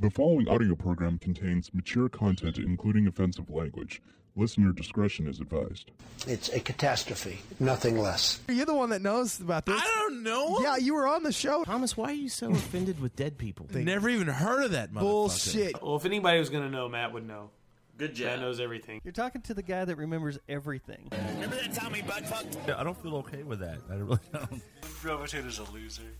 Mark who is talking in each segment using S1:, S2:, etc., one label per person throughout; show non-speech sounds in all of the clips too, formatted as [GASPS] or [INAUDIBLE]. S1: The following audio program contains mature content, including offensive language. Listener discretion is advised.
S2: It's a catastrophe, nothing less.
S3: You're the one that knows about this.
S4: I don't know.
S3: Yeah, you were on the show.
S5: Thomas, why are you so offended with dead people?
S4: Never even heard of that motherfucker.
S3: Bullshit.
S6: Oh
S7: Well, if anybody was gonna know, Matt would know.
S8: Good
S7: Matt knows everything.
S6: You're talking to the guy that remembers everything.
S5: I don't feel okay with that. I really don't.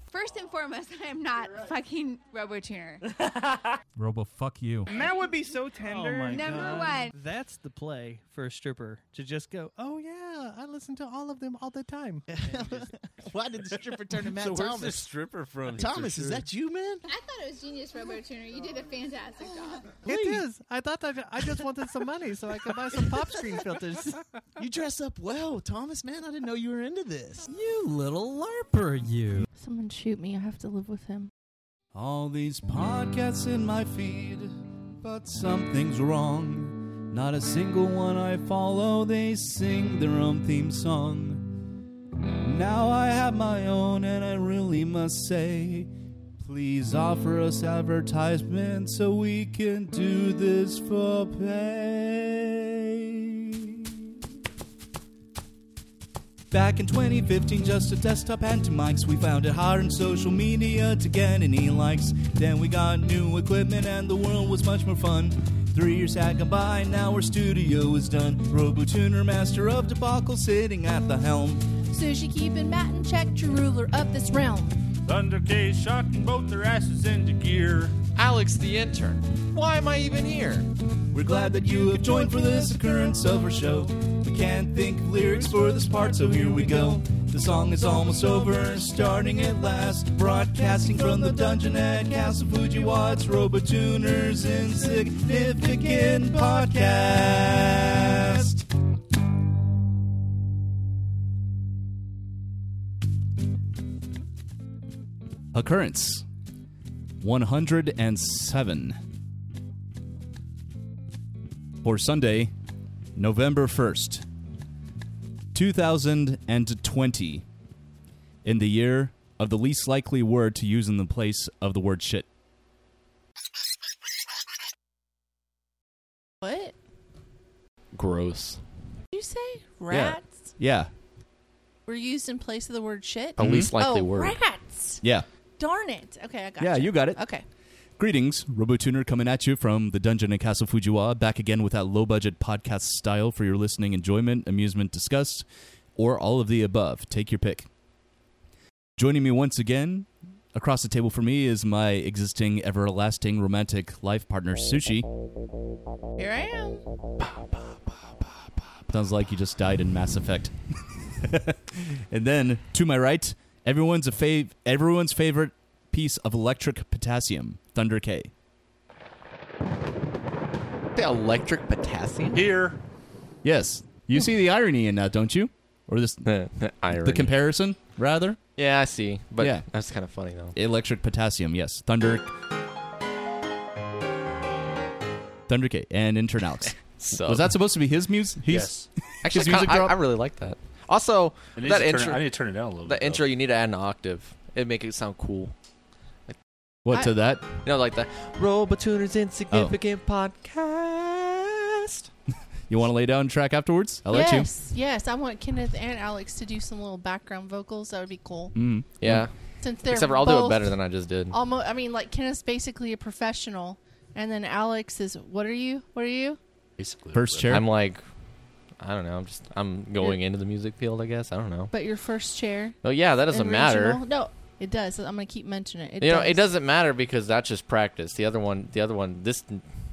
S9: First and foremost, [LAUGHS] I am not fucking RoboTuner.
S10: Robo, fuck you.
S6: That would be so tender.
S9: Number one.
S6: That's the play for a stripper to just go, oh yeah, I listen to all of them all the time.
S3: [LAUGHS] Why did the stripper
S5: [LAUGHS]
S3: turn to Matt
S5: So where's the
S3: Thomas?
S5: stripper from?
S3: Thomas, is that you, man?
S9: I thought it was genius, RoboTuner. You did a fantastic job.
S6: It is. I thought that I just wanted some money so I could buy some pop screen filters.
S3: You dress up well, Thomas, man. I didn't know you were into this.
S10: You little LARPer, you.
S9: Someone shoot me. I have to live with him.
S10: All these podcasts in my feed, but something's wrong. Not a single one I follow, they sing their own theme song. Now I have my own, and I really must say, please offer us advertisement so we can do this for pay. Back in 2015, just a desktop and two mics. We found it hard in social media to get any likes. Then we got new equipment and the world was much more fun. Three years had gone by, now our studio is done. RoboTuner, master of debacle, sitting at the helm.
S9: Sushi keeping Matt in check, true ruler of this realm.
S8: Thunder K shocking both their asses into gear.
S11: [LAUGHS] Alex the intern. Why am I even here?
S10: We're glad that you have joined for this occurrence of our show. We can't think of lyrics for this part, so here we go. The song is almost over, starting at last. Broadcasting from the dungeon at Castle Fujiwatts, it's Robotuner's Insignificant Podcast. Occurrence 107 for Sunday, November 1st, 2020, in the year of the least likely word to use in the place of the word shit.
S9: What? Did
S11: Gross.
S9: you say
S11: rats
S10: Yeah,
S9: were used in place of the word shit? Oh,
S11: The least likely word.
S9: rats!
S10: yeah.
S9: Darn it. Okay, I got
S10: Yeah, you got it.
S9: Okay.
S10: Greetings, RoboTuner coming at you from the dungeon in Castle Fujiwa, back again with that low budget podcast style for your listening enjoyment, amusement, disgust, or all of the above. Take your pick. Joining me once again, across the table from me, is my existing everlasting romantic life partner, Sushi.
S9: Here I am.
S10: Sounds like you just died in Mass Effect. and then to my right, everyone's a fav- everyone's favorite piece of electric potassium, Thunder K.
S11: The electric potassium? [LAUGHS]
S8: Here.
S10: Yes, you see the irony in that, don't you? Or this the
S11: Irony.
S10: comparison, rather?
S11: yeah, I see. But
S10: Yeah.
S11: that's kind of funny, though.
S10: Electric potassium, yes. Thunder Thunder K and intern Alex.
S11: So
S10: Was that supposed to be his music?
S8: Yes.
S11: actually?
S10: his
S11: kinda-
S10: music
S11: I,
S10: drop?
S11: I really like that. Also,
S8: I need,
S11: that
S8: to turn,
S11: intro,
S8: it, I need to turn it down a little
S11: that
S8: bit.
S11: intro, you need to add an octave. It'd make it sound cool.
S10: What to that?
S11: You know, like the Robotuner's Insignificant Podcast.
S10: You want to lay down track afterwards? I'll let you.
S9: yes, yes. I want Kenneth and Alex to do some little background vocals. That would be cool.
S10: Mm.
S11: Yeah.
S9: Since they're
S11: Except for I'll do it
S9: both
S11: better than I just did.
S9: almost i mean like kenneth's basically a professional and then alex is what are you what are you
S8: Basically.
S10: First chair.
S11: I'm like, I don't know. I'm just, I'm going into the music field, I guess. I don't know.
S9: but your first chair
S11: But yeah, that doesn't
S9: and
S11: matter.
S9: regional- no it does i'm gonna keep mentioning it,
S11: you know, it doesn't matter because that's just practice. The other one, the other one, this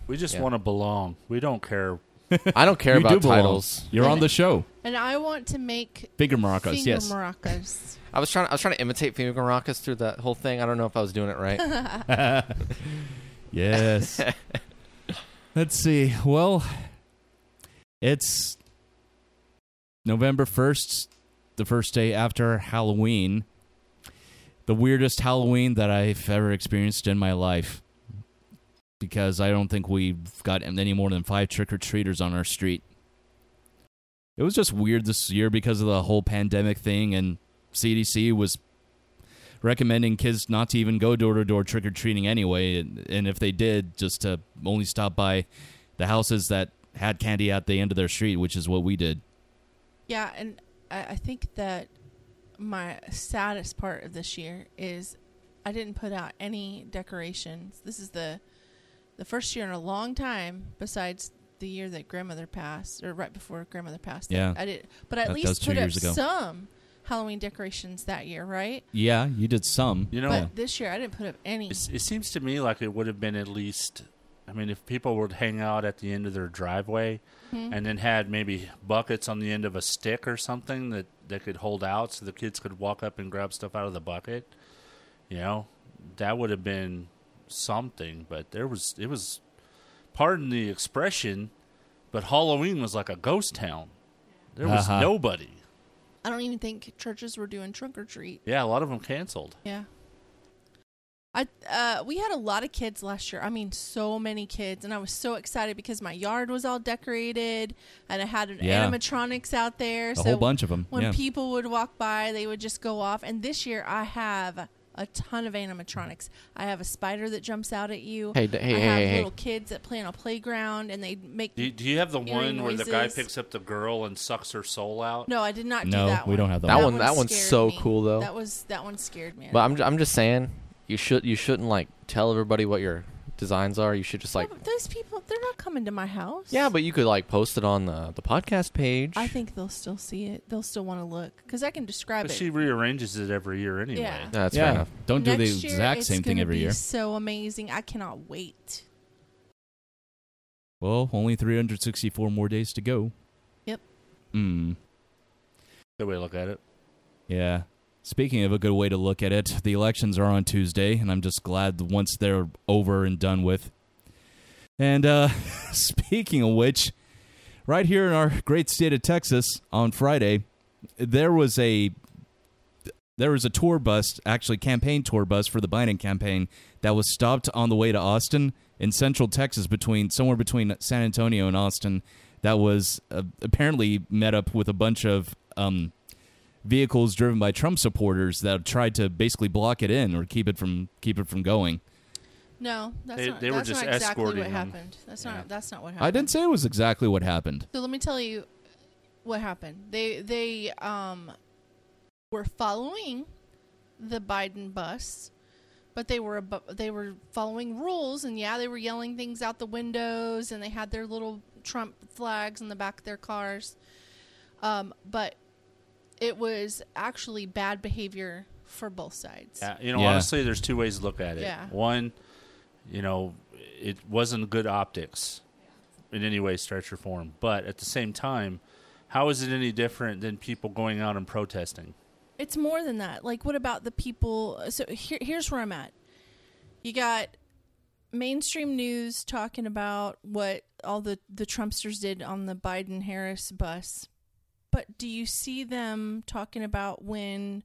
S8: We just
S11: Yeah.
S8: want to belong. We don't care.
S11: I [LAUGHS] don't care
S10: you do
S11: about
S10: belong.
S11: titles.
S10: You're on the show.
S9: and i want to make
S10: Bigger maracas,
S9: finger
S10: yes.
S9: maracas [LAUGHS]
S11: I was trying. I was trying to imitate Finger Maracas through that whole thing. I don't know if I was doing it
S9: [LAUGHS]
S11: right.
S10: [LAUGHS] Yes. Let's see. Well, it's November 1st, the first day after Halloween. The weirdest Halloween that I've ever experienced in my life. Because I don't think we've got any more than five trick or treaters on our street. It was just weird this year because of the whole pandemic thing, and CDC was recommending kids not to even go door to door trick or treating anyway, and, and if they did, just to only stop by the houses that had candy at the end of their street, which is what we did.
S9: Yeah, and I, I think that my saddest part of this year is I didn't put out any decorations. This is the the first year in a long time, besides the year that grandmother passed, or right before grandmother passed. that
S10: Yeah.
S9: I did, but at
S10: That- that was
S9: least
S10: two
S9: put up
S10: years ago.
S9: some Halloween decorations that year, right?
S10: Yeah, you did some.
S11: You know,
S9: But this year I didn't put up any.
S11: It's- It seems to me like it would have been at least. I mean, if people would hang out at the end of their driveway, and then had maybe buckets on the end of a stick or something that that could hold out, so the kids could walk up and grab stuff out of the bucket. You know, that would have been something. But there was it was, pardon the expression, but Halloween was like a ghost town. There
S10: [LAUGHS]
S11: was
S10: Uh-huh.
S11: nobody.
S9: I don't even think churches were doing trunk or treat.
S11: Yeah, a lot of them canceled.
S9: Yeah. I uh we had a lot of kids last year. I mean so many kids and I was so excited because my yard was all decorated and I had an
S10: Yeah.
S9: animatronics out there.
S10: a
S9: so
S10: whole bunch of them.
S9: when
S10: yeah.
S9: people would walk by, they would just go off. And this year I have a ton of animatronics. I have a spider that jumps out at you.
S3: Hey, d- hey,
S9: I
S3: hey,
S9: have
S3: hey, hey.
S9: little kids that play on a playground and they make
S11: Do you, do you have the
S9: Eerie
S11: one where the guy
S9: noises.
S11: picks up the girl and sucks her soul out?
S9: No, I did not
S10: No,
S9: do that
S10: we
S9: one.
S10: don't have that That
S3: one. one- that one's
S9: scared
S3: so
S9: me.
S3: cool, though.
S9: That was that one scared me.
S3: But I'm, ju- I'm just saying, you should you shouldn't like tell everybody what your designs are. You should just like
S9: Well, but those people they're not coming to my house.
S3: yeah, but you could like post it on the the podcast page.
S9: I think they'll still see it. They'll still want to look because I can describe
S11: But
S9: it.
S11: she rearranges it every year anyway.
S9: Yeah.
S3: that's
S10: yeah.
S3: fair enough.
S10: Don't do
S9: Next
S10: the
S9: year,
S10: exact
S9: it's
S10: same thing
S9: gonna
S10: every
S9: be
S10: year.
S9: So amazing! I cannot wait.
S10: Well, only 364 more days to go.
S9: Yep.
S10: Hmm.
S11: Good way to look at it.
S10: Yeah. Speaking of a good way to look at it, the elections are on Tuesday, and I'm just glad that once they're over and done with. And uh, [LAUGHS] speaking of which, right here in our great state of Texas on Friday, there was a there was a tour bus, actually campaign tour bus for the Biden campaign that was stopped on the way to Austin in central Texas between somewhere between San Antonio and Austin that was uh, apparently met up with a bunch of um, vehicles driven by Trump supporters that tried to basically block it in or keep it from keep it from going.
S9: No, that's
S11: They-
S9: not.
S11: they were
S9: that's
S11: just
S9: not exactly what
S11: escorting them.
S9: happened. That's
S11: Yeah.
S9: not. That's not what happened.
S10: I didn't say it was exactly what happened.
S9: So let me tell you what happened. They they um were following the Biden bus, but they were abo- they were following rules and yeah, they were yelling things out the windows and they had their little Trump flags on the back of their cars. Um but it was actually bad behavior for both sides.
S11: Yeah, you know,
S10: Yeah.
S11: honestly, there's two ways to look at it.
S9: Yeah.
S11: One, you know, it wasn't good optics in any way, stretch or form. But at the same time, how is it any different than people going out and protesting?
S9: It's more than that. Like, what about the people? So here, here's where I'm at. You got mainstream news talking about what all the the Trumpsters did on the Biden Harris bus, but do you see them talking about when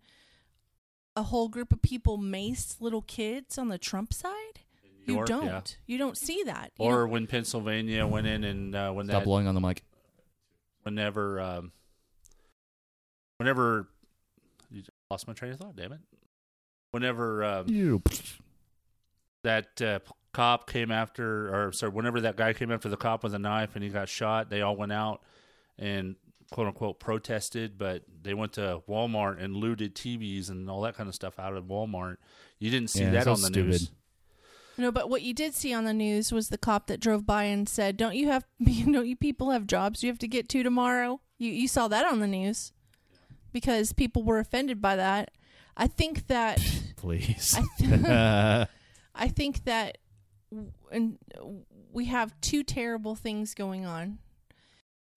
S9: a whole group of people maced little kids on the Trump side? You
S11: York,
S9: don't.
S11: yeah.
S9: You don't see that. You
S11: Or
S9: don't-
S11: when Pennsylvania went in and uh, when
S10: Stop
S11: that
S10: blowing on the mic.
S11: whenever um, whenever you lost my train of thought. Damn it. Whenever um, that uh, p- cop came after, or sorry, whenever that guy came after the cop with a knife and he got shot, they all went out and quote unquote protested, but they went to Walmart and looted TVs and all that kind of stuff out of Walmart. You didn't see
S10: Yeah,
S11: that
S10: so
S11: on the news.
S10: stupid.
S9: No, but what you did see on the news was the cop that drove by and said, "Don't you have? [LAUGHS] Don't you people have jobs you have to get to tomorrow?" You you saw that on the news because people were offended by that. I think that
S10: [LAUGHS] Please. Uh,
S9: I, th-
S11: Uh,
S9: I think that w- and w- we have two terrible things going on,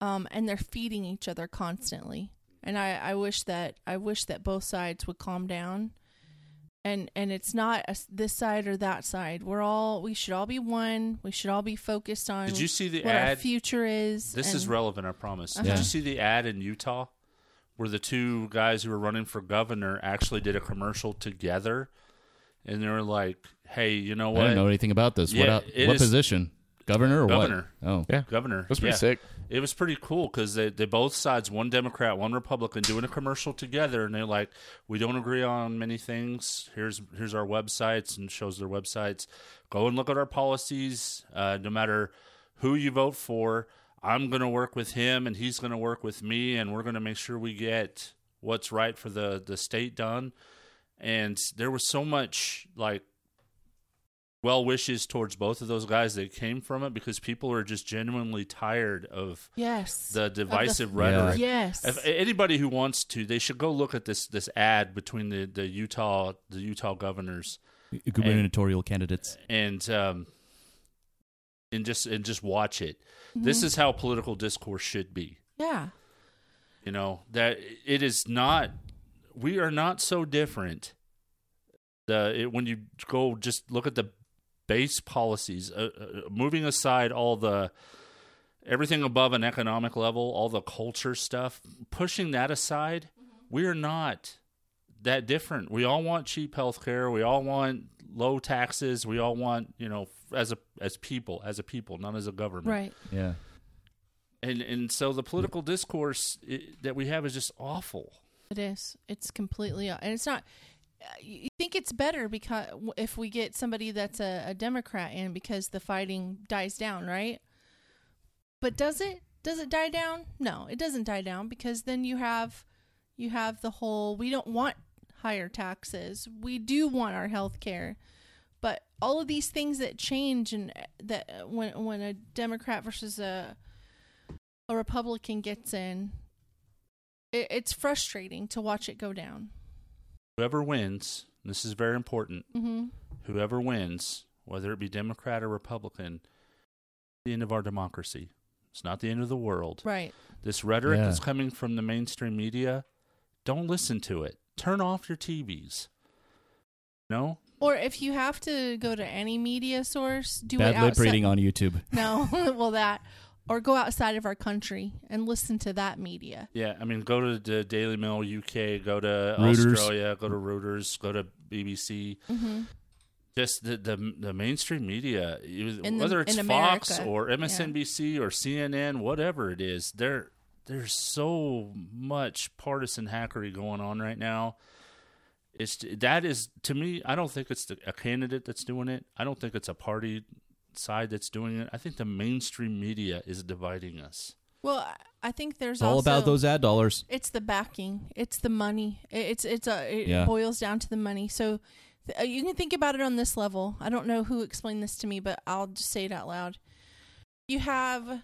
S9: um, and they're feeding each other constantly. And I, I wish that I wish that both sides would calm down. And and it's not a s this side or that side. We're all we should all be one. We should all be focused on.
S11: Did you see the
S9: what our
S11: ad?
S9: future is?
S11: This is
S9: and-
S11: relevant, I promise. Did
S10: Uh-huh.
S11: you see the ad in Utah where the two guys who were running for governor actually did a commercial together? And they were like, hey, you know
S10: I
S11: what?
S10: don't know anything about this.
S11: Yeah,
S10: what
S11: it
S10: what
S11: is-
S10: position?
S3: Governor or what?
S11: governor.
S3: Oh.
S10: Yeah.
S11: governor.
S10: That's pretty
S11: Yeah.
S10: sick.
S11: It was pretty cool because they, they both sides, one Democrat, one Republican, doing a commercial together, and they're like, "We don't agree on many things. Here's here's our websites," and shows their websites. Go and look at our policies. Uh, no matter who you vote for, I'm going to work with him, and he's going to work with me, and we're going to make sure we get what's right for the the state done. And there was so much like well wishes towards both of those guys that came from it because people are just genuinely tired of
S9: Yes.
S11: the
S9: Of the-
S11: divisive rhetoric.
S9: Yes.
S11: If anybody who wants to, they should go look at this this ad between the, the Utah the Utah governors
S3: Gubernatorial candidates.
S11: and um and just and just watch it. This
S9: Mhm.
S11: is how political discourse should be.
S9: Yeah.
S11: You know, that it is not we are not so different. The it, when you go just look at the base policies, uh, uh, moving aside all the everything above an economic level, all the culture stuff, pushing that aside, we are not that different. We all want cheap health care. We all want low taxes. We all want, you know, as a as people, as a people, not as a government
S9: Right.
S3: Yeah.
S11: and and so the political discourse i that we have is just awful.
S9: It is. It's completely, and it's not. You think it's better because if we get somebody that's a, a Democrat in, because the fighting dies down, right? But does it? Does it die down? No, it doesn't die down because then you have, you have the whole. We don't want higher taxes. We do want our health care, but all of these things that change and uh, that uh, when when a Democrat versus a a Republican gets in, it, it's frustrating to watch it go down.
S11: Whoever wins, and this is very important.
S9: Mm-hmm.
S11: Whoever wins, whether it be Democrat or Republican, the end of our democracy. It's not the end of the world.
S9: Right.
S11: This rhetoric
S3: Yeah.
S11: that's coming from the mainstream media, don't listen to it. Turn off your TVs. No,
S9: Or if you have to go to any media source, do it
S3: Bad lip
S9: outside.
S3: reading on YouTube.
S9: [LAUGHS] No, well that, or go outside of our country and listen to that media.
S11: yeah, I mean, go to the Daily Mail UK, go to
S3: Reuters.
S11: Uh, Australia, go to Reuters, go to BBC.
S9: Mm-hmm.
S11: just the the, the mainstream media, you-
S9: In
S11: Uh,
S9: the-
S11: whether it's
S9: in
S11: Fox
S9: America,
S11: or
S9: yeah.
S11: MSNBC or CNN, whatever it is, there there's so much partisan hackery going on right now. It's that is to me. I don't think it's the, a candidate that's doing it. I don't think it's a party side that's doing it. I think the mainstream media is dividing us.
S9: Well, I- I think there's
S3: It's all
S9: also,
S3: about those ad dollars.
S9: It's the backing. It's the money. I- It's it's a, it
S3: Yeah.
S9: boils down to the money. So th- uh, you can think about it on this level. I don't know who explained this to me, but I'll just say it out loud. You have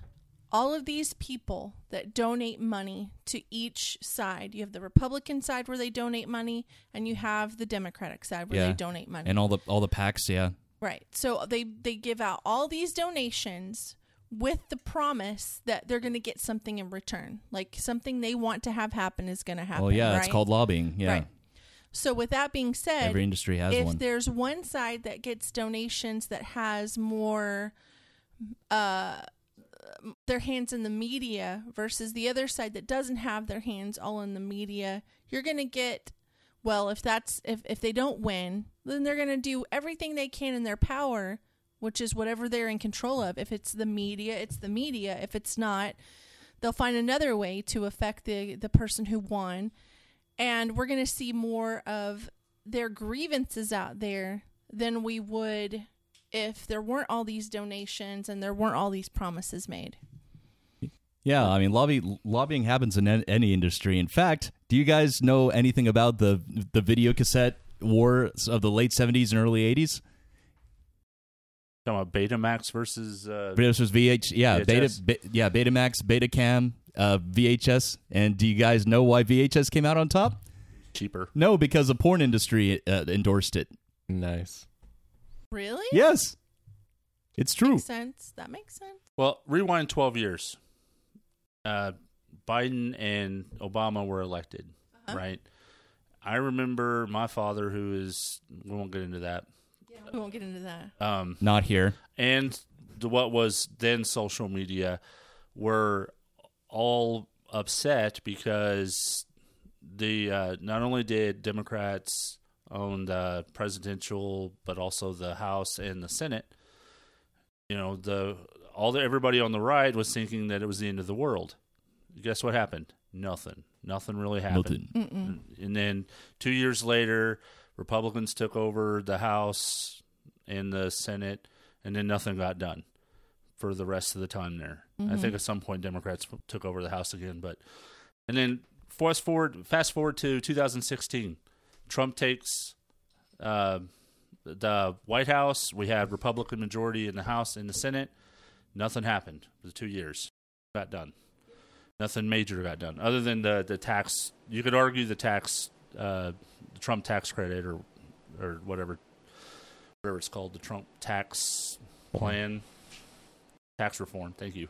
S9: all of these people that donate money to each side. You have the Republican side where they donate money, and you have the Democratic side where
S3: Yeah.
S9: they donate money.
S3: And all the all the packs, yeah.
S9: Right. So they they give out all these donations with the promise that they're going to get something in return. Like something they want to have happen is going to happen.
S3: well, yeah,
S9: right?
S3: it's called lobbying. Yeah.
S9: Right. So with that being said,
S3: Every industry has
S9: if
S3: one.
S9: there's one side that gets donations that has more uh their hands in the media versus the other side that doesn't have their hands all in the media, you're going to get well, if that's if if they don't win, then they're going to do everything they can in their power, which is whatever they're in control of. If it's the media, it's the media. If it's not, they'll find another way to affect the the person who won and we're going to see more of their grievances out there than we would if there weren't all these donations and there weren't all these promises made.
S3: Yeah, I mean, lobby lobbying happens in an- any industry. In fact, do you guys know anything about the the video cassette wars of the late seventies and early eighties?
S11: Talking about Betamax versus uh,
S3: This was VH, yeah,
S11: VHS.
S3: Beta, Be- yeah, Betamax, Betacam, uh, VHS, and do you guys know why VHS came out on top?
S11: cheaper.
S3: No, because the porn industry uh, endorsed it.
S10: Nice.
S9: Really?
S3: Yes, it's true.
S9: Makes sense. That makes sense.
S11: Well, rewind 12 years. Uh, Biden and Obama were elected, right? I remember my father, who is, we won't get into that,
S9: We won't get into that.
S11: um,
S3: Not here.
S11: and the, what was then social media were all upset because the uh, not only did Democrats own the presidential, but also the House and the Senate. you know the all the everybody on the ride was thinking that it was the end of the world. Guess what happened? Nothing. Nothing really happened.
S12: Nothing.
S11: And, and then two years later, Republicans took over the House and the Senate, and then nothing got done for the rest of the time there. I
S12: Mhm.
S9: Mm-hmm.
S11: think at some point Democrats took over the House again, but and then fast forward, fast forward to 2016, Trump takes uh, the White House. We had Republican majority in the House and the Senate. Nothing happened for the two years. Got done. Nothing major got done other than the the tax. You could argue the tax, uh, the Trump tax credit or or whatever, whatever it's called, the Trump tax plan, tax reform. Thank you.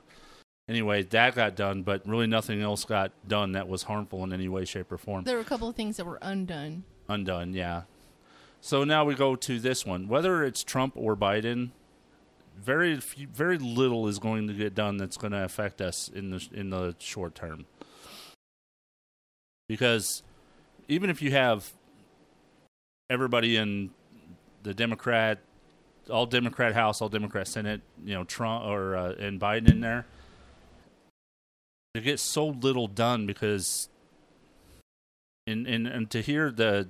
S11: Anyway, that got done, but really nothing else got done that was harmful in any way, shape, or form
S9: There were a couple of things that were undone.
S11: undone. Yeah. So now we go to this one. Whether it's Trump or Biden, very few, very little is going to get done that's going to affect us in the in the short term. Because even if you have everybody in the Democrat, all Democrat House, all Democrat Senate, you know Trump or uh, and Biden in there, they get so little done because and and and to hear the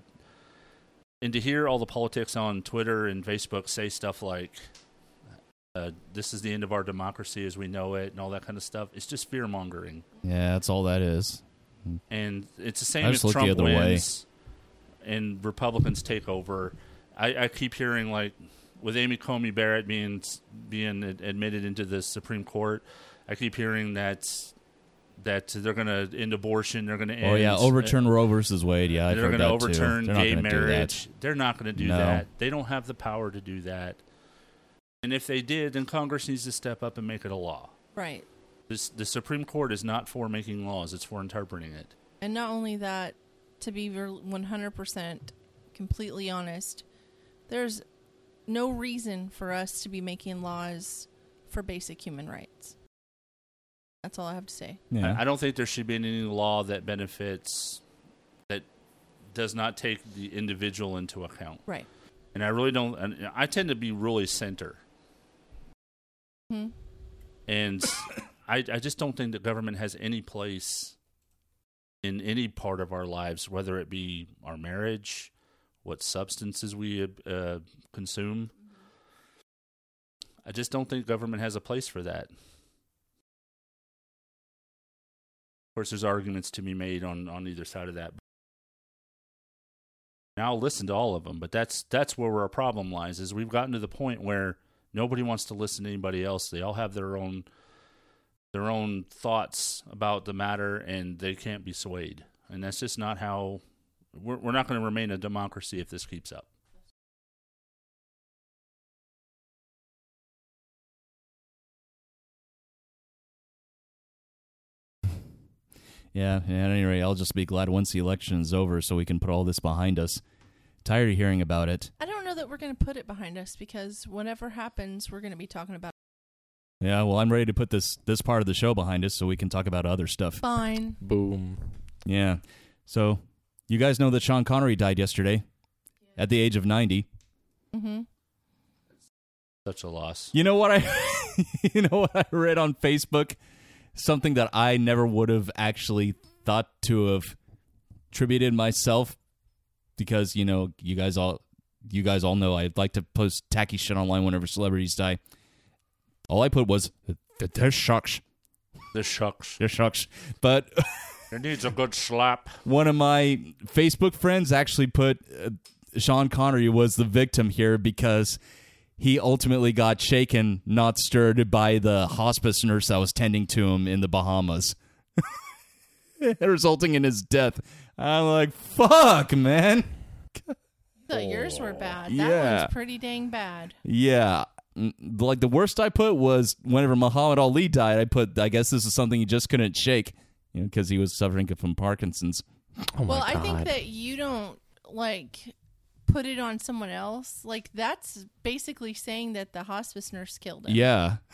S11: and to hear all the politics on Twitter and Facebook say stuff like uh, this is the end of our democracy as we know it and all that kind of stuff it's just fear mongering
S10: Yeah, that's all that is.
S11: and it's the same
S10: I
S11: if
S10: just look the
S11: Trump
S10: other way.
S11: wins and Republicans take over. I, I keep hearing like with Amy Comey Barrett being being ad- admitted into the Supreme Court, I keep hearing that that they're going to end abortion. They're going to
S10: Oh yeah, overturn Roe versus Wade. Yeah, I've
S11: uh, they're
S10: heard
S11: gonna
S10: that
S11: overturn
S10: too. They're not
S11: gay
S10: gonna do that.
S11: marriage. They're not going to do
S10: No.
S11: that. They don't have the power to do that. And if they did, then Congress needs to step up and make it a law.
S9: Right.
S11: This, the Supreme Court is not for making laws; it's for interpreting it.
S9: And not only that, to be ver- 100% completely honest, there's no reason for us to be making laws for basic human rights. That's all I have to say.
S10: Yeah.
S11: I, I don't think there should be any law that benefits that does not take the individual into account.
S9: Right.
S11: And I really don't. And I tend to be really center,
S9: Hmm.
S11: and I, I just don't think the government has any place in any part of our lives, whether it be our marriage, what substances we uh, consume. I just don't think government has a place for that. Of course, there's arguments to be made on, on either side of that. And I'll listen to all of them, but that's that's where our problem lies. Is we've gotten to the point where nobody wants to listen to anybody else. They all have their own their own thoughts about the matter, and they can't be swayed. And that's just not how we're, we're not going to remain a democracy if this keeps up.
S10: Yeah, and at any rate, I'll just be glad once the election is over so we can put all this behind us. Tired of hearing about it.
S9: I don't know that we're going to put it behind us because whatever happens, we're going to be talking about
S10: Yeah, well, I'm ready to put this this part of the show behind us so we can talk about other stuff.
S9: Fine.
S10: Boom. Yeah. So, you guys know that Sean Connery died yesterday at the age of 90.
S9: Mm-hmm.
S11: Such a loss.
S10: You know what I [LAUGHS] you know what I read on Facebook? Something that I never would have actually thought to have attributed myself because, you know, you guys all you guys all know I like to post tacky shit online whenever celebrities die. All I put was "Th- "This shucks.
S11: This shucks.
S10: This shucks. But
S11: It needs a good slap.
S10: one of my Facebook friends actually put uh, Sean Connery was the victim here because he ultimately got shaken, not stirred by the hospice nurse that was tending to him in the Bahamas, [LAUGHS] resulting in his death. I'm like, fuck, man.
S9: I thought yours were bad. That
S10: Oh. yeah.
S9: one's pretty dang bad.
S10: Yeah. Mm, Like the worst I put was whenever Muhammad Ali died, I put, I guess this is something he just couldn't shake, you know, because he was suffering from Parkinson's. Oh
S9: well, I think that you don't like put it on someone else. Like that's basically saying that the hospice nurse killed him.
S10: Yeah. [LAUGHS]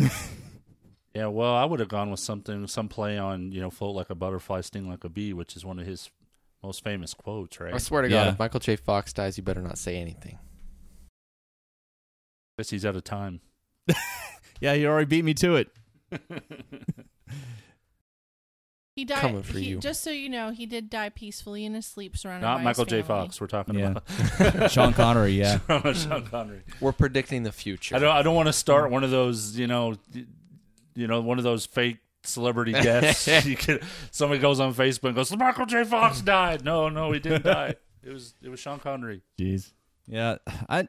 S11: Yeah, well, I would have gone with something, some play on, you know, float like a butterfly, sting like a bee, which is one of his most famous quotes, right?
S13: I swear to God,
S11: Yeah.
S13: if Michael J. Fox dies, you better not say anything.
S11: Guess he's out of time.
S10: Yeah, you already beat me to it.
S9: He died.
S10: Coming for
S9: he,
S10: you.
S9: Just so you know, he did die peacefully in his sleep, surrounded by
S11: Not
S9: his
S11: Michael J.
S9: family.
S11: Fox. We're talking
S10: Yeah.
S11: about
S10: Sean Connery, yeah.
S11: [LAUGHS] Sean Connery.
S14: We're predicting the future.
S11: I don't. I don't want to start one of those. You know, you know, one of those fake
S10: [LAUGHS]
S11: celebrity deaths. you could, somebody goes on Facebook and goes, "Michael J. Fox died." No, no, he didn't
S10: [LAUGHS]
S11: die. It was it was Sean Connery.
S10: Jeez. Yeah, I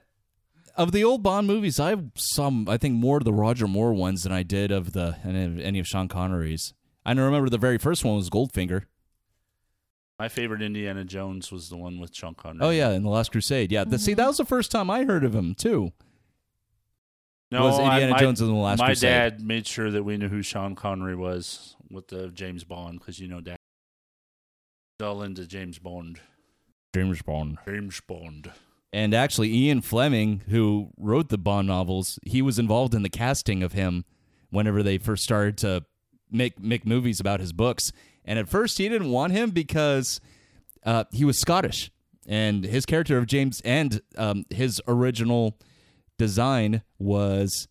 S10: of the old Bond movies, I saw I think more of the Roger Moore ones than I did of the any of, any of Sean Connery's. I remember the very first one was Goldfinger.
S11: My favorite Indiana Jones was the one with Sean Connery. Mm-hmm.
S10: Oh yeah, in the Last Crusade. Yeah, the, see that was the first time I heard of him too.
S11: No,
S10: was
S11: I-
S10: Indiana
S11: my,
S10: Jones in the Last
S11: My
S10: Crusade.
S11: dad made sure that we knew who Sean Connery was with the James Bond because you know dad. All into James Bond.
S10: James Bond.
S11: James Bond.
S10: And actually, Ian Fleming, who wrote the Bond novels, he was involved in the casting of him whenever they first started to make make movies about his books. And at first, he didn't want him because uh, he was Scottish, and his character of James and um, his original design was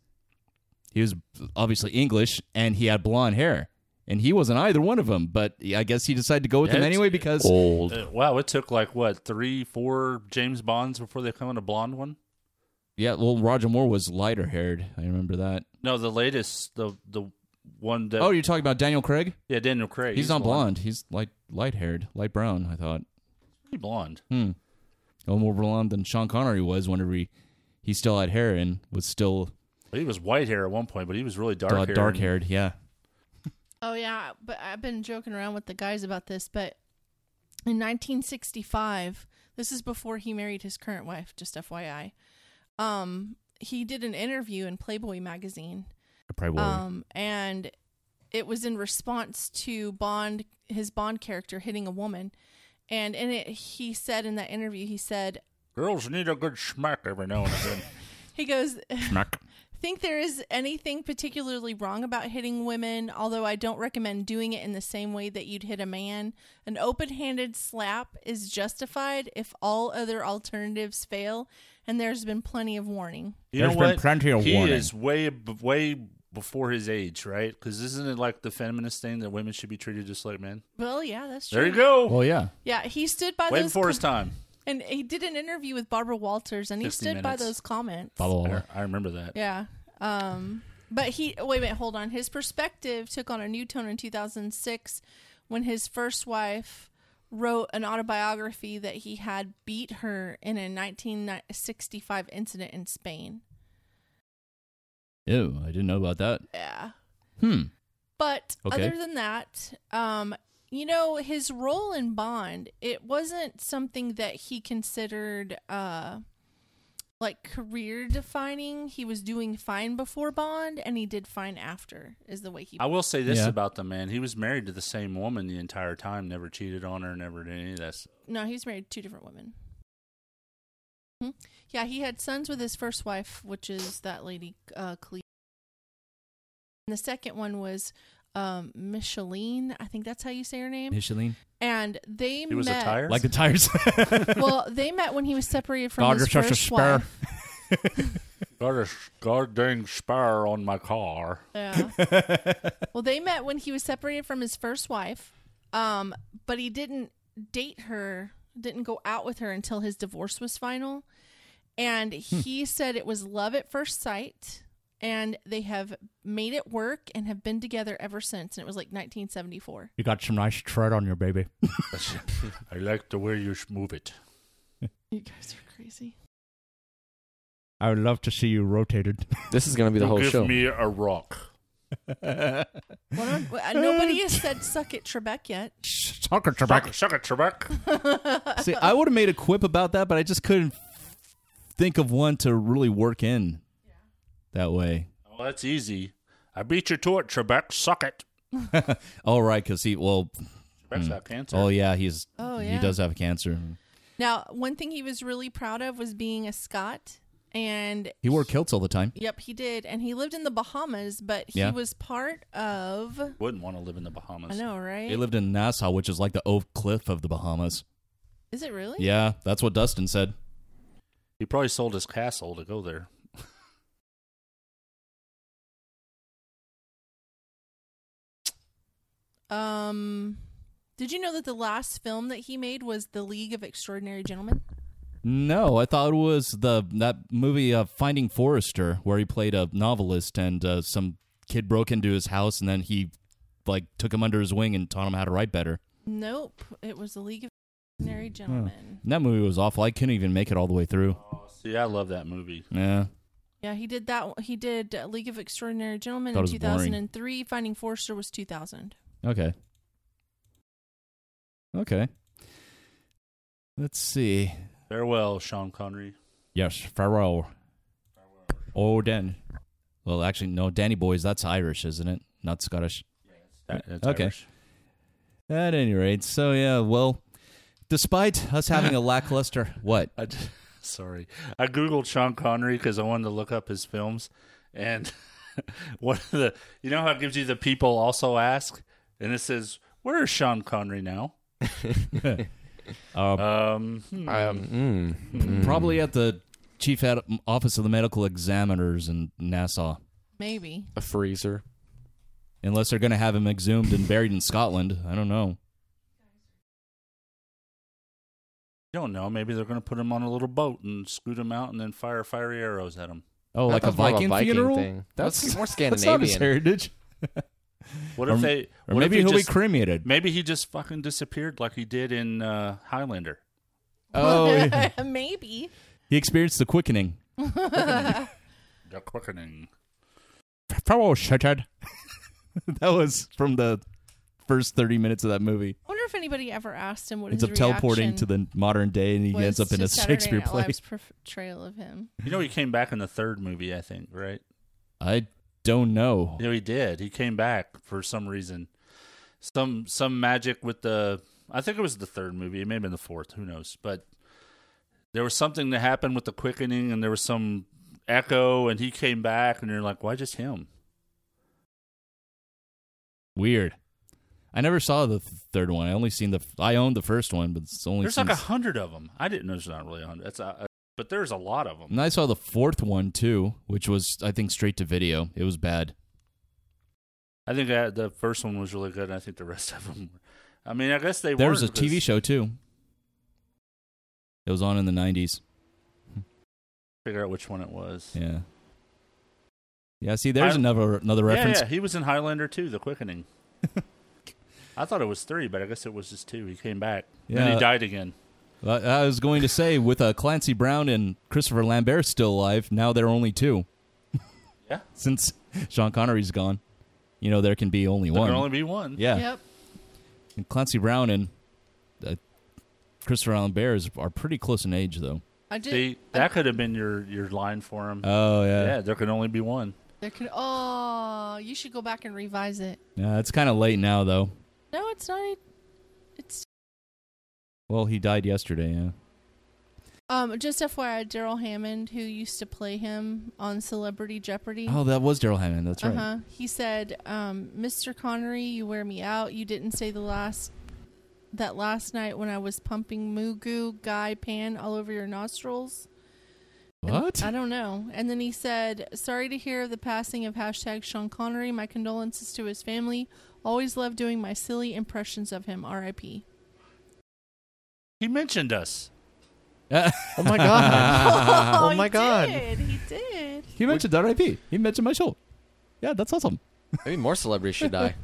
S10: he was obviously English, and he had blonde hair. And he wasn't either one of them, but I guess he decided to go with him
S11: That's-
S10: anyway because
S11: Uh, wow, it took like what three, four James Bonds before they found a blonde one.
S10: Yeah, well, Roger Moore was lighter haired. I remember that.
S11: No, the latest, the the one that.
S10: oh, you're talking about Daniel Craig?
S11: Yeah, Daniel Craig.
S10: He's, not blonde.
S11: blonde.
S10: He's light light haired, light brown. I thought.
S11: Pretty blonde.
S10: Hmm. No more blonde than Sean Connery was whenever he, he still had hair and was still
S11: He was white hair at one point, but he was really dark. hair
S10: dark haired. Yeah.
S9: Oh yeah, but I've been joking around with the guys about this, but in 1965, this is before he married his current wife, just FYI. Um, he did an interview in Playboy magazine.
S10: Playboy.
S9: Um, and it was in response to Bond his Bond character hitting a woman. And in it he said in that interview he said
S11: Girls need a good smack every now and
S10: [LAUGHS]
S11: again.
S9: he goes [LAUGHS]
S11: smack.
S9: think there is anything particularly wrong about hitting women, although I don't recommend doing it in the same way that you'd hit a man. An open handed slap is justified if all other alternatives fail, and there's been plenty of warning.
S11: You
S10: There's
S11: know
S10: been
S11: what?
S10: plenty of
S11: he
S10: warning.
S11: is way b- way before his age, right? Because isn't it like the feminist thing that women should be treated just like men?
S9: Well, yeah, that's true.
S11: There you go.
S10: Well, yeah.
S9: Yeah, he stood by
S11: Wait
S9: those.
S11: for his time.
S9: And he did an interview with Barbara Walters, and he
S11: 50
S9: stood by
S11: minutes.
S9: those comments.
S11: I, I remember that.
S9: Yeah. Um, but he wait a minute, hold on. His perspective took on a new tone in 2006 when his first wife wrote an autobiography that he had beat her in a 1965 incident in Spain.
S10: Ew, I didn't know about that.
S9: Yeah.
S10: Hmm.
S9: But
S10: Okay.
S9: other than that, um, you know, his role in Bond, it wasn't something that he considered uh like career defining. He was doing fine before Bond and he did fine after is the way he
S11: I will say this
S10: Yeah.
S11: about the man: he was married to the same woman the entire time, never cheated on her, never did any of that. stuff.
S9: No, he's married to two different women. Hmm? Yeah, he had sons with his first wife, which is that lady, uh, Cleve. And the second one was um, Micheline. I think that's how you say her name.
S10: Micheline?
S9: And they
S11: He was a
S9: met.
S11: tire?
S10: Like the tires.
S9: well, they met when he was separated from
S10: [LAUGHS] God,
S9: his
S10: you're such a
S9: first
S10: spare.
S9: wife.
S11: Got a sh- goddamn spare on my
S10: [LAUGHS]
S11: car.
S9: Yeah. well, they met when he was separated from his first wife, um, but he didn't date her, didn't go out with her until his divorce was final. And
S10: Hmm.
S9: he said it was love at first sight, and they have made it work and have been together ever since. And it was like 1974.
S10: You got some nice tread on your baby.
S11: I like the way you sh- move it.
S9: You guys are crazy.
S10: I would love to see you rotated.
S14: This is gonna be the
S11: You
S14: whole
S11: give
S14: show.
S9: [LAUGHS]
S11: me a rock.
S9: Well, I don't-
S10: [LAUGHS]
S9: uh, nobody has said "suck it, Trebek" yet.
S10: Sucker Trebek.
S11: Suck it, Trebek.
S10: See, I would have made a quip about that, but I just couldn't think of one to really work in that way.
S11: Well, that's easy. I beat you to it, Trebek. Suck it.
S10: All Oh, right, because he well,
S11: Trebek's got cancer.
S10: oh yeah, he's
S9: Oh,
S10: he
S9: yeah.
S10: does have cancer.
S9: Now, one thing he was really proud of was being a Scot, and
S10: He wore kilts all the time.
S9: Yep, he did. And he lived in the Bahamas, but he
S10: Yeah.
S9: was part of.
S11: Wouldn't want to live in the Bahamas.
S9: I know, right?
S10: He lived in Nassau, which is like the Oak Cliff of the Bahamas.
S9: Is it really?
S10: Yeah, that's what Dustin said.
S11: He probably sold his castle to go there.
S9: Um, did you know that the last film that he made was The League of Extraordinary Gentlemen?
S10: No, I thought it was the that movie uh, Finding Forrester, where he played a novelist and uh, some kid broke into his house and then he like took him under his wing and taught him how to write better.
S9: Nope, it was The League of
S10: Hmm.
S9: Extraordinary Gentlemen.
S10: And that movie was awful. I couldn't even make it all the way through.
S11: See, I love that movie.
S10: Yeah.
S9: Yeah, he did that. one- He did uh, League of Extraordinary Gentlemen
S10: Thought it
S9: in
S10: was
S9: 2003. Finding Forrester was 2000.
S10: Okay. Okay. Let's see.
S11: Farewell, Sean Connery.
S10: Yes, Farrell. Oh, Dan. Well, actually, no, Danny Boys. That's Irish, isn't it? Not Scottish.
S11: that- that's
S10: okay.
S11: Irish.
S10: At any rate, so yeah. Well, despite us having a lackluster, what?
S11: I d- sorry, I googled Sean Connery because I wanted to look up his films, and [LAUGHS] one of the you know how it gives you the people also ask, and it says where is Sean Connery now?
S10: Um,
S11: Um, hmm.
S3: mm,
S10: probably at the chief Ad- office of the medical examiners in Nassau,
S9: Maybe.
S3: A freezer.
S10: unless they're going to have him exhumed and buried in Scotland. I don't know.
S11: You don't know. Maybe they're going to put him on a little boat and scoot him out, and then fire fiery arrows at him.
S10: Oh,
S3: That
S10: like a
S3: was more of a
S10: Viking,
S3: Viking
S10: funeral?
S3: thing. That's [LAUGHS] more
S10: [LAUGHS] That's not his
S3: Scandinavian.
S10: heritage.
S11: What
S10: Or-
S11: if they?
S10: or
S11: what if
S10: maybe
S11: he
S10: he'll be
S11: just-
S3: [LAUGHS]
S10: cremated.
S11: Maybe he just fucking disappeared like he did in uh, Highlander.
S9: [LAUGHS]
S10: Oh, yeah.
S9: maybe.
S10: [LAUGHS] he experienced the quickening.
S11: The quickening.
S10: Farewell, Shattered. [LAUGHS] that was from the first 30 minutes of that movie.
S9: I wonder if anybody ever asked him what
S10: Ends
S9: his
S10: up teleporting
S9: reaction
S10: to the modern day and he
S9: was
S10: ends up in
S9: to
S10: a
S9: Saturday
S10: Shakespeare
S9: Night
S10: play.
S9: Live's portrayal of him.
S11: You know he came back in the third movie, I think, right?
S10: I don't know.
S11: No, he did. He came back for some reason. Some some magic with the I think it was the third movie. It may have been the fourth. Who knows? But there was something that happened with the quickening, and there was some echo, and he came back, and you're like, why just him?
S10: Weird. I never saw the th- third one. I only seen the. f- I owned the first one, but it's only.
S11: There's
S10: since,
S11: like a hundred of them. I didn't know there's not really a hundred. That's a, a- but there's a lot of them.
S10: and I saw the fourth one too, which was I think straight to video. It was bad.
S11: I think I, the first one was really good. and I think the rest of them. Were, I mean, I guess they
S10: There was a
S11: weren't
S10: TV
S11: because-
S10: show too. It was on in the nineties.
S11: Figure out which one it was.
S10: Yeah. Yeah. See, there's
S11: I-
S10: another another reference.
S11: Yeah, yeah, he was in Highlander too, The Quickening.
S10: [LAUGHS]
S11: I thought it was three, but I guess it was just two. He came back. Yeah. Then
S10: Yeah.
S11: he died again.
S10: I- Uh, I was going to say with uh, Clancy Brown and Christopher Lambert still alive. Now there are only two.
S11: Yeah.
S10: Since Sean Connery's gone, you know there can be only
S11: There
S10: one.
S11: can only be one.
S10: yeah.
S9: Yep.
S10: And Clancy Brown and uh, Christopher Allen Bear is, are pretty close in age, though.
S9: I did.
S11: See, that could have been your, your line for him.
S10: Oh
S11: Mm-hmm. yeah, there can only be one.
S9: there could. Oh, you should go back and revise it.
S10: yeah it's kind of late now, though.
S9: No, it's not. e-, It's
S10: Well, he died yesterday. Yeah.
S9: um just FYI, Daryl Hammond, who used to play him on Celebrity Jeopardy.
S10: Oh, that was Daryl Hammond. That's right.
S9: Uh-huh. He said, um, "Mr. Connery, you wear me out. You didn't say the last that last night when I was pumping Mugu Guy Pan all over your nostrils." And
S10: What?
S9: I don't know. And then he said, "Sorry to hear of the passing of hashtag Sean Connery. My condolences to his family. Always loved doing my silly impressions of him. R.I.P."
S11: He mentioned us.
S3: Oh [LAUGHS] my god. [LAUGHS] oh
S9: he
S3: my god.
S9: Did. He did.
S10: [LAUGHS] He mentioned RIP. He mentioned my show. Yeah,
S11: [LAUGHS]
S10: that's awesome.
S3: Maybe more celebrities should die.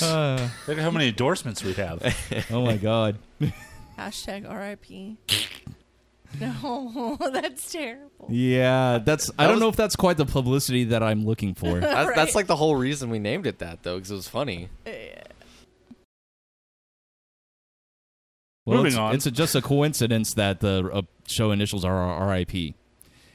S10: Uh,
S11: Look at how many endorsements we
S10: [LAUGHS]
S11: have.
S10: oh my God.
S9: Hashtag R.I.P. [LAUGHS] No, [LAUGHS] that's terrible.
S10: Yeah, that's.
S3: That
S10: I don't
S3: was-
S10: know if that's quite the publicity that I'm looking
S3: [LAUGHS]
S10: for.
S3: That's,
S9: Right.
S3: that's like the whole reason we named it that, though, because it was funny.
S10: Well,
S11: Moving
S10: it's,
S11: on.
S10: It's a, just a coincidence that the uh, show initials are RIP.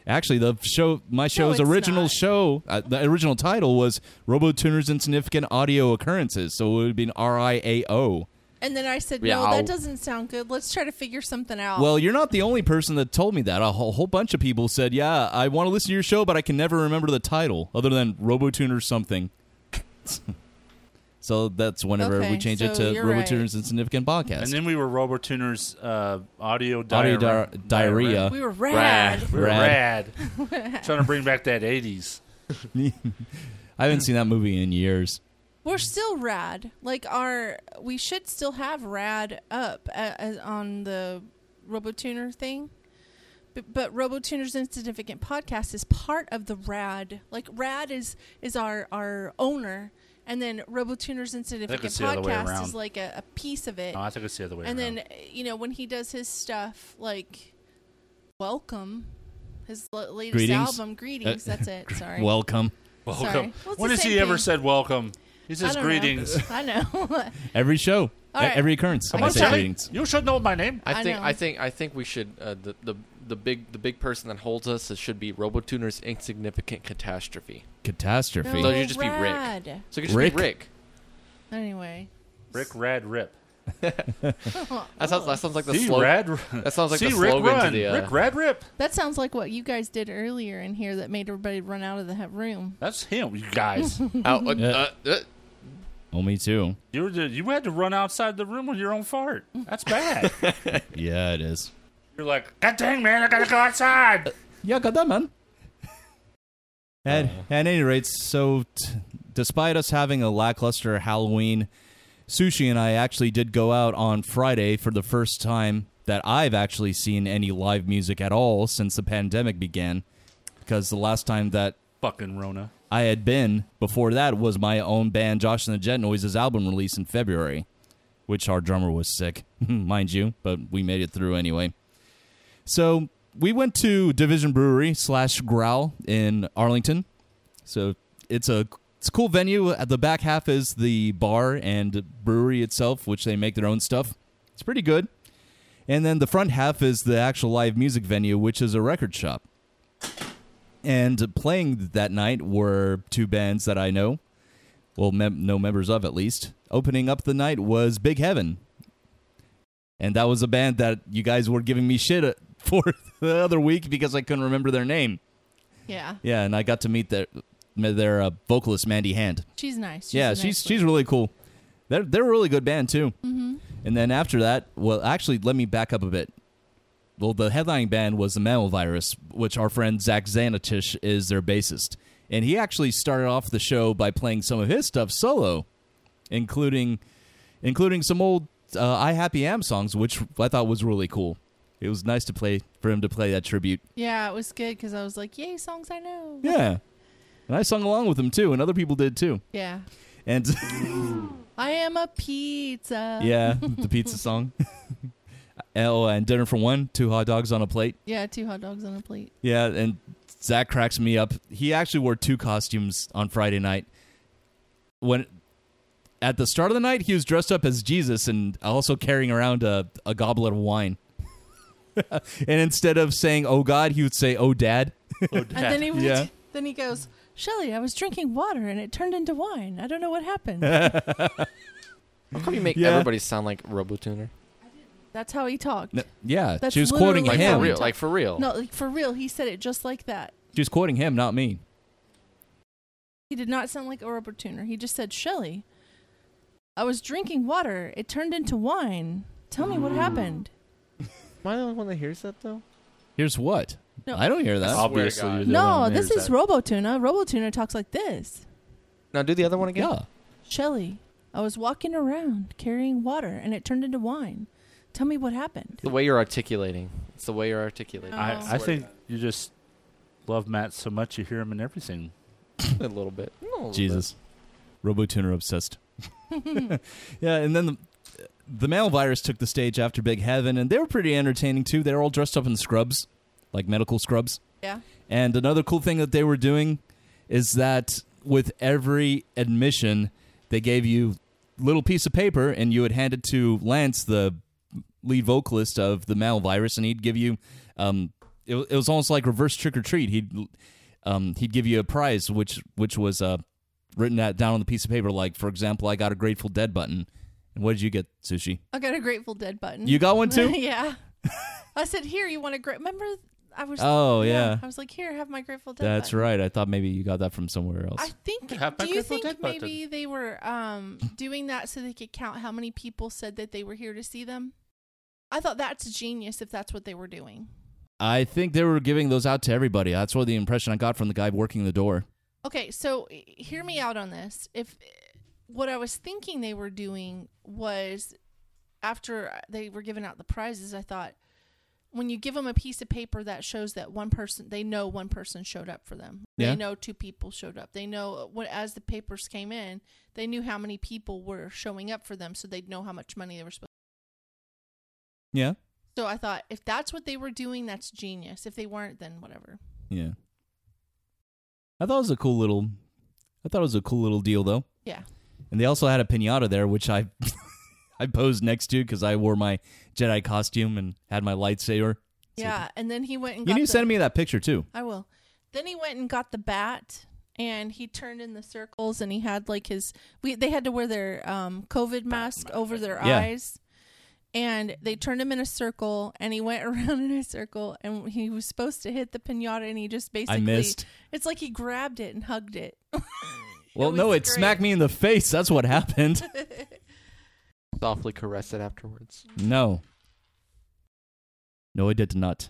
S10: Actually, the show, my show's
S9: it's
S10: original
S9: not.
S10: show, uh, the original title was RoboTuner's Insignificant Audio Occurrences, so it would be an RIAO.
S9: And then I said,
S3: Yeah,
S9: no,
S3: I'll-
S9: that doesn't sound good. Let's try to figure something out.
S10: Well, you're not the only person that told me that. A whole, whole bunch of people said, "Yeah, I want to listen to your show, but I can never remember the title other than RoboTuner something." [LAUGHS] so that's whenever we
S9: Okay,
S10: change it
S9: so
S10: to
S9: you're right.
S10: RoboTuner's Insignificant Podcast.
S11: and then we were Robert Tuner's uh, audio,
S10: Audio
S11: diar-
S10: diar- diarrhea.
S9: we were rad.
S11: We were
S10: Rad.
S11: rad.
S9: [LAUGHS]
S11: Trying to bring back that 80s.
S10: I haven't seen that movie in years.
S9: We're still rad. Like our, we should still have rad up uh, as on the RoboTuner thing. But, but RoboTuner's Insignificant Podcast is part of the rad. Like rad is is our our owner, and then RoboTuner's Insignificant
S11: it's the other way
S9: Podcast
S11: around.
S9: is like a, a piece of it.
S11: No, I think it's the other way
S9: And
S11: around.
S9: then eh, you know when he does his stuff, like welcome, his l- latest album, greetings.
S11: Uh,
S9: that's it. Sorry.
S10: [LAUGHS] Welcome.
S11: Welcome.
S9: Sorry. Well, it's
S11: when
S9: the
S11: has he
S9: same
S11: ever
S9: thing.
S11: said welcome? He
S9: I
S11: says
S9: don't know.
S11: greetings.
S9: [LAUGHS] I know.
S10: Every show,
S9: All
S10: e-
S9: right.
S10: every occurrence.
S9: Come
S10: I
S9: on,
S10: say
S9: Charlie.
S10: greetings.
S11: You should know my name.
S6: I
S9: I
S6: think
S9: know.
S6: I, think I think we should uh, the, the the big the big person that holds us it should be Robotuner's insignificant catastrophe.
S10: Catastrophe.
S6: So you just
S9: Rad.
S6: be Rick. So you just
S10: Rick?
S6: be Rick.
S9: anyway. [LAUGHS]
S11: Rick Rad Rip.
S6: That sounds that sounds like the
S11: See
S6: slogan.
S11: Rad.
S6: That sounds like
S11: See
S6: the
S11: Rick
S6: slogan
S11: Run.
S6: to the uh,
S11: Rick Rad Rip.
S9: That sounds like what you guys did earlier in here that made everybody run out of the he- room.
S11: That's him. You [LAUGHS] guys.
S6: Ow,
S10: [LAUGHS]
S6: uh, uh, uh,
S10: Oh, me too.
S11: you were the, you had to run outside the room with your own fart. That's bad.
S10: Yeah, it is.
S11: [LAUGHS] You're like, God dang man, I gotta go outside.
S10: Yeah, got that, man. [LAUGHS] At, at any rate, so t- despite us having a lackluster Halloween, Sushi and I actually did go out on Friday for the first time that I've actually seen any live music at all since the pandemic began. Because the last time that
S11: Fucking [LAUGHS] Rona.
S10: I had been before that was my own band, Josh and the Jet Noises album release in February, which our drummer was sick, [LAUGHS] mind you, but we made it through anyway. So we went to Division Brewery slash Growl in Arlington. So it's a it's a cool venue. At the back half is the bar and brewery itself, which they make their own stuff. It's pretty good. And then the front half is the actual live music venue, which is a record shop. And playing that night were two bands that I know, well, mem- no members of at least. Opening up the night was Big Heaven. And that was a band that you guys were giving me shit uh, [LAUGHS] for the other week because I couldn't remember their name.
S9: Yeah.
S10: Yeah, and I got to meet their met their uh, vocalist Mandy Hand.
S9: She's nice. She's a
S10: yeah,
S9: nice
S10: she's
S9: lady.
S10: she's really cool. They're they're a really good band too. Mm-hmm. And then after that, well, actually, let me back up a bit. Well, the headlining band was the Mammal Virus, which our friend Zach Zanatich is their bassist, and he actually started off the show by playing some of his stuff solo, including including some old uh, I Happy Am songs, which I thought was really cool. It was nice to play for him to play that tribute.
S9: Yeah, it was good because I was like, yay, songs I know.
S10: Yeah, and I sung along with him too, and other people did too.
S9: Yeah.
S10: And [LAUGHS]
S9: I am a pizza.
S10: yeah, [LAUGHS] the pizza song. oh, and dinner for one, two hot dogs on a plate.
S9: Yeah, two hot dogs on a plate.
S10: Yeah, and Zach cracks me up. He actually wore two costumes on Friday night. When at the start of the night, he was dressed up as Jesus and also carrying around a, a goblet of wine. [LAUGHS] and instead of saying "Oh God," he would say "Oh Dad."
S9: And then he would,
S10: Yeah.
S9: then he goes, Shelly, I was drinking water and it turned into wine. I don't know what happened.
S10: [LAUGHS]
S6: how come you make
S10: Yeah.
S6: everybody sound like Robotuner?
S9: That's how he talked.
S10: No- yeah,
S9: That's
S10: she was quoting
S9: literally
S6: Like
S9: Yeah.
S10: him.
S6: for real? Like for real?
S9: No, like for real, he said it just like that.
S10: She was quoting him, not me.
S9: He did not sound like a rubber tuner. He just said, Shelly, I was drinking water. It turned into wine. Tell me what happened.
S6: Am I the only one that hears that though?
S10: Here's what
S9: No.
S10: I don't hear that.
S11: Obviously,
S6: God.
S11: you're the
S9: No,
S11: one that
S9: this
S11: hears
S9: is
S11: that.
S9: RoboTuna. RoboTuner talks like this.
S6: Now do the other one again.
S10: yeah.
S9: Shelly, I was walking around carrying water and it turned into wine. Tell me what happened.
S6: The way you're articulating. It's the way you're articulating.
S9: Oh.
S11: I, I
S6: Swear to
S11: think you just love Matt so much you hear him in everything.
S6: God. a little bit. A little
S10: Jesus. Robotuner obsessed. [LAUGHS] yeah, and then the, the male virus took the stage after Big Heaven, and they were pretty entertaining too. They were all dressed up in scrubs, like medical scrubs.
S9: Yeah.
S10: And another cool thing that they were doing is that with every admission, they gave you little piece of paper, and you would hand it to Lance, the lead vocalist of the Mal Virus, and he'd give you. Um, it, wa- it was almost like reverse trick or treat. He'd um, he'd give you a prize, which which was uh, written that down on the piece of paper. Like for example, I got a Grateful Dead button. And what did you get, Sushi?
S9: I got a Grateful Dead button.
S10: You got one too?
S9: [LAUGHS] yeah. I said, here, you want a great. Remember, I was.
S10: Oh, yeah.
S9: I was like, here, have my Grateful Dead
S10: That's
S9: button.
S10: right. I thought maybe you got that from somewhere else.
S9: I think.
S11: have my
S9: Do you
S11: Grateful
S9: think
S11: Dead button.
S9: maybe they were um, doing that so they could count how many people said that they were here to see them? I thought that's genius if that's what they were doing.
S10: I think they were giving those out to everybody. That's what the
S9: e,
S10: impression I got from the guy working the door.
S9: Okay, so eh, hear me out on this. If eh, what I was thinking they were doing was after they were giving out the prizes, I thought when you give them a piece of paper that shows that one person, they know one person showed up for them.
S10: Yeah.
S9: They know two people showed up. They know uh, what as the papers came in, they knew how many people were showing up for them, so they'd know how much money they were supposed.
S10: Yeah.
S9: So I thought if that's what they were doing, that's genius. If they weren't, then whatever.
S10: Yeah. I thought it was a cool little I thought it was a cool little deal though.
S9: Yeah.
S10: And they also had a piñata there which I [LAUGHS] I posed next to cuz I wore my Jedi costume and had my lightsaber.
S9: Yeah, and then he went and
S10: You
S9: got
S10: need to
S9: the-
S10: send me that picture too.
S9: I will. Then he went and got the bat and he turned in the circles and he had like his we they had to wear their um covid mask over their
S10: Yeah.
S9: eyes. And they turned him in a circle and he went [LAUGHS] around in a circle and he was supposed to hit the piñata and he just basically
S10: missed.
S9: it's like he grabbed it and hugged it. [LAUGHS]
S10: Well, no, it smacked me in the face. That's what [LAUGHS] happened.
S3: Softly caress it afterwards.
S10: No. No, I did not.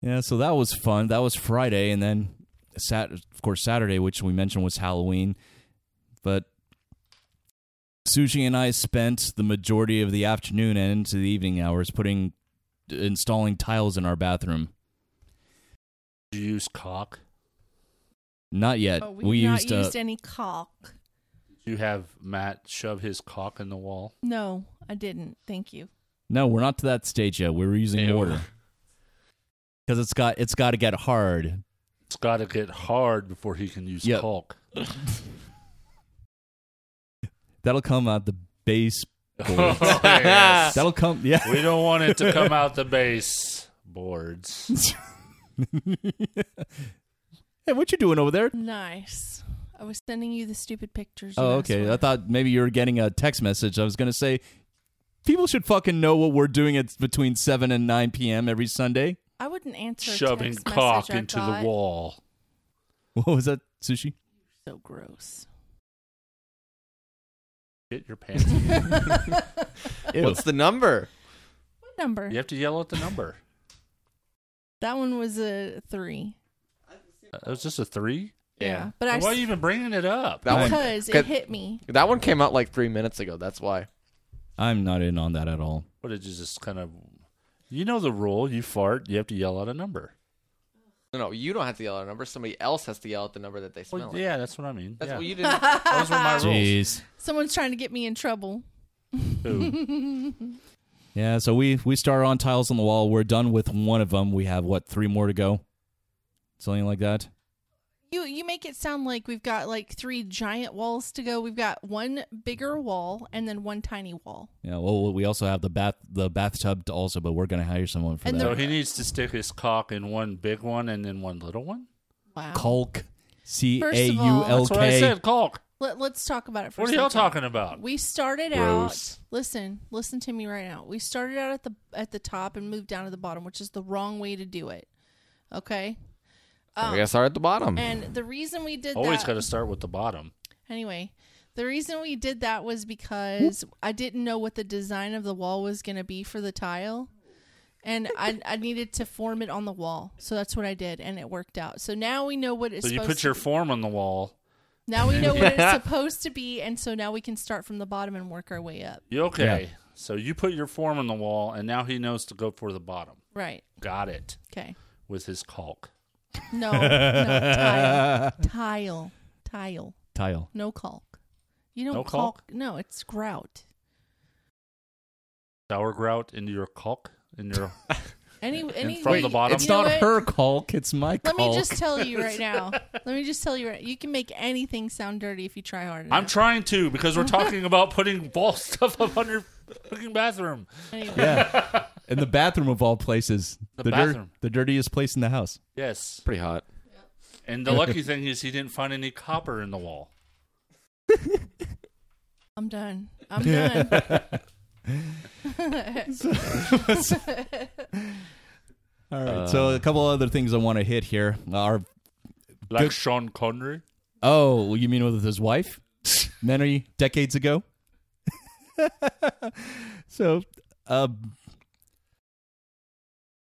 S10: Yeah, so that was fun. That was Friday, and then Sat, of course, Saturday, which we mentioned was Halloween. But Sushi and I spent the majority of the afternoon and into the evening hours putting installing tiles in our bathroom.
S11: Did you use caulk?
S10: Not yet.
S9: Oh,
S10: we
S9: we've not
S10: used, uh,
S9: used any caulk.
S11: Did you have Matt shove his caulk in the wall?
S9: No, I didn't. Thank you. [LAUGHS]
S10: No, we're not to that stage yet. We were using mortar because it's got it's got to get hard.
S11: It's got to get hard before he can use
S9: [LAUGHS]
S10: Yep.
S11: caulk.
S10: That'll come out the base.
S3: [LAUGHS]
S10: boards.
S3: Oh,
S10: [LAUGHS]
S11: yes.
S10: That'll come. Yeah,
S11: We don't want it to come out the base boards.
S10: [LAUGHS] Hey, what you doing over there?
S9: Nice. I was sending you the stupid pictures. you
S10: Oh,
S9: asked
S10: okay.
S9: for.
S10: I thought maybe you were getting a text message. I was gonna say, people should fucking know what we're doing at between seven and nine p.m. every Sunday.
S9: I wouldn't answer a
S11: Shoving
S9: text
S11: caulk
S9: message I
S11: into the
S9: got.
S11: wall.
S10: [LAUGHS] What was that, sushi?
S9: So
S11: [LAUGHS]
S9: gross.
S11: Get your pants.
S10: Ew.
S3: What's the number?
S9: What number?
S11: you have to yell out the number.
S9: That one was a three.
S11: Uh, It was just a three.
S3: Yeah.
S9: But I
S11: Why are
S9: s-
S11: you even bringing it up?
S3: That one,
S9: because it
S3: Good.
S9: hit me.
S3: that one came out like three minutes ago. That's why.
S10: I'm not in on that at all.
S11: What did you just kind of? You know the rule. You fart. You have to yell out a number.
S3: No, no, you don't have to yell out a number. Somebody else has to yell out the number that they smell.
S11: Well,
S3: it.
S11: yeah, that's what I mean.
S3: That's
S11: yeah.
S3: what you didn't.
S11: Those were
S9: [LAUGHS]
S11: my rules.
S10: [LAUGHS] Jeez.
S9: Someone's trying to get me in trouble.
S11: Ooh.
S10: Yeah. So we we start on tiles on the wall. We're done with one of them. We have what three more to go? Something like that.
S9: You you make it sound like we've got like three giant walls to go. We've got one bigger wall and then one tiny wall.
S10: Yeah. Well, we also have the bath the bathtub to also, but we're gonna hire someone for
S9: And
S10: that.
S11: So he needs to stick his cock in one big one and then one little one.
S9: Wow.
S10: Caulk. C
S9: First
S10: A
S9: of
S10: U
S9: all-
S10: L
S11: That's what I
S10: K.
S11: said. Caulk.
S9: Let, let's talk about it for
S11: What
S9: a
S11: are y'all
S9: second.
S11: talking about?
S9: We started
S11: Gross.
S9: out. Listen, listen to me right now. We started out at the at the top and moved down to the bottom, which is the wrong way to do it. Okay. Oh.
S3: I guess are at the bottom.
S9: And the reason we did
S11: Always
S9: that
S11: got to start with the bottom.
S9: anyway, the reason we did that was because I didn't know what the design of the wall was going to be for the tile, and I I needed to form it on the wall. So that's what I did, and it worked out. So now we know what it's.
S11: So you
S9: supposed
S11: put your
S9: to be.
S11: form on the wall.
S9: now we
S11: [LAUGHS]
S9: know what it's supposed to be, and so now we can start from the bottom and work our way up.
S11: You Okay. So you put your form on the wall, and now he knows to go for the bottom.
S9: Right.
S11: Got it
S9: Okay.
S11: with his caulk.
S9: No. no tile. Tile. Tile.
S10: Tile.
S9: No caulk. You don't
S11: No
S9: caulk.
S11: caulk?
S9: No, it's grout.
S11: Sauerkraut into your caulk in
S10: [LAUGHS]
S11: your
S9: Any any
S11: from the
S9: you-
S11: bottom?
S9: you
S10: It's
S9: know
S10: not
S9: what?
S10: her caulk. It's my
S9: Let
S10: caulk.
S9: me just tell you right now. Let me just tell you right. You can make anything sound dirty if you try hard enough.
S11: I'm trying to because we're talking about putting ball [LAUGHS] stuff up on your fucking bathroom.
S9: Anyway,
S10: yeah. In the bathroom of all places,
S11: The
S10: dir-
S11: bathroom.
S10: the dirtiest place in the house.
S11: Yes.
S3: Pretty hot.
S11: And the lucky thing is he didn't find any copper in the wall.
S9: I'm done. I'm done.
S10: All right. so a couple other things I want to hit here. Our
S11: Like
S10: Good-
S11: Sean Connery.
S10: oh, you mean with his wife? Many decades ago. [LAUGHS] so, uh,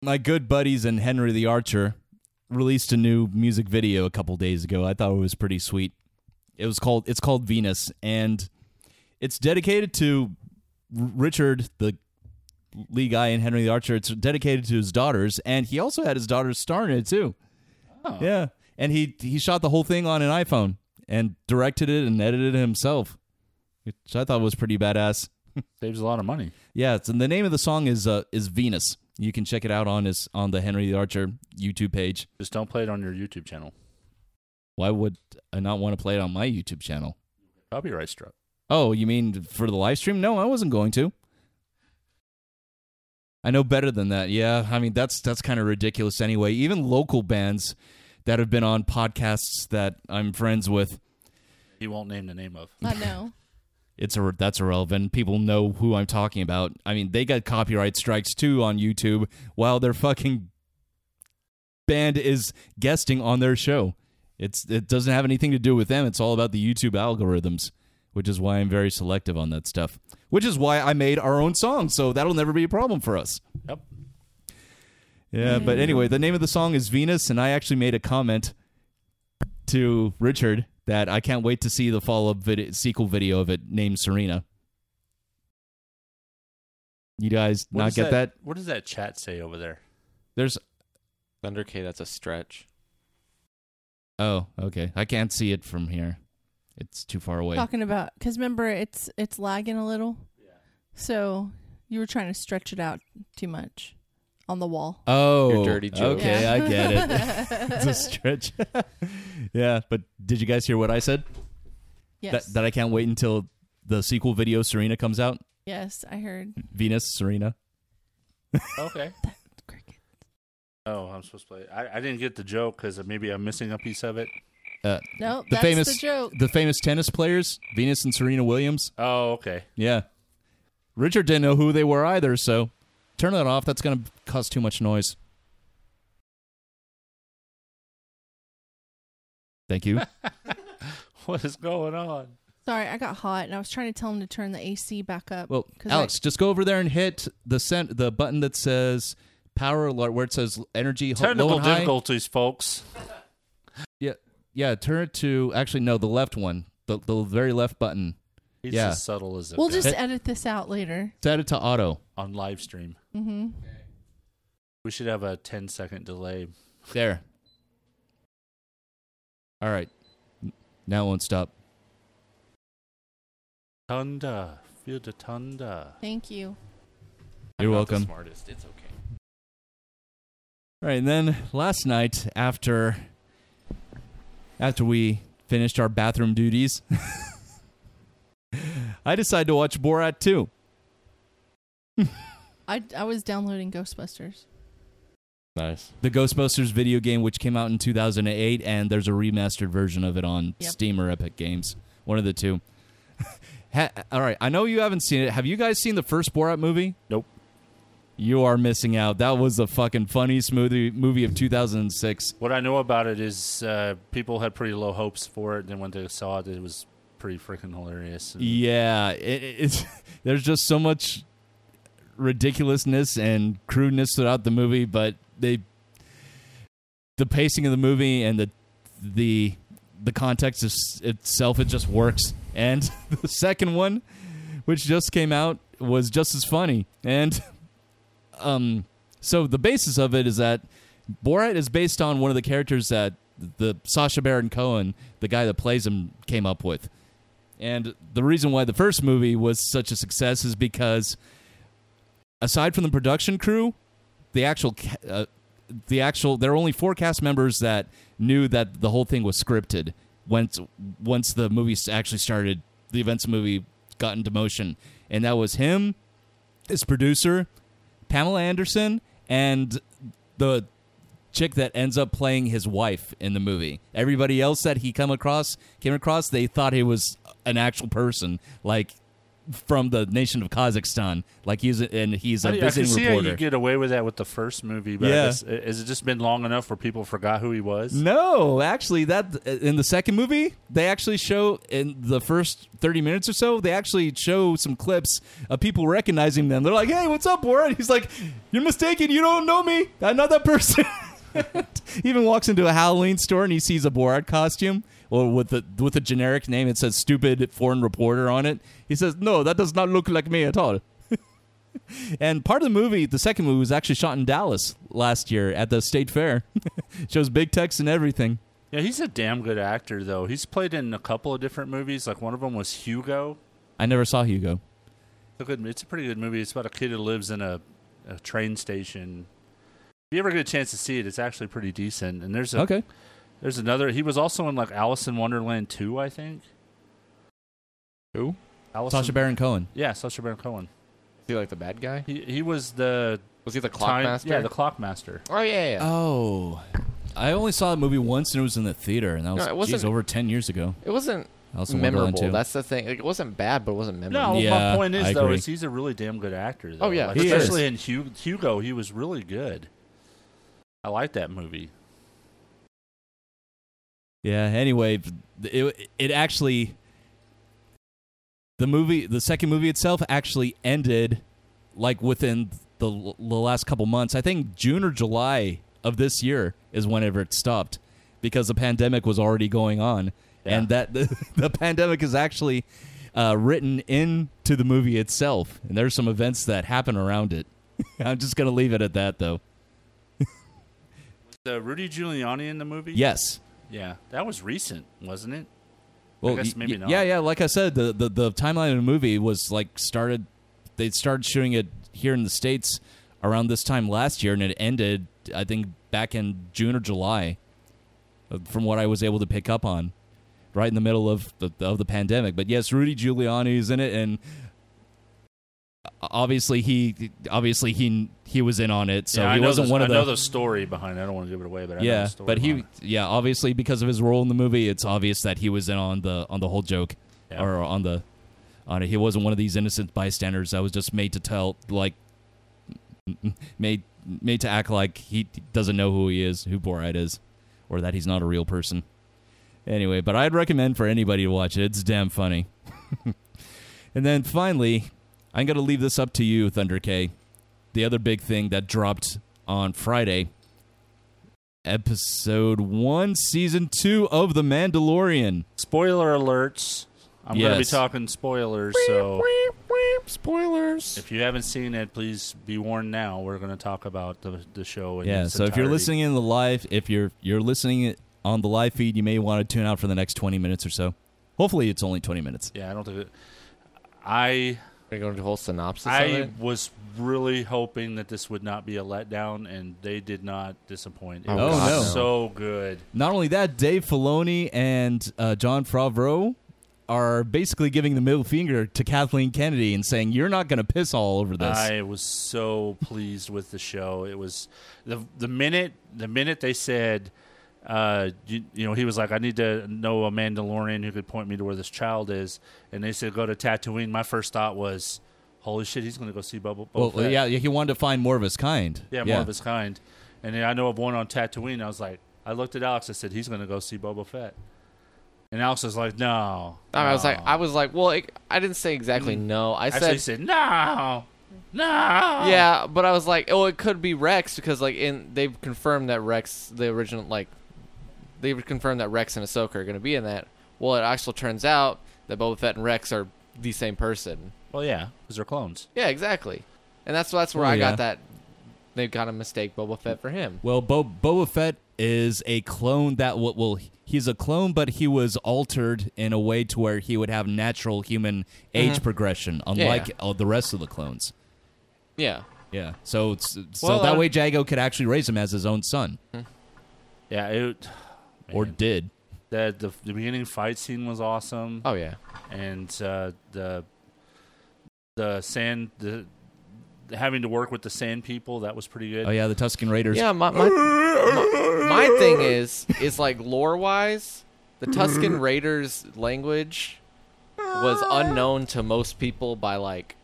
S10: my good buddies and Henry the Archer released a new music video a couple days ago. I thought it was pretty sweet. It was called it's called Venus and it's dedicated to R- Richard the lead guy in Henry the Archer. It's dedicated to his daughters and he also had his daughters star in it too.
S11: Oh.
S10: Yeah. And he he shot the whole thing on an iPhone and directed it and edited it himself. Which I thought was pretty badass.
S11: Saves a lot of money.
S10: Yeah, it's, and the name of the song is uh, is Venus. You can check it out on his on the Henry the Archer YouTube page.
S11: Just don't play it on your YouTube channel.
S10: Why would I not want to play it on my YouTube channel?
S11: Copyright struck.
S10: Oh, you mean for the live stream? No, I wasn't going to. I know better than that. Yeah, I mean that's that's kind of ridiculous anyway. Even local bands that have been on podcasts that I'm friends with,
S11: He won't name the name of.
S9: I know.
S10: it's a that's irrelevant. People know who I'm talking about. I mean, they got copyright strikes too on YouTube while their fucking band is guesting on their show. It's it doesn't have anything to do with them. It's all about the YouTube algorithms, which is why I'm very selective on that stuff. Which is why I made our own song, so that'll never be a problem for us.
S11: Yep.
S10: Yeah, but
S11: Yeah.
S10: anyway, the name of the song is Venus, and I actually made a comment to Richard that I can't wait to see the follow up vid- sequel video of it named Serena. You guys
S11: What
S10: not
S11: does
S10: get that?
S11: What does that chat say over there?
S10: There's
S15: Thunder K, that's a stretch.
S10: oh okay, I can't see it from here. It's too far away.
S9: Talking about because remember it's it's lagging a little. So you were trying to stretch it out too much on the wall.
S10: Oh,
S15: Your dirty joke.
S10: Okay,
S9: Yeah.
S10: I get
S9: [LAUGHS]
S10: it. it's a stretch. [LAUGHS] yeah, but did you guys hear what I said?
S9: Yes.
S10: That, that I can't wait until the sequel video Serena comes out.
S9: yes, I heard.
S10: Venus, Serena.
S11: Okay. Oh, I'm supposed to play. it. I, I didn't get the joke because maybe I'm missing a piece of it.
S10: [LAUGHS] Uh,
S9: No,
S10: the
S9: that's
S10: famous
S9: the joke.
S10: the famous tennis players, Venus and Serena Williams.
S11: Oh, okay. [LAUGHS]
S10: Yeah. Richard didn't know who they were either, so turn that off. That's going to cause too much noise. Thank
S9: [LAUGHS]
S10: you.
S11: What is going on?
S9: Sorry, I got hot and I was trying to tell him to turn the AC back up.
S10: Well,
S9: 'cause I-
S10: Alex, just go over there and hit the sen- the button that says power alert, where it says energy ho- low
S11: Technical
S10: and high.
S11: difficulties, folks.
S10: Yeah, yeah. Turn it to actually no, the left one, the the very left button.
S11: He's
S10: yeah,
S11: as subtle as it
S9: we'll
S11: gets
S9: just
S10: Hit-
S9: edit this out later.
S10: set it to auto.
S11: on live stream.
S9: Mm-hmm.
S11: We should have a 10 second delay.
S10: There. All right. N- Now it won't stop.
S11: Tunda. Feel the tunda.
S9: Thank you.
S15: Not
S10: You're
S15: the
S10: welcome.
S15: smartest. It's okay.
S10: All right, and then last night after after we finished our bathroom duties, [LAUGHS] I decided to watch Borat 2.
S9: I, I was downloading Ghostbusters.
S15: Nice.
S10: The Ghostbusters video game which came out in 2008 and there's a remastered version of it on
S9: Yep.
S10: Steam or Epic Games. One of the two. [LAUGHS] ha- all right, I know you haven't seen it. Have you guys seen the first Borat movie?
S11: Nope.
S10: You are missing out. That was the fucking funniest movie movie of 2006.
S11: What I know about it is uh, people had pretty low hopes for it. Then when they saw it, it was pretty freaking hilarious. And
S10: Yeah, it, it's [LAUGHS] there's just so much ridiculousness and crudeness throughout the movie, but they the pacing of the movie and the the the context is, itself it just works. And [LAUGHS] the second one, which just came out, was just as funny. And [LAUGHS] um, so the basis of it is that Borat is based on one of the characters that the Sasha Baron Cohen, the guy that plays him, came up with. And the reason why the first movie was such a success is because, aside from the production crew, the actual, ca- uh, the actual, there were only four cast members that knew that the whole thing was scripted. Once, once the movie s- actually started, the events of the movie got into motion, and that was him, his producer, Pamela Anderson, and the chick that ends up playing his wife in the movie. Everybody else that he come across came across, they thought he was an actual person, like from the nation of Kazakhstan. Like he's a, and he's a
S11: I, I can
S10: visiting
S11: see how
S10: reporter.
S11: you get away with that with the first movie, but I
S10: Yeah.
S11: guess- i- has it just been long enough where people forgot who he was?
S10: no, actually, that in the second movie they actually show in the first thirty minutes or so they actually show some clips of people recognizing them. They're like, "Hey, what's up, Warren?" He's like, "You're mistaken. You don't know me. [LAUGHS] I'm not that person." he even walks into a Halloween store and he sees a Borat costume, or with the with a generic name. It says "stupid foreign reporter" on it. He says, "No, that does not look like me at all." [LAUGHS] and part of the movie, the second movie, was actually shot in Dallas last year at the state fair. Shows big text and everything.
S11: Yeah, he's a damn good actor, though. He's played in a couple of different movies. Like one of them was Hugo.
S10: I never saw Hugo.
S11: It's a, good, it's a pretty good movie. It's about a kid who lives in a, a train station. If you ever get a chance to see it, it's actually pretty decent. And there's a,
S10: Okay.
S11: There's another. He was also in like Alice in Wonderland 2, I think.
S2: Who?
S11: Alice
S10: Sacha
S11: in-
S10: Baron Cohen.
S11: Yeah, Sacha Baron Cohen.
S2: Is he like the bad guy?
S11: He he was the
S2: Was he the
S11: time-
S2: Clockmaster?
S11: Yeah, the clock master.
S2: Oh yeah, yeah.
S10: Oh, I only saw the movie once, and it was in the theater, and that was
S2: it
S10: geez,
S2: wasn't-
S10: over ten years ago.
S2: it wasn't
S10: Alice in Wonderland
S2: memorable.
S10: too.
S2: That's the thing. Like, it wasn't bad, but it wasn't memorable.
S11: No,
S10: Yeah,
S11: my point is
S10: I
S11: though
S10: agree.
S11: is he's a really damn good actor. Though.
S2: Oh, yeah,
S11: Like,
S10: he is.
S11: especially in Hu- Hugo, he was really good. I like that movie.
S10: Yeah. Anyway, it it actually the movie, the second movie itself, actually ended like within the l- the last couple months. I think June or July of this year is whenever it stopped because the pandemic was already going on,
S11: Yeah.
S10: and that [LAUGHS] the, the pandemic is actually uh, written into the movie itself, and there's some events that happen around it. [LAUGHS] I'm just gonna leave it at that, though.
S11: Was the uh, Rudy Giuliani in the movie?
S10: Yes.
S11: Yeah, that was recent, wasn't it?
S10: Well,
S11: guess
S10: y-
S11: maybe
S10: y-
S11: not.
S10: Yeah, yeah. Like I said, the, the the timeline of the movie was like started. They started shooting it here in the states around this time last year, and it ended, I think, back in June or July, uh, from what I was able to pick up on, right in the middle of the of the pandemic. But yes, Rudy Giuliani is in it, and uh, obviously he obviously he he was in on it, so
S11: yeah, I
S10: he
S11: know
S10: wasn't
S11: the,
S10: one of
S11: I
S10: the
S11: know the story behind. it. I don't want to give it away, but I know
S10: yeah,
S11: the story
S10: but he
S11: behind it.
S10: yeah, obviously because of his role in the movie, it's obvious that he was in on the on the whole joke
S11: Yeah.
S10: or on the on it. He wasn't one of these innocent bystanders that was just made to tell like [LAUGHS] made made to act like he doesn't know who he is, who Borat is, or that he's not a real person. Anyway, but I'd recommend for anybody to watch it. It's damn funny. [LAUGHS] and then finally, I'm going to leave this up to you, Thunder K. The other big thing that dropped on Friday episode one, season two of The Mandalorian.
S11: Spoiler alerts. I'm going to be
S10: Yes.
S11: talking spoilers, so
S2: Spoilers.
S11: if you haven't seen it, please be warned now. We're going to talk about the, the show. In
S10: Yeah,
S11: its
S10: so if you're
S11: entirety.
S10: listening in the live, if you're you're listening on the live feed, you may want to tune out for the next 20 minutes or so. Hopefully, it's only 20 minutes.
S11: yeah, I don't think it, I
S2: Are you going to do a whole synopsis of
S11: I
S2: it?
S11: was really hoping that this would not be a letdown, and they did not disappoint. It
S2: Oh,
S11: was
S10: God, no.
S11: so good.
S10: Not only that, Dave Filoni and uh, John Favreau are basically giving the middle finger to Kathleen Kennedy and saying, "You're not going to piss all over this."
S11: I was so pleased with the show. It was the the minute the minute they said, uh, you, you know, he was like, I need to know a Mandalorian who could point me to where this child is, and they said go to Tatooine. My first thought was, holy shit, he's going to go see Bubble.
S10: well, yeah, he wanted to find more of his kind.
S11: Yeah, more of his kind. And then I know of one on Tatooine. I was like, I looked at Alex. I said, he's going to go see Boba Fett. And Alex was like, no.
S2: I was
S11: no."
S2: like, I was like, well, it, I didn't say exactly no. I
S11: Mm. actually he
S2: said,
S11: said, no, no. Yeah.
S2: yeah, but I was like, oh, it could be Rex because like in they've confirmed that Rex, the original, like they've confirmed that Rex and Ahsoka are going to be in that. Well, it actually turns out that Boba Fett and Rex are the same person.
S11: Well, yeah, because they're clones.
S2: Yeah, exactly. And that's that's where
S10: Oh,
S2: I
S10: yeah.
S2: got that they got a mistake Boba Fett for him.
S10: Well, Bo- Boba Fett is a clone that what well he's a clone, but he was altered in a way to where he would have natural human
S2: Mm-hmm.
S10: age progression, unlike all the rest of the clones.
S2: Yeah. uh,
S10: Yeah, so it's, so
S11: Well,
S10: that
S11: I-
S10: way Jago could actually raise him as his own son,
S11: Yeah, it,
S10: or
S11: man.
S10: did.
S11: the, the the beginning fight scene was awesome,
S2: Oh yeah.
S11: and uh, the the sand the having to work with the sand people that was pretty good.
S10: Oh yeah, the Tuscan Raiders.
S2: Yeah, my my, my, my thing is is like lore wise, the
S3: [LAUGHS]
S2: Tuscan Raiders language was unknown to most people by like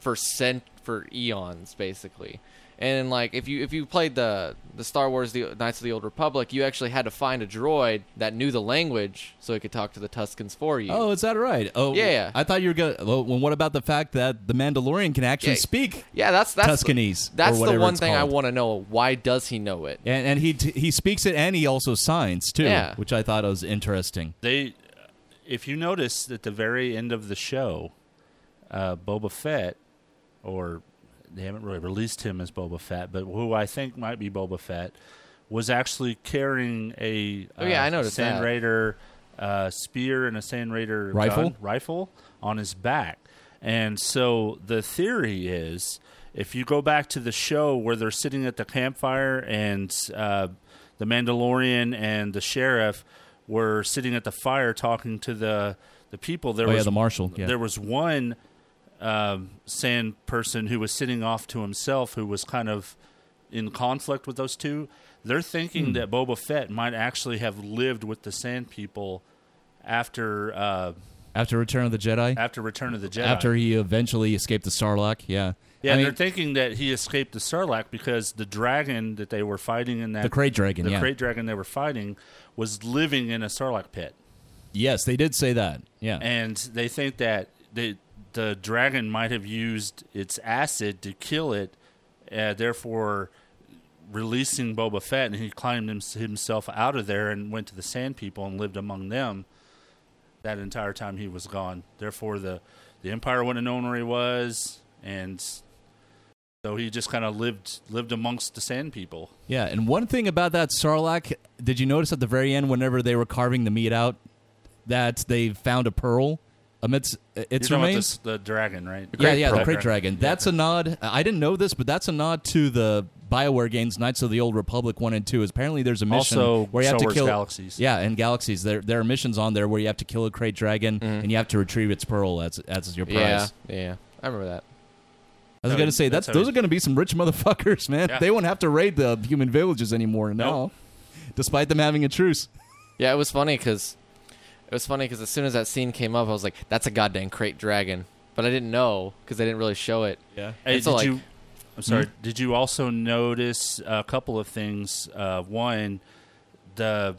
S2: for cent for eons basically.
S10: And like if you if you played the the Star Wars the Knights of the Old Republic, you actually had to find a droid that knew the language so it could talk to the Tuscans for you.
S3: Oh, is that right? Oh,
S10: Yeah, yeah.
S3: I thought you were gonna. Well, well, what about the fact that the Mandalorian can actually
S10: Yeah.
S3: speak?
S10: Yeah, that's that's
S3: Tuscanese, or
S10: That's the
S3: whatever
S10: one
S3: it's
S10: thing I
S3: called.
S10: want to know. Why does he know it?
S3: And, and he t- he speaks it, and he also signs too,
S10: Yeah.
S3: which I thought was interesting.
S11: They, if you notice at the very end of the show, uh, Boba Fett, or they haven't really released him as Boba Fett, but who I think might be Boba Fett, was actually carrying a uh,
S10: Oh, yeah, I noticed
S11: Sand
S10: that.
S11: Raider uh, spear and a Sand Raider
S3: Rifle?
S11: gun- rifle on his back. And so the theory is if you go back to the show where they're sitting at the campfire and uh, the Mandalorian and the sheriff were sitting at the fire talking to the, the people, there
S3: Oh, yeah,
S11: was
S3: the marshal, yeah.
S11: There was one um, sand person who was sitting off to himself who was kind of in conflict with those two. They're
S3: Hmm.
S11: thinking that Boba Fett might actually have lived with the sand people after uh,
S3: After Return of the Jedi,
S11: after Return of the Jedi.
S3: after he eventually escaped the Sarlacc, yeah,
S11: yeah,
S3: I mean,
S11: they're thinking that he escaped the Sarlacc because the dragon that they were fighting in that
S3: The Krayt dragon,
S11: the
S3: yeah.
S11: Krayt dragon they were fighting was living in a Sarlacc pit,
S3: yes, they did say that, yeah.
S11: and they think that the the dragon might have used its acid to kill it, uh, therefore releasing Boba Fett, and he climbed him, himself out of there and went to the Sand People and lived among them. That entire time he was gone, therefore the the Empire wouldn't have known where he was, and so he just kind of lived lived amongst the Sand People.
S3: Yeah, and one thing about that sarlacc, did you notice at the very end, whenever they were carving the meat out, that they found a pearl amidst uh, its
S11: You're talking about
S3: remains?
S11: the, the dragon, right?
S3: yeah, yeah, the crate dragon. That's a nod. I didn't know this, but that's a nod to the Bioware games, Knights of the Old Republic one and two. Is apparently there's a mission
S11: Also,
S3: where you have
S11: Star
S3: to
S11: Wars
S3: kill
S11: Galaxies.
S3: Yeah, and galaxies. There, there are missions on there where you have to kill a crate dragon
S11: Mm-hmm.
S3: and you have to retrieve its pearl as as your prize.
S10: Yeah, yeah. I remember that.
S3: I was
S11: No,
S3: gonna say
S11: that's
S3: that's,
S11: how
S3: those
S11: it-
S3: are gonna be some rich motherfuckers, [LAUGHS] man.
S11: Yeah.
S3: They won't have to raid the human villages anymore now,
S11: Nope.
S3: despite them having a truce.
S10: Yeah, it was funny because it was funny 'cause as soon as that scene came up, I was like, "That's a goddamn crate dragon," but I didn't know because they didn't really show it.
S3: Yeah.
S11: Hey,
S10: It's
S11: did
S10: like-
S11: you? I'm sorry.
S3: Hmm?
S11: Did you also notice a couple of things? Uh, one, the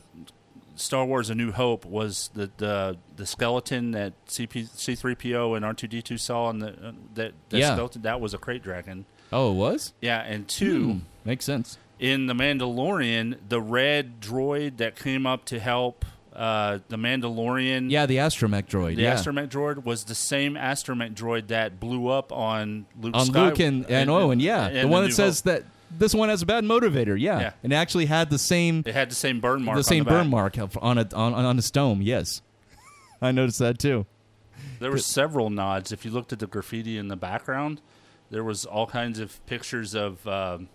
S11: Star Wars: A New Hope was the the, the skeleton that CP, C3PO and R2D2 saw on the uh, that that
S3: Yeah.
S11: skeleton that was a crate dragon.
S3: Oh, it was? Hmm.
S11: Yeah, and two.
S3: Makes sense.
S11: in the Mandalorian, the red droid that came up to help uh, the Mandalorian,
S3: Yeah, the astromech droid.
S11: the
S3: yeah.
S11: astromech droid, was the same astromech droid that blew up on Luke.
S3: on
S11: Sky-
S3: Luke and, and Owen, yeah.
S11: and
S3: the one
S11: New
S3: that says
S11: Hope.
S3: that this one has a bad motivator, yeah.
S11: Yeah.
S3: And it actually had the same
S11: it had the same burn mark.
S3: the
S11: on
S3: same
S11: the
S3: burn
S11: back.
S3: mark of- on a on, on a stone, yes. [LAUGHS] I noticed that too.
S11: There were several nods. If you looked at the graffiti in the background, there was all kinds of pictures of um,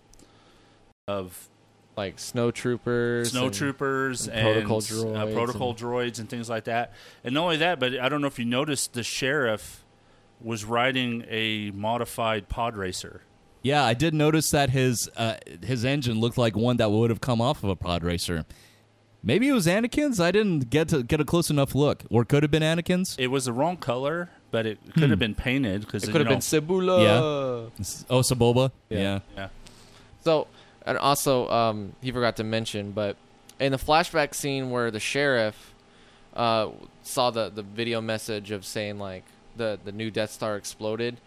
S11: of
S10: Like snow troopers,
S11: snow
S10: and-
S11: troopers
S10: and
S11: and,
S10: protocol
S11: uh,
S10: droids
S11: protocol droids and things like that. And not only that, but I don't know if you noticed the sheriff was riding a modified pod racer.
S3: Yeah, I did notice that his uh, his engine looked like one that would have come off of a pod racer. Maybe it was Anakin's. I didn't get to get a close enough look, or could have been Anakin's.
S11: It was the wrong color, but it could have been painted because
S10: It could have been Cebula.
S3: Oh, Saboba. Yeah.
S10: So, and also, um, he forgot to mention, but in the flashback scene where the sheriff uh, saw the, the video message of saying like the, the new Death Star exploded,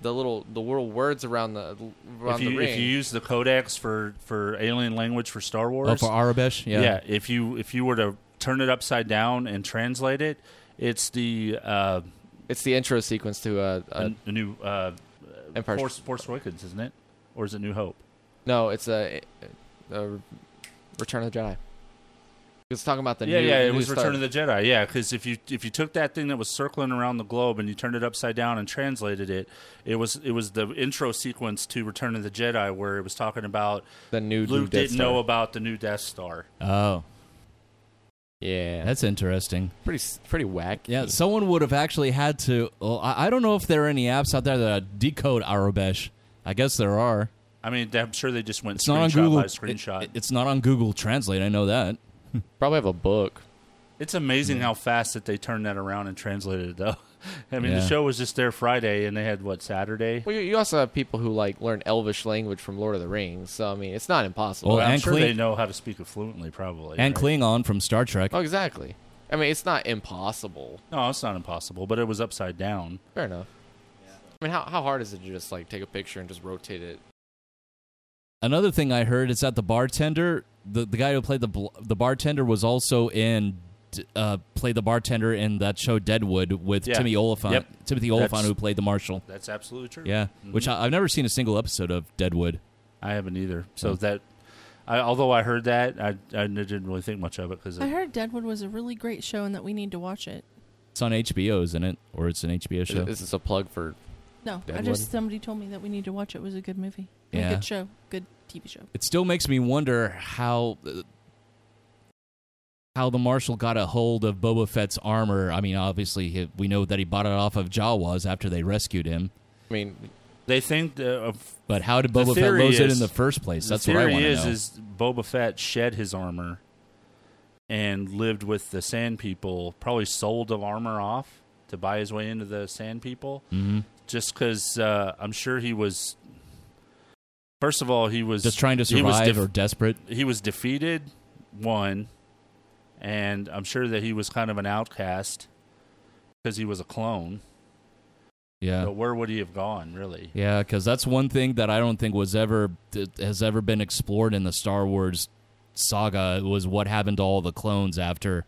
S10: the little the little words around the around
S11: If you,
S10: the
S11: if
S10: ring.
S11: you use the codex for, for alien language for Star Wars,
S3: Oh, for Arabesh.
S11: yeah.
S3: Yeah.
S11: if you if you were to turn it upside down and translate it, it's the uh,
S10: it's the intro sequence to uh, uh,
S11: a, a new uh,
S10: Empire.
S11: Force Force Awakens, isn't it? Or is it New Hope?
S10: No, it's a, uh Return of the Jedi. It's talking about the
S11: yeah,
S10: new,
S11: yeah, it
S10: new
S11: was
S10: Star-
S11: Return of the Jedi. Yeah, because if you if you took that thing that was circling around the globe and you turned it upside down and translated it, it was it was the intro sequence to Return of the Jedi where it was talking about
S10: the new new
S11: Luke
S10: Death
S11: didn't
S10: Star.
S11: know about the new Death Star.
S3: Oh,
S10: Yeah, that's
S3: that's interesting.
S10: pretty s- pretty whack.
S3: Yeah, someone would have actually had to. Well, I, I don't know if there are any apps out there that decode Arabesh. I guess there are.
S11: I mean, I'm sure they just went
S3: It's
S11: screenshot
S3: not on Google.
S11: by screenshot.
S3: it- it's not on Google Translate. I know that.
S10: Probably have a book.
S11: It's amazing how fast that they turned that around and translated it, though. [LAUGHS] I mean,
S10: Yeah.
S11: the show was just there Friday, and they had what Saturday.
S10: Well, you, you also have people who like learn Elvish language from Lord of the Rings, so I mean, it's not impossible.
S11: Well, I'm sure they know how to speak it fluently, probably.
S3: and
S11: right?
S3: Klingon from Star Trek.
S10: Oh, exactly. I mean, it's not impossible.
S11: No, it's not impossible, but it was upside down.
S10: Fair enough. I mean, how how hard is it to just like take a picture and just rotate it?
S3: Another thing I heard is that the bartender, the, the guy who played the bl- the bartender, was also in d- uh, played the bartender in that show Deadwood with
S11: Yeah.
S3: Timmy Oliphant,
S11: Yep.
S3: Timothy Oliphant,
S11: That's- Mm-hmm.
S3: who played the marshal.
S11: That's absolutely true.
S3: Yeah, which I, I've never seen a single episode of Deadwood.
S11: I haven't either. So that, I, although I heard that, I, I didn't really think much of it because
S9: I heard Deadwood was a really great show and that we need to watch it.
S3: It's on HBO, isn't it? Or it's an HBO show.
S10: Is this a plug for?
S9: No, I
S3: Deadwood?
S9: just somebody told me that we need to watch it. It was a good movie, I mean,
S3: Yeah.
S9: good show, good TV show.
S3: It still makes me wonder how uh, how the marshal got a hold of Boba Fett's armor. I mean, obviously he, we know that he bought it off of Jawas after they rescued him.
S10: I mean,
S11: they think. The, uh,
S3: But how did
S11: the
S3: Boba Fett
S11: theory
S3: lose it
S11: is-
S3: in the first place? That's
S11: the
S3: what I
S11: theory
S3: want to
S11: is
S3: know.
S11: is Boba Fett shed his armor and lived with the Sand People. Probably sold the armor off to buy his way into the Sand People.
S3: Mhm.
S11: Just because uh, I'm sure he was. First of all, he was
S3: Just trying to
S11: he was
S3: survive or desperate.
S11: He was defeated, one, and I'm sure that he was kind of an outcast because he was a clone.
S3: Yeah.
S11: But where would he have gone, really?
S3: Yeah, because that's one thing that I don't think was ever that has ever been explored in the Star Wars saga was what happened to all the clones after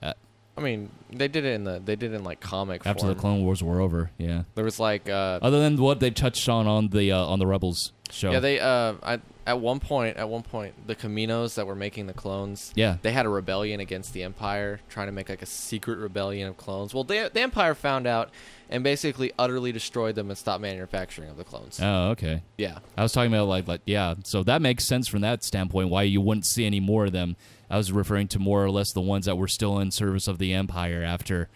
S3: uh,
S10: I mean, they did it in the they did it in like comic
S3: after
S10: form.
S3: the Clone Wars were over. Yeah.
S10: There was like uh,
S3: Other than what they touched on on the uh, on the Rebels show.
S10: Yeah, they uh, I, at one point, at one point, the Caminos that were making the clones,
S3: Yeah.
S10: they had a rebellion against the Empire, trying to make like a secret rebellion of clones. Well, the the Empire found out and basically utterly destroyed them and stopped manufacturing of the clones.
S3: Oh, okay.
S10: Yeah.
S3: I was talking about like like yeah, so that makes sense from that standpoint why you wouldn't see any more of them. I was referring to more or less the ones that were still in service of the empire after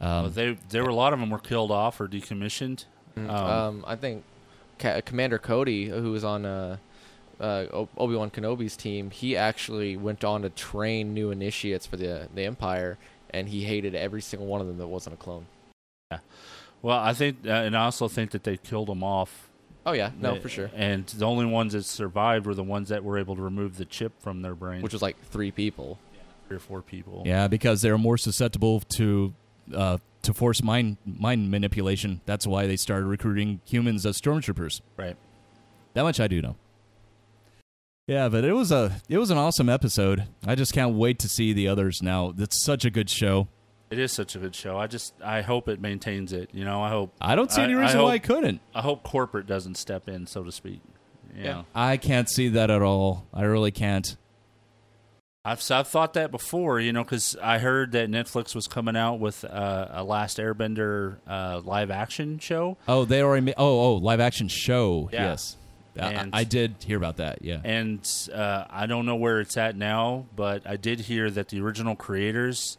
S3: um,
S11: Well, they there were a lot of them were killed off or decommissioned.
S10: Um, I think Ca- Commander Cody, who was on uh, uh, Obi Wan Kenobi's team, he actually went on to train new initiates for the the Empire, and he hated every single one of them that wasn't a clone.
S11: Well, I think, uh, and I also think that they killed them off.
S10: Oh, yeah. No,
S11: Uh,
S10: for sure.
S11: And the only ones that survived were the ones that were able to remove the chip from their brain,
S10: Which was like three people,
S11: three or four people.
S3: Yeah, because they're more susceptible to uh, to force mind mind manipulation. That's why they started recruiting humans as stormtroopers.
S11: Right.
S3: That much I do know. Yeah, but it was a it was an awesome episode. I just can't wait to see the others now. That's such a good show.
S11: It is such a good show. I just I hope it maintains it. You know, I hope
S3: I don't see any reason why it couldn't.
S11: I hope corporate doesn't step in, so to speak. You
S3: Yeah.
S11: know?
S3: I can't see that at all. I really can't.
S11: I've so I've thought that before, you know, because I heard that Netflix was coming out with uh, a Last Airbender uh, live action show.
S3: Oh, they already ma- oh oh live action show.
S11: Yeah.
S3: Yes. I-
S11: And-
S3: I, I did hear about that. Yeah.
S11: And uh, I don't know where it's at now, but I did hear that the original creators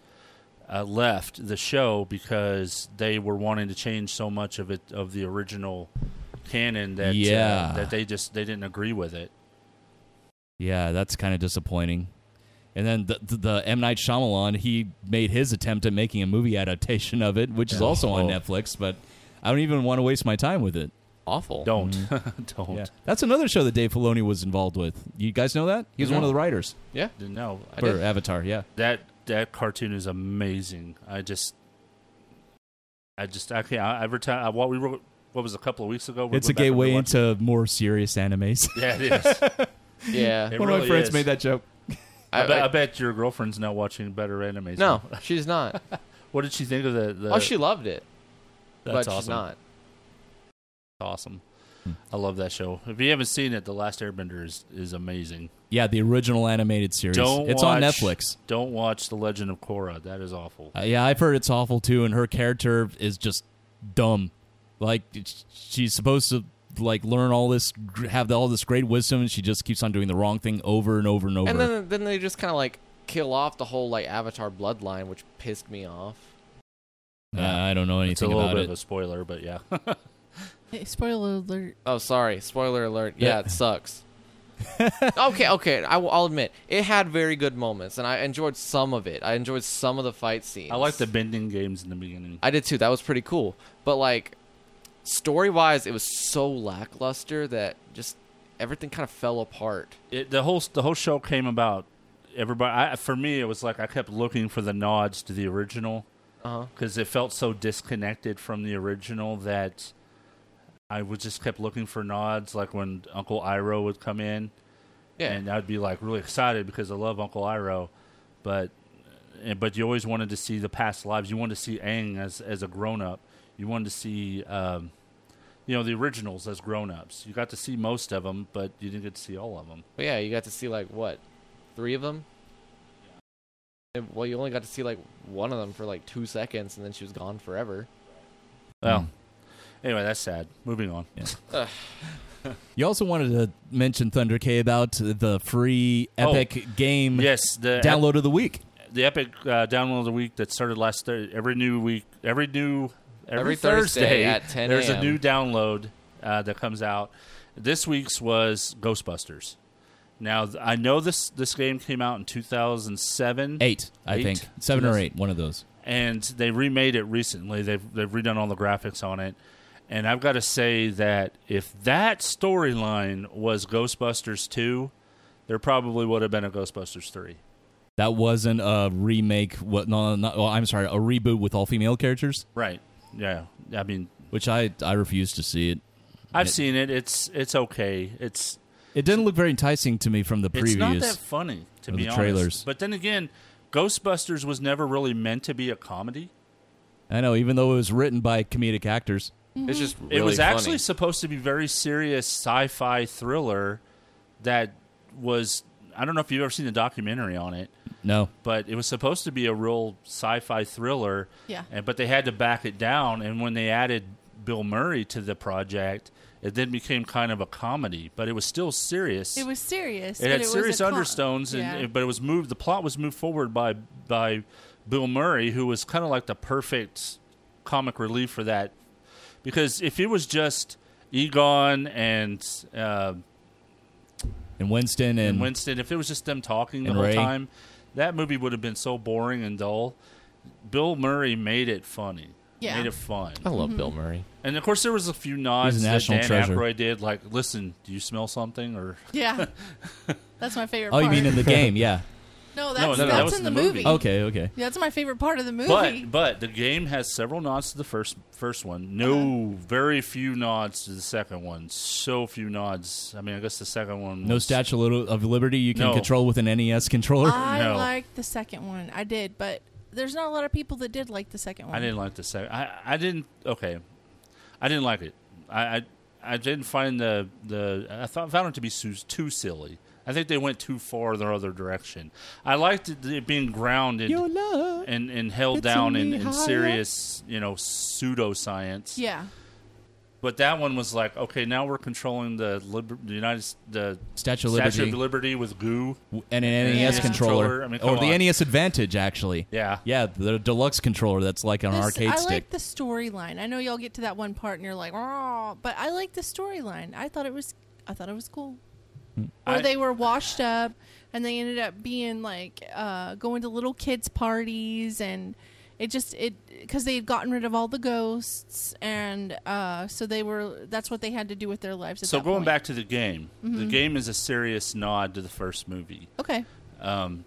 S11: uh, left the show because they were wanting to change so much of it of the original canon that uh,
S3: Yeah.
S11: that they just they didn't agree with it. [LAUGHS]
S3: Yeah, that's kind of disappointing. And then the, the, the M Night Shyamalan, he made his attempt at making a movie adaptation of it, which is also on
S11: Oh.
S3: Netflix. But I don't even want to waste my time with it. Mm-hmm.
S10: Awful.
S11: Don't don't
S3: Yeah. That's another show that Dave Filoni was involved with. You guys know that he was one
S10: No.
S3: of the writers
S10: Yeah.
S11: no. I
S3: for
S11: did-
S3: Avatar. Yeah,
S11: that that cartoon is amazing. I just I just I can't. I, every time I, what we wrote what was it, a couple of weeks ago, we're
S3: it's a
S11: going back and
S3: gateway
S11: rewatching-
S3: into more serious animes.
S11: Yeah, it is.
S3: [LAUGHS]
S10: Yeah.
S11: It
S3: one of my
S11: really
S3: friends
S11: is.
S3: made that joke.
S11: I,
S10: I-
S11: bet,
S10: I-
S11: I bet your girlfriend's now watching better animes.
S10: No,
S11: now.
S10: she's not.
S11: What did she think of [LAUGHS] the? the
S10: oh, she loved it, but
S11: That's
S10: she's
S11: awesome.
S10: not.
S11: Awesome.
S3: Hmm.
S11: I love that show. If you haven't seen it, The Last Airbender is, is amazing.
S3: Yeah, the original animated series.
S11: Don't
S3: it's on
S11: watch-
S3: Netflix.
S11: Don't watch The Legend of Korra. That is awful.
S3: Uh, yeah, I've heard it's awful too, and her character is just dumb. Like it's- she's supposed to like learn all this, gr- have all this great wisdom, and she just keeps on doing the wrong thing over and over and over.
S10: And then then they just kind of like kill off the whole like Avatar bloodline, which pissed me off.
S3: Uh, I don't know
S11: It's a
S3: anything
S11: little
S3: about
S11: bit
S3: it.
S11: of a spoiler, but yeah.
S3: [LAUGHS]
S9: Hey, spoiler alert!
S10: Oh, sorry, spoiler alert. Yeah,
S3: Yeah.
S10: it sucks. okay, okay. I will, I'll admit it had very good moments, and I enjoyed some of it. I enjoyed some of the fight scenes.
S11: I like the bending games in the beginning.
S10: I did too. That was pretty cool. But like, story wise, it was so lackluster that just everything kind of fell apart.
S11: It, the whole the whole show came about. Everybody, I, for me, it was like I kept looking for the nods to the original because it felt so disconnected from the original that I would just kept looking for nods. Like when Uncle Iroh would come in,
S10: Yeah.
S11: and I'd be like really excited because I love Uncle Iroh, but and, but you always wanted to see the past lives. You wanted to see Aang as as a grown up. You wanted to see. Um, you know the originals as grown-ups. You got to see most of them, but you didn't get to see all of them.
S10: But yeah, you got to see like what, three of them. And, well, you only got to see like one of them for like two seconds, and then she was gone forever.
S3: Mm.
S11: Well, anyway, that's sad. Moving on.
S10: Ugh.
S3: You also wanted to mention Thunder K about the free
S11: Oh,
S3: Epic game
S11: [LAUGHS] yes, the
S3: download
S11: ep-
S3: of the week.
S11: The epic uh, download of the week that started last Thursday. Every new week, every new every,
S10: Every Thursday at
S11: [LAUGHS]
S10: 10
S11: There's a
S10: a.m..
S11: new download uh, that comes out. This week's was Ghostbusters. Now th- I know this this game came out in 2007,
S3: Eight, I think. Seven or eight, one of those.
S11: and they remade it recently. They've they've redone all the graphics on it. And I've got to say that if that storyline was Ghostbusters 2, there probably would have been a Ghostbusters 3.
S3: That wasn't a remake. What? No, not, well, I'm sorry, a reboot with all female characters,
S11: Right. Yeah. I mean,
S3: which I I refuse to see it.
S11: I've
S3: it,
S11: seen it. It's it's okay. It's
S3: It didn't look very enticing to me from the previews.
S11: it's not that funny to
S3: of
S11: be
S3: the
S11: honest.
S3: trailers.
S11: But then again, Ghostbusters was never really meant to be a comedy.
S3: I know, even though it was written by comedic actors.
S9: Mm-hmm.
S10: It's just
S11: it
S10: really
S11: was
S10: funny.
S11: actually supposed to be very serious sci-fi thriller that was I don't know if you've ever seen a documentary on it,
S3: No,
S11: but it was supposed to be a real sci-fi thriller.
S9: Yeah.
S11: And, but they had to back it down, and when they added Bill Murray to the project, it then became kind of a comedy, but it was still serious.
S9: It was serious.
S11: it
S9: but
S11: had
S9: it
S11: serious
S9: was a con-
S11: understones, and
S9: Yeah.
S11: it- but it was moved. The plot was moved forward by by Bill Murray, who was kind of like the perfect comic relief for that. Because if it was just Egon and uh,
S3: and Winston and,
S11: and Winston, if it was just them talking the
S3: and
S11: whole
S3: Ray.
S11: time, that movie would have been so boring and dull. Bill Murray made it funny.
S9: Yeah. Oh.
S11: Made it fun.
S10: I
S9: Mm-hmm.
S10: love Bill Murray.
S11: And of course, there was a few nods
S3: He's a
S11: that
S3: national
S11: Dan
S3: treasure.
S11: Aykroyd did, like, "Listen, do you smell something?" Or
S9: yeah. That's my favorite.
S3: oh, you
S9: part.
S3: mean in the game? Yeah.
S9: No, that's
S11: no, no,
S9: that's
S11: that was
S9: in the movie.
S3: Okay. Okay.
S9: Yeah, that's my favorite part of the movie. [LAUGHS]
S11: But but the game has several nods to the first first one. No, very few nods to the second one. So few nods. I mean, I guess the second one.
S3: No
S11: was-
S3: Statue of Liberty you can
S11: No.
S3: control with an NES controller.
S11: [LAUGHS]
S9: I
S11: No.
S9: liked the second one. I did, but there's not a lot of people that did like the second one.
S11: I didn't like the second. I I didn't. Okay, I didn't like it. I I, I didn't find the the. I thought found it to be su- too silly. I think they went too far their other direction. I liked it, it being grounded
S6: Your love.
S11: and, and held
S6: it's
S11: down in,
S6: only
S11: in
S6: higher.
S11: serious, you know, pseudoscience.
S9: Yeah.
S11: But that one was like, okay, now we're controlling the, liber- the United S- the
S3: Statue of
S11: Statue
S3: Liberty.
S11: of Liberty with goo.
S3: and an NES controller,
S9: Yeah.
S11: Controller, I mean,
S3: or
S11: come
S3: the
S11: on.
S3: NES Advantage, actually.
S11: Yeah.
S3: yeah, the deluxe controller that's like an
S9: This-
S3: arcade
S9: I
S3: stick.
S9: like the storyline. I know y'all get to that one part and you're like, oh, but I like the storyline. I thought it was, I thought it was cool.
S3: Hmm.
S9: Or
S11: I-
S9: they were washed up, and they ended up being like uh, going to little kids' parties, and it just it because they had gotten rid of all the ghosts, and uh, so they were that's what they had to do with their lives. At
S11: So
S9: that
S11: going
S9: point. Mm-hmm.
S11: back to the game, the game is a serious nod to the first movie.
S9: okay,
S11: Um,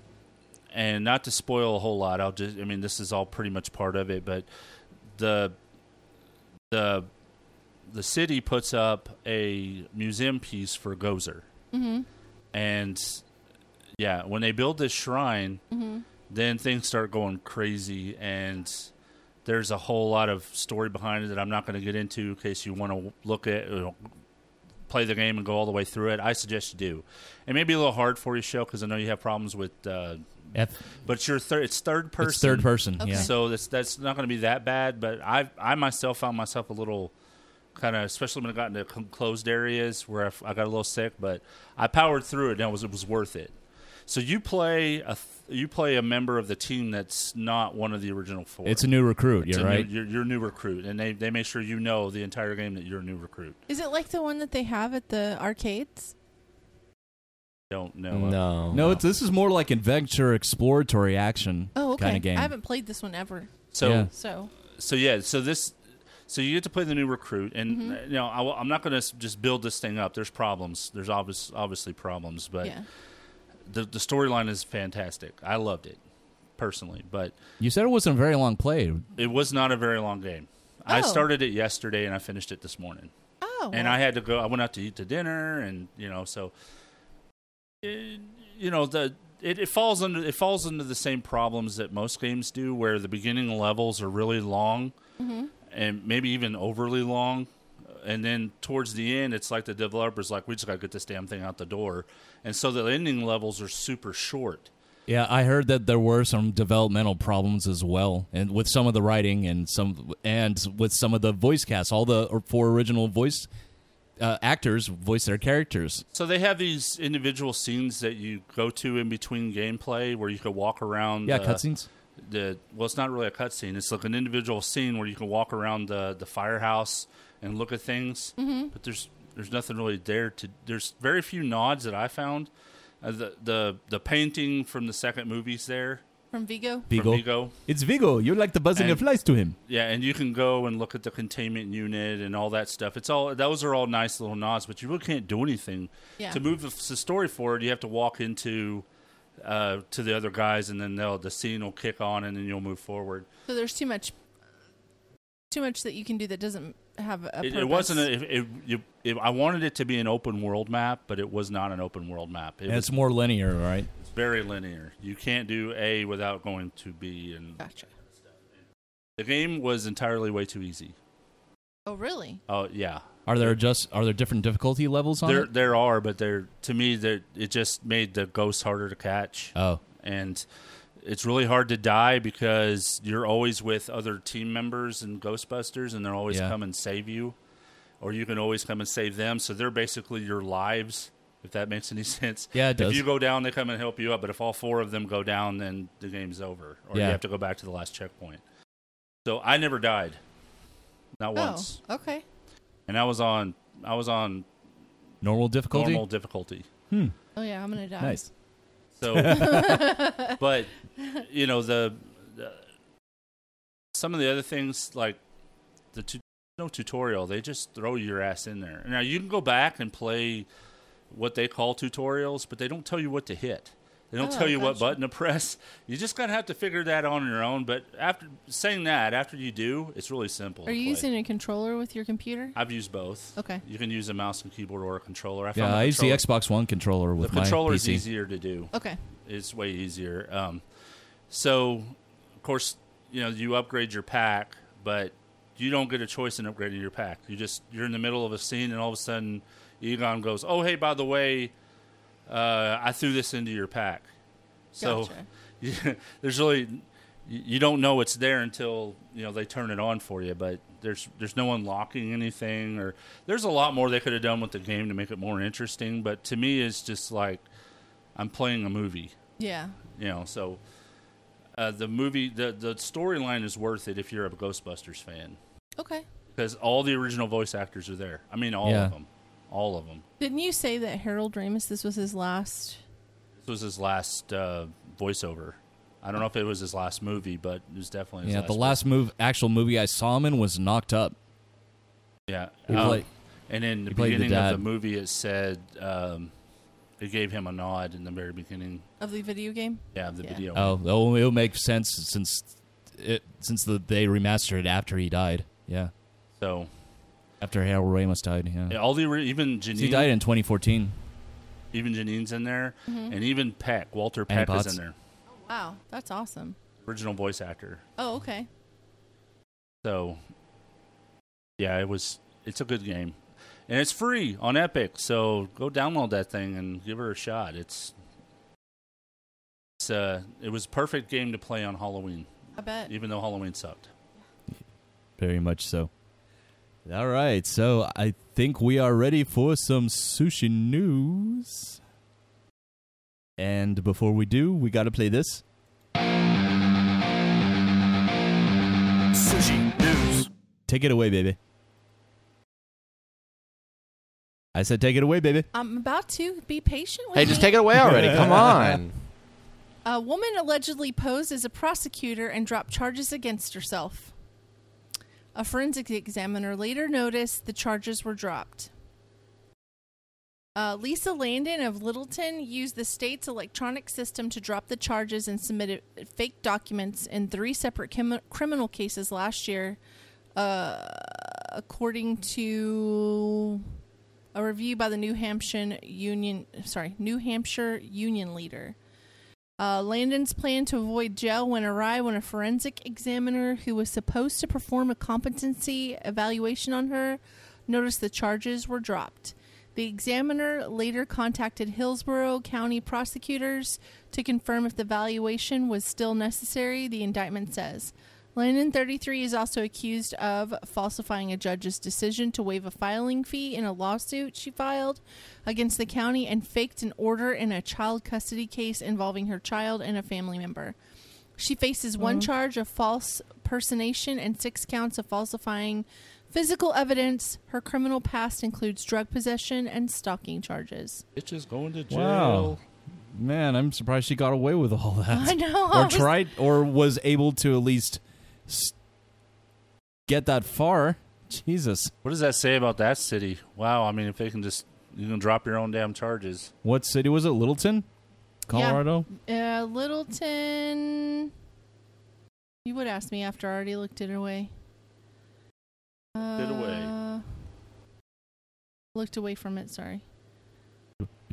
S11: and not to spoil a whole lot, I'll just I mean this is all pretty much part of it, but the the the city puts up a museum piece for Gozer. Mm-hmm. And yeah, when they build this shrine, then things start going crazy and there's a whole lot of story behind it that I'm not going to get into in case you want to look at you know, play the game and go all the way through it. I suggest you do. It may be a little hard for you, show, because I know you have problems with. Uh,
S3: F-
S11: but you're thir- it's third person.
S3: It's third person.
S9: Okay.
S3: Yeah,
S11: So that's that's not going to be that bad. But I I myself found myself a little kind of, especially when I got into con- closed areas where I, f- I got a little sick. But I powered through it, and it was it was worth it. So you play a th- you play a member of the team that's not one of the original four.
S3: it's a new recruit.
S11: It's
S3: You're
S11: a new-
S3: right.
S11: you're, you're a new recruit, and they, they make sure you know the entire game that you're a new recruit.
S9: is it like the one that they have at the arcades?
S11: don't know. uh, of.
S3: No, no. It's, this is more like adventure, exploratory action
S9: Oh, okay.
S3: kind of game.
S9: I haven't played this one ever.
S11: So- Yeah.
S9: so
S11: so yeah, so this, so you get to play the new recruit, and
S9: Mhm.
S11: uh, you know I, am not going to just build this thing up. There's problems. There's obvious, obviously problems, but
S9: Yeah.
S11: the the storyline is fantastic. I loved it personally, but
S3: you said it wasn't a very long play.
S11: it was not a very long game. I
S9: Oh.
S11: started it yesterday and I finished it this morning.
S9: Oh,
S11: and
S9: well.
S11: I had to go. I went out to eat to dinner, and you know, so it, you know the it, it falls under it falls into the same problems that most games do, where the beginning levels are really long
S9: Mhm.
S11: and maybe even overly long. And then towards the end, it's like the developers like, we just got to get this damn thing out the door, and so the ending levels are super short.
S3: Yeah, I heard that there were some developmental problems as well, and with some of the writing and some and with some of the voice casts, all the or- four original voice uh, actors voice their characters.
S11: So they have these individual scenes that you go to in between gameplay where you can walk around.
S3: Yeah,
S11: the-
S3: cutscenes.
S11: The well, it's not really a cutscene. It's like an individual scene where you can walk around the the firehouse and look at things.
S9: Mhm.
S11: But there's there's nothing really there to. There's very few nods that I found. Uh, the the the painting from the second movie's there.
S9: from Vigo.
S3: Vigo.
S11: From Vigo.
S3: It's Vigo. You're like the buzzing
S11: And-
S3: of flies to him.
S11: Yeah, and you can go and look at the containment unit and all that stuff. It's all those are all nice little nods, but you really can't do anything
S9: Yeah.
S11: to move the, the story forward. You have to walk into uh, to the other guys, and then they'll the scene will kick on, and then you'll move forward.
S9: So there's too much, too much that you can do that doesn't have a.
S11: It, it
S9: purpose.
S11: wasn't. A, it, it, you- it- I wanted it to be an open world map, but it was not an open world map. It
S3: And
S11: was
S3: it's more linear, right?
S11: very linear. You can't do A without going to B, and
S9: Gotcha.
S11: the game was entirely way too easy.
S9: Oh really?
S11: Oh yeah,
S3: Are there just are there different difficulty levels on
S11: there
S3: it?
S11: there are, but they're to me that it just made the ghosts harder to catch.
S3: Oh.
S11: and it's really hard to die because you're always with other team members and Ghostbusters, and they're always
S3: Yeah.
S11: come and save you, or you can always come and save them. So they're basically your lives, if that makes any [LAUGHS] sense.
S3: Yeah, it does.
S11: If you go down, they come and help you up. But if all four of them go down, then the game's over, or
S3: Yeah.
S11: you have to go back to the last checkpoint. So I never died, not once,
S9: Oh okay.
S11: and I was on I was on
S3: Normal difficulty.
S11: normal difficulty.
S3: Hmm.
S9: Oh yeah, I'm gonna die.
S3: Nice.
S9: [LAUGHS]
S11: So, but you know the, the some of the other things like the tu- no tutorial, they just throw your ass in there. Now you can go back and play what they call tutorials, but they don't tell you what to hit. They don't
S5: Oh,
S11: tell you what
S5: gotcha.
S11: button to press. You just gotta have to figure that on your own. But after saying that, after you do, it's really simple.
S9: Are
S11: to
S9: you
S11: play.
S9: using a controller with your computer?
S11: I've used both.
S9: Okay.
S11: You can use a mouse and keyboard or a controller. I found
S3: yeah,
S11: the
S3: I use the
S11: controller-
S3: Xbox One controller with
S11: the controller
S3: my
S11: is
S3: PC.
S11: easier to do.
S9: Okay.
S11: it's way easier. Um, so, of course, you know you upgrade your pack, but you don't get a choice in upgrading your pack. You just you're in the middle of a scene, and all of a sudden, Egon goes, "Oh, hey, by the way, uh, I threw this into your pack." So,
S5: Gotcha.
S11: [LAUGHS] yeah, there's really you you don't know it's there until you know they turn it on for you. But there's there's no unlocking anything, or there's a lot more they could have done with the game to make it more interesting. But to me, it's just like I'm playing a movie.
S9: Yeah.
S11: You know, so uh, the movie, the the storyline is worth it if you're a Ghostbusters fan
S9: Okay.
S11: because all the original voice actors are there. I mean, all
S3: Yeah.
S11: of them, all of them.
S9: Didn't you say that Harold Ramis? This was his last.
S11: This was his last uh, voiceover. I don't know if it was his last movie, but it was definitely his
S3: Yeah,
S11: last
S3: the last move, actual movie I saw him in was Knocked Up.
S11: Yeah.
S3: He
S11: um,
S3: played-
S11: and in the
S3: he played the
S11: beginning of
S3: dad.
S11: the movie, it said um, it gave him a nod in the very beginning.
S9: Of the video game?
S11: Yeah, of the
S9: Yeah.
S11: video.
S3: Oh, oh, it'll make sense since it since the, they remastered it after he died. Yeah.
S11: So.
S3: After Harold Ramos died, yeah.
S11: Yeah, all the ori- even Janine.
S3: he died in 2014.
S11: Even Janine's in there,
S9: Mhm.
S11: and even Peck, Walter
S3: Annie
S11: Peck is
S3: Potts.
S11: in there,
S9: Wow, that's awesome.
S11: original voice actor.
S9: Oh okay.
S11: So, yeah, it was. It's a good game, and it's free on Epic. So go download that thing and give her a shot. It's, it's uh, it was a perfect game to play on Halloween.
S9: I bet.
S11: Even though Halloween sucked.
S3: Very much so. All right, so I think we are ready for some sushi news. And before we do, we got to play this.
S5: Sushi news.
S3: Take it away, baby. I said, take it away, baby.
S9: I'm about to be patient with
S10: Hey,
S9: me.
S10: just take it away already.
S9: [LAUGHS]
S10: Come on.
S9: A woman allegedly posed as a prosecutor and dropped charges against herself. A forensic examiner later noticed the charges were dropped. Uh, Lisa Landon of Littleton used the state's electronic system to drop the charges and submitted fake documents in three separate crim- criminal cases last year, uh, according to a review by the New Hampshire Union. Sorry, New Hampshire Union leader. Uh, Landon's plan to avoid jail went awry when a forensic examiner who was supposed to perform a competency evaluation on her noticed the charges were dropped. The examiner later contacted Hillsborough County prosecutors to confirm if the valuation was still necessary, the indictment says. Landon, 33, is also accused of falsifying a judge's decision to waive a filing fee in a lawsuit she filed against the county and faked an order in a child custody case involving her child and a family member. She faces one charge of false personation and six counts of falsifying physical evidence. Her criminal past includes drug possession and stalking charges.
S11: Bitch is going to jail.
S3: Wow. Man, I'm surprised she got away with all that.
S9: I know,
S3: Or
S9: I was-
S3: tried, or was able to at least s- get that far. Jesus.
S11: What does that say about that city? Wow. I mean, if they can just you can drop your own damn charges.
S3: What city was it? Littleton? Colorado?
S9: Uh, Littleton. You would ask me after I already looked it away. Uh,
S11: It away.
S9: Looked away from it. Sorry,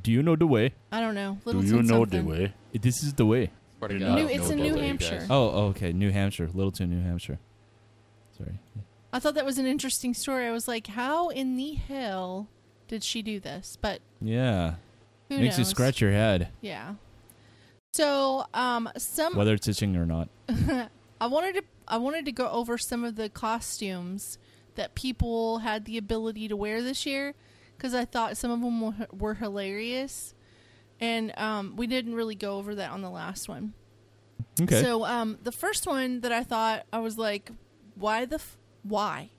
S3: Do you know the way?
S9: I don't know. Littleton.
S11: Do you know
S9: something.
S11: the way?
S3: This is the way.
S10: Swear to
S11: You
S10: God,
S11: knew-
S10: I don't
S9: it's
S10: know
S9: in
S10: about
S9: New
S10: you
S9: Hampshire.
S10: guys.
S3: Oh, okay. New Hampshire. Littleton, New Hampshire. Sorry.
S9: I thought that was an interesting story. I was like, how in the hell did she do this? But
S3: Yeah.
S9: who
S3: Makes you
S9: knows?
S3: scratch your head,
S9: Yeah. So, um, some
S3: whether it's itching or not.
S9: I wanted to I wanted to go over some of the costumes that people had the ability to wear this year because I thought some of them were, were hilarious, and um, we didn't really go over that on the last one.
S3: Okay.
S9: So um, the first one that I thought I was like, why the f- why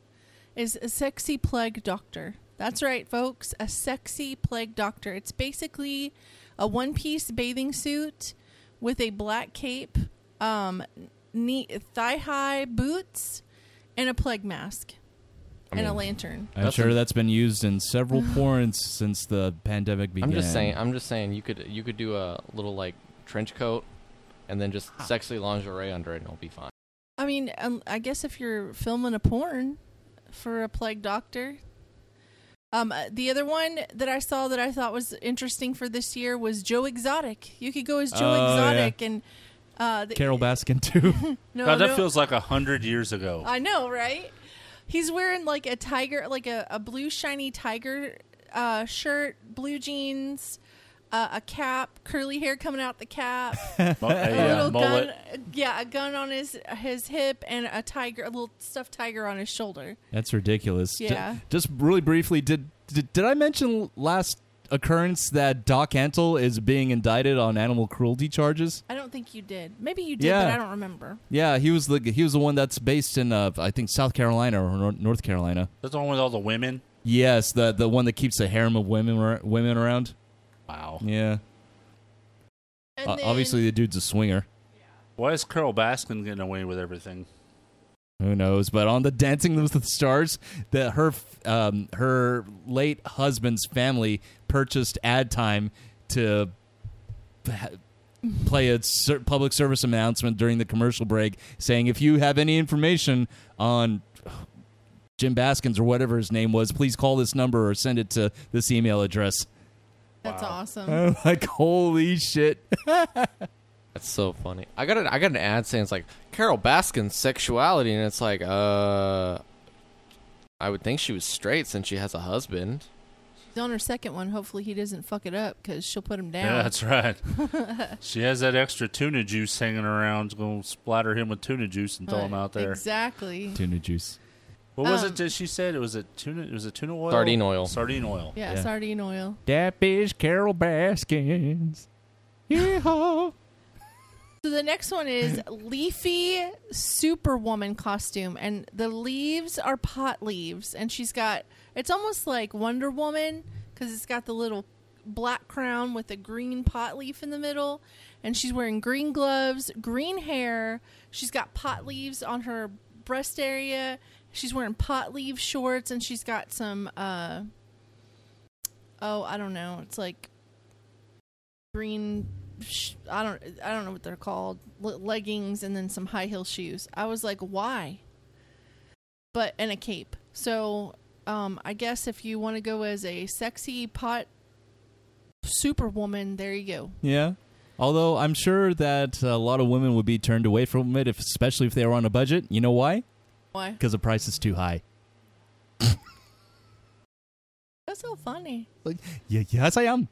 S9: is a sexy plague doctor? That's right, folks, a sexy plague doctor. It's basically a one-piece bathing suit with a black cape, um, knee, thigh-high boots, and a plague mask, and a lantern.
S3: I'm
S10: That's
S3: sure
S10: a-
S3: that's been used in
S9: [SIGHS]
S3: several porns since the pandemic began.
S10: I'm just saying. I'm just saying. You could you could do a little like trench coat, and then just sexy lingerie under it, and it'll be fine.
S9: I mean, um, I guess if you're filming a porn for a plague doctor. Um, uh, the other one that I saw that I thought was interesting for this year was Joe Exotic. You could go as Joe
S3: Oh, yeah.
S9: Exotic and uh, the,
S3: Carol Baskin too.
S9: [LAUGHS] no,
S11: God, that
S9: no,
S11: feels like a hundred years ago.
S9: I know, right? He's wearing like a tiger, like a, a blue shiny tiger uh, shirt, blue jeans, uh, a cap, curly hair coming out the cap.
S11: [LAUGHS] Mu- a, uh,
S9: a little
S11: mullet.
S9: gun, yeah, a gun on his his hip and a tiger, a little stuffed tiger on his shoulder.
S3: That's ridiculous. D-
S9: Yeah.
S3: just really briefly, did, did did I mention last occurrence that Doc Antle is being indicted on animal cruelty charges?
S9: I don't think you did. Maybe you did, but
S3: Yeah.
S9: I don't remember.
S3: Yeah, he was the he was the one that's based in uh, I think South Carolina or Nor- North Carolina.
S11: That's the one with all the women.
S3: Yes, the the one that keeps a harem of women ar- women around.
S11: Wow.
S3: Yeah,
S11: Uh,
S9: And
S3: O-
S9: then-
S3: obviously the dude's a swinger.
S11: Why is Carol Baskin getting away with everything?
S3: Who knows? But on the Dancing with the Stars, that her f- um, her late husband's family purchased ad time to p- ha- play a ser- public service announcement during the commercial break, saying if you have any information on Jim Baskins or whatever his name was, please call this number or send it to this email address.
S9: that's awesome.
S3: [LAUGHS] I'm like, holy shit!
S10: That's so funny. I got an I got an ad saying it's like Carol Baskin's sexuality, and it's like uh, I would think she was straight since she has a husband.
S9: She's on her second one. Hopefully, he doesn't fuck it up because she'll put him
S11: Yeah,
S9: down.
S11: that's right.
S9: [LAUGHS]
S11: she has that extra tuna juice hanging around. Going to splatter him with tuna juice and throw him out there.
S9: Exactly.
S3: Tuna juice.
S11: What was
S9: Um,
S11: it that she said? It was a tuna. It was a tuna oil.
S10: Sardine oil.
S11: Sardine oil.
S9: Yeah,
S3: Yeah.
S9: sardine oil.
S3: That is Carol Baskins. Yeehaw.
S9: So the next one is leafy superwoman costume, and the leaves are pot leaves, and she's got it's almost like Wonder Woman 'cause because it's got the little black crown with a green pot leaf in the middle, and she's wearing green gloves, green hair. She's got pot leaves on her breast area. She's wearing pot leaf shorts, and she's got some. Uh, oh, I don't know. It's like green. Sh- I don't. I don't know what they're called. Le- leggings, and then some high heel shoes. I was like, why? but and a cape. So um, I guess if you want to go as a sexy pot superwoman, there you go.
S3: Yeah. Although I'm sure that a lot of women would be turned away from it, if, especially if they were on a budget. You know why?
S9: Why?
S3: Because the price is too high.
S9: That's so funny.
S3: Yeah, yes, I
S9: [LAUGHS]
S3: am.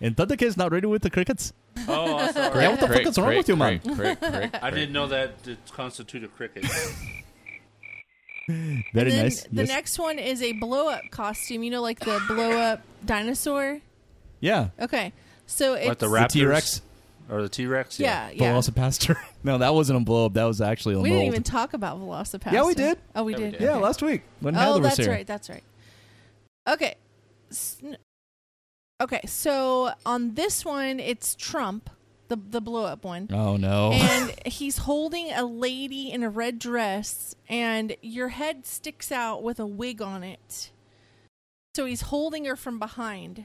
S3: and Thunder Kid's not ready with the crickets.
S11: Oh,
S9: [LAUGHS]
S11: I'm sorry.
S3: Yeah, what the fuck is wrong with you, man? [LAUGHS]
S11: I didn't know that it constituted
S9: [LAUGHS]
S11: cricket.
S3: Very
S9: then
S3: nice.
S9: The
S3: yes.
S9: next one is a blow up costume. You know, like the blow up dinosaur.
S3: yeah.
S9: Okay, so it's
S11: Like the
S3: The
S11: Raptors?
S3: T-Rex.
S11: or the T Rex?
S9: Yeah, yeah.
S3: Velocipaster. [LAUGHS] no, that wasn't a blow up. That was actually a
S9: we didn't
S3: mold.
S9: even talk about Velocipaster.
S3: Yeah, we did.
S9: Oh, we
S3: Yeah, we
S9: did.
S3: did. Yeah,
S9: Okay.
S3: last week when
S9: oh,
S3: Heather was
S9: that's
S3: here.
S9: right. That's right. Okay. Sn- Okay, so on this one, it's Trump, the the blow up one.
S3: oh no. [LAUGHS]
S9: and he's holding a lady in a red dress and your head sticks out with a wig on it so he's holding her from behind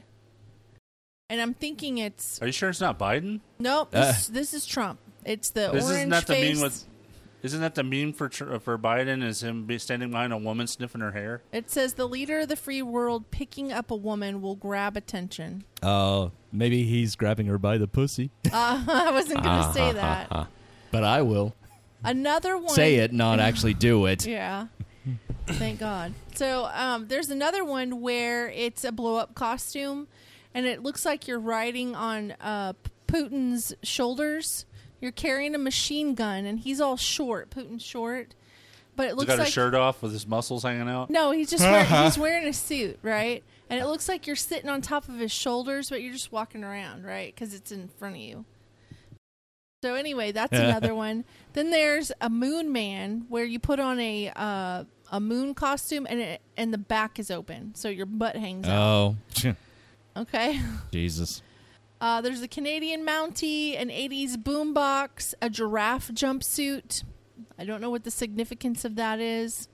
S9: and i'm thinking it's
S11: Are you sure it's not Biden?
S9: nope
S11: Uh.
S9: this, this is trump it's the
S11: this
S9: orange
S11: is not the
S9: face
S11: meme with. Isn't that the meme for Tr- uh, for Biden? Is him be standing behind a woman sniffing her hair?
S9: it says the leader of the free world picking up a woman will grab attention
S3: Oh, maybe he's grabbing her by the pussy.
S9: uh, [LAUGHS] i wasn't gonna
S3: Ah,
S9: say that
S3: But I will
S9: another one
S3: say it, not actually do it.
S9: [LAUGHS] Yeah. Thank God. So um, there's another one where it's a blow up costume, and it looks like you're riding on uh, P- Putin's shoulders. You're carrying a machine gun, and he's all short. Putin's short, but it
S11: He's
S9: looks
S11: got
S9: like
S11: his shirt off with his muscles hanging out.
S9: no, he's just wearing, he's wearing a suit, right? And it looks like you're sitting on top of his shoulders, but you're just walking around, right? Because it's in front of you. So anyway, that's another one. Then there's a moon man where you put on a uh, a moon costume and it, and the back is open, so your butt hangs out.
S3: Oh,
S9: Okay. [LAUGHS]
S3: Jesus.
S9: Uh, there's a Canadian Mountie, an 80s boombox, a giraffe jumpsuit. I don't know what the significance of that is.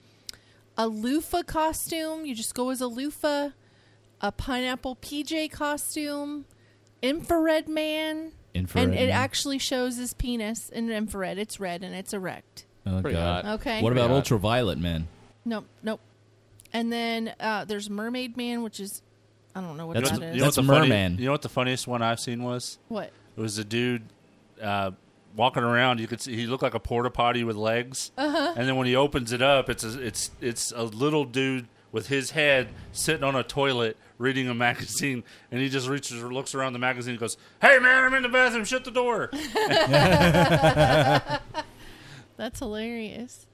S9: A loofah costume. You just go as a loofah. A pineapple PJ costume. Infrared man.
S3: Infrared
S9: And it
S3: man.
S9: actually shows his penis in infrared. It's red and it's erect.
S3: Oh
S10: Pretty
S3: God.
S10: hot.
S9: Okay.
S3: What about
S10: Yeah.
S3: ultraviolet, man?
S9: Nope, nope. And then uh, there's Mermaid Man, which is, I don't know what
S3: That's-
S9: that is.
S3: you know- That's
S11: the funny-
S3: Merman.
S11: you know what the funniest one I've seen was?
S9: what?
S11: It was a dude uh, walking around. You could see he looked like a porta potty with legs. Uh-huh. And then when he opens it up, it's a, it's it's a little dude with his head sitting on a toilet reading a magazine, and he just reaches or looks around the magazine and goes, "Hey man, I'm in the bathroom. Shut the
S9: [LAUGHS]
S11: door."
S9: That's hilarious.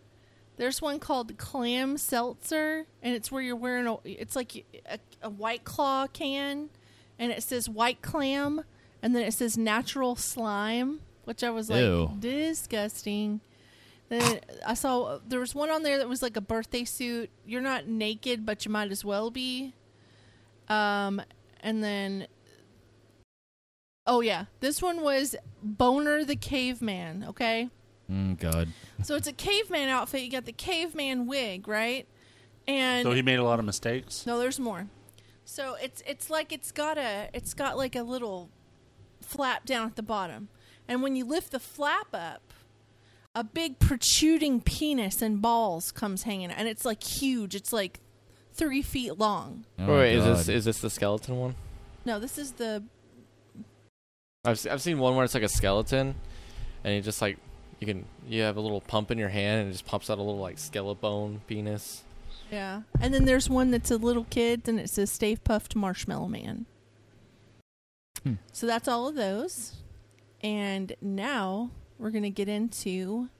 S9: There's one called clam seltzer, and it's where you're wearing a. It's like a, a white claw can, and it says white clam, and then it says natural slime, which I was like
S3: Ew.
S9: disgusting. Then I saw there was one on there that was like a birthday suit. You're not naked, but you might as well be. Um, and then oh yeah, this one was Boner the Caveman. Okay.
S3: Mm, God.
S9: So it's a caveman outfit. You got the caveman wig, right? And
S11: so he made a lot of mistakes.
S9: no, there's more. So it's it's like it's got a it's got like a little flap down at the bottom, and when you lift the flap up, a big protruding penis and balls comes hanging, out. and it's like huge. It's like three feet long.
S3: Oh,
S10: wait, is this
S3: God.
S10: is this the skeleton one?
S9: No, this is the
S10: I've se- I've seen one where it's like a skeleton, and you just like you can you have a little pump in your hand and it just pops out a little like skeleton penis.
S9: yeah, and then there's one that's a little kid, and it says Stave Puffed Marshmallow Man.
S3: Hmm.
S9: So that's all of those. And now we're going to get into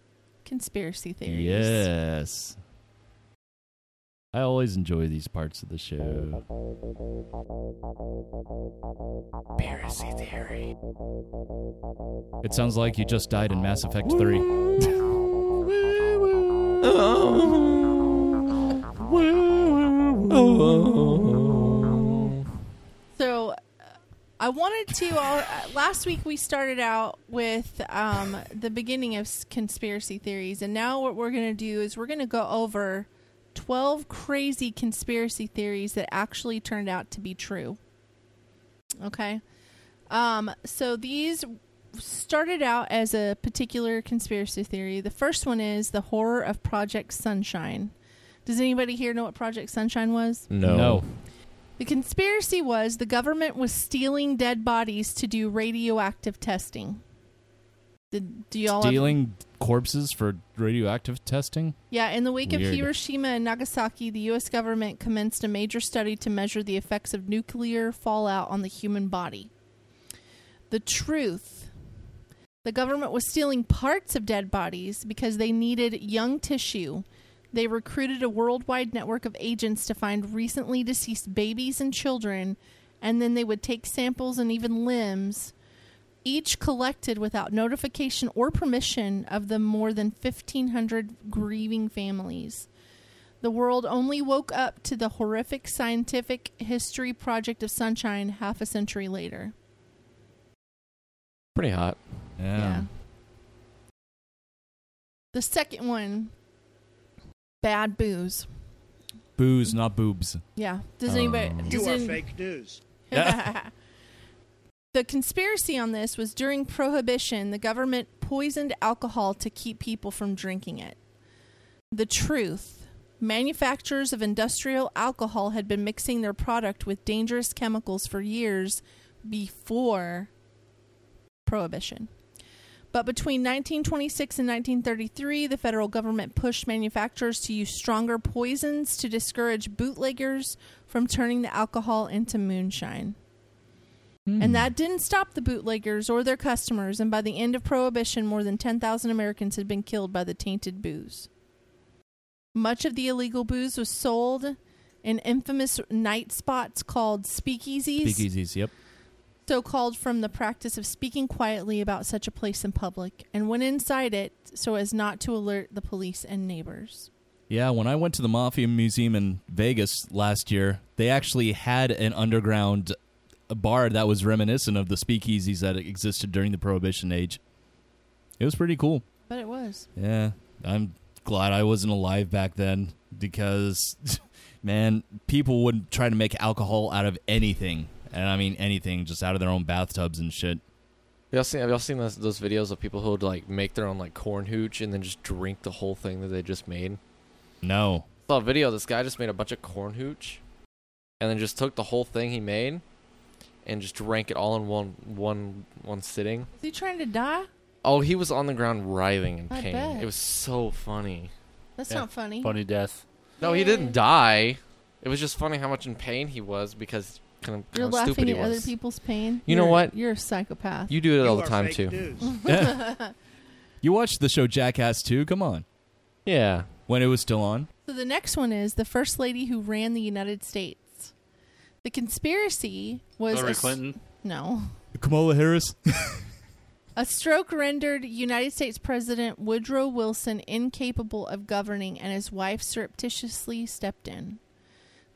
S9: conspiracy theories.
S3: Yes. I always enjoy these parts of the show.
S10: Conspiracy theory.
S3: It sounds like you just died in Mass Effect 3.
S10: Oh.
S9: uh, I wanted to. Uh, last week we started out with um, the beginning of s- conspiracy theories, and now what we're going to do is we're going to go over twelve crazy conspiracy theories that actually turned out to be true. Okay, um, so these started out as a particular conspiracy theory. The first one is the horror of Project Sunshine. Does anybody here know what Project Sunshine was?
S10: No.
S3: No.
S9: The conspiracy was the government was stealing dead bodies to do radioactive testing. Did, do y'all ever-
S3: Stealing corpses for radioactive testing?
S9: yeah, in the wake of
S3: Weird.
S9: Hiroshima and Nagasaki, the U.S. government commenced a major study to measure the effects of nuclear fallout on the human body. The truth the government was stealing parts of dead bodies because they needed young tissue. They recruited a worldwide network of agents to find recently deceased babies and children, and then they would take samples and even limbs each collected without notification or permission of the more than 1,500 grieving families. The world only woke up to the horrific scientific history project of sunshine half a century later.
S10: Pretty hot.
S3: Yeah.
S9: The second one, bad booze.
S3: Booze, not boobs.
S9: Yeah. Does anybody?
S3: Um.
S9: does
S2: You are
S9: any-
S2: fake news.
S9: [LAUGHS] the conspiracy on this was during Prohibition, the government poisoned alcohol to keep people from drinking it. The truth manufacturers of industrial alcohol had been mixing their product with dangerous chemicals for years before Prohibition. But between 1926 and 1933, the federal government pushed manufacturers to use stronger poisons to discourage bootleggers from turning the alcohol into moonshine. And that didn't stop the bootleggers or their customers, and by the end of Prohibition, more than 10,000 Americans had been killed by the tainted booze. Much of the illegal booze was sold in infamous night spots called speakeasies
S3: Speakeasies, yep.
S9: so called from the practice of speaking quietly about such a place in public, and went inside it so as not to alert the police and neighbors.
S3: Yeah, when I went to the Mafia Museum in Vegas last year, they actually had an underground bar that was reminiscent of the speakeasies that existed during the Prohibition age. It was pretty cool.
S9: But it was.
S3: Yeah, I'm glad I wasn't alive back then because, [LAUGHS] man, people would try to make alcohol out of anything. And I mean anything, just out of their own bathtubs and shit.
S10: Y'all seen, have y'all seen those, those videos of people who would like make their own like corn hooch and then just drink the whole thing that they just made?
S3: No.
S10: saw a video. This guy just made a bunch of corn hooch, and then just took the whole thing he made, and just drank it all in one one one sitting.
S9: Is he trying to die?
S10: Oh, he was on the ground writhing in
S9: I
S10: pain.
S9: bet.
S10: It was so funny.
S9: That's
S11: Yeah.
S9: not funny.
S11: Funny death.
S10: No, he
S9: Yeah.
S10: didn't die. It was just funny how much in pain he was because kind of,
S9: You're
S10: how stupid
S9: laughing
S10: he
S9: at
S10: was.
S9: other people's pain.
S10: You know
S9: You're-
S10: what?
S9: You're a psychopath.
S10: You do it all
S2: You
S10: the
S2: are
S10: time
S2: fake
S10: too.
S2: news.
S3: You watched the show Jackass 2? Come on.
S10: Yeah.
S3: When it was still on?
S9: So the next one is the first lady who ran the United States. The conspiracy was a
S11: Hillary
S9: s-
S11: Clinton.
S9: No.
S3: Kamala Harris?
S9: A stroke rendered United States President Woodrow Wilson incapable of governing, and his wife surreptitiously stepped in.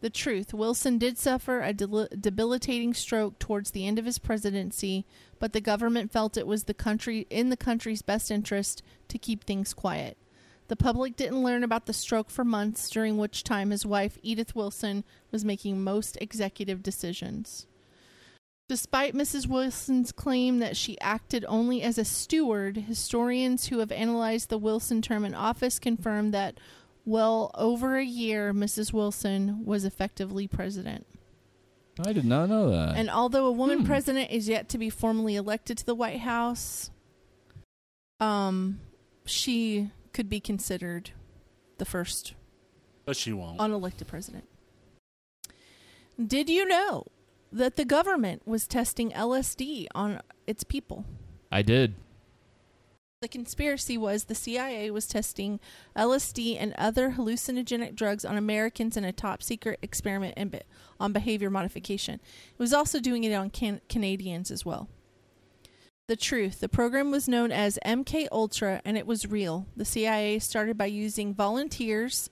S9: The truth Wilson did suffer a del- debilitating stroke towards the end of his presidency, but the government felt it was the country in the country's best interest to keep things quiet. The public didn't learn about the stroke for months, during which time his wife, Edith Wilson, was making most executive decisions. Despite Mrs. Wilson's claim that she acted only as a steward, historians who have analyzed the Wilson term in office confirm that well over a year Mrs. Wilson was effectively president.
S3: I did not know that.
S9: And although a woman
S3: Hmm.
S9: president is yet to be formally elected to the White House, um she could be considered the first
S11: But she won't.
S9: unelected president. Did you know that the government was testing LSD on its people?
S3: I did.
S9: The conspiracy was the CIA was testing LSD and other hallucinogenic drugs on Americans in a top secret experiment in be- on behavior modification. It was also doing it on can- Canadians as well. The truth. The program was known as MK Ultra and it was real. The CIA started by using volunteers.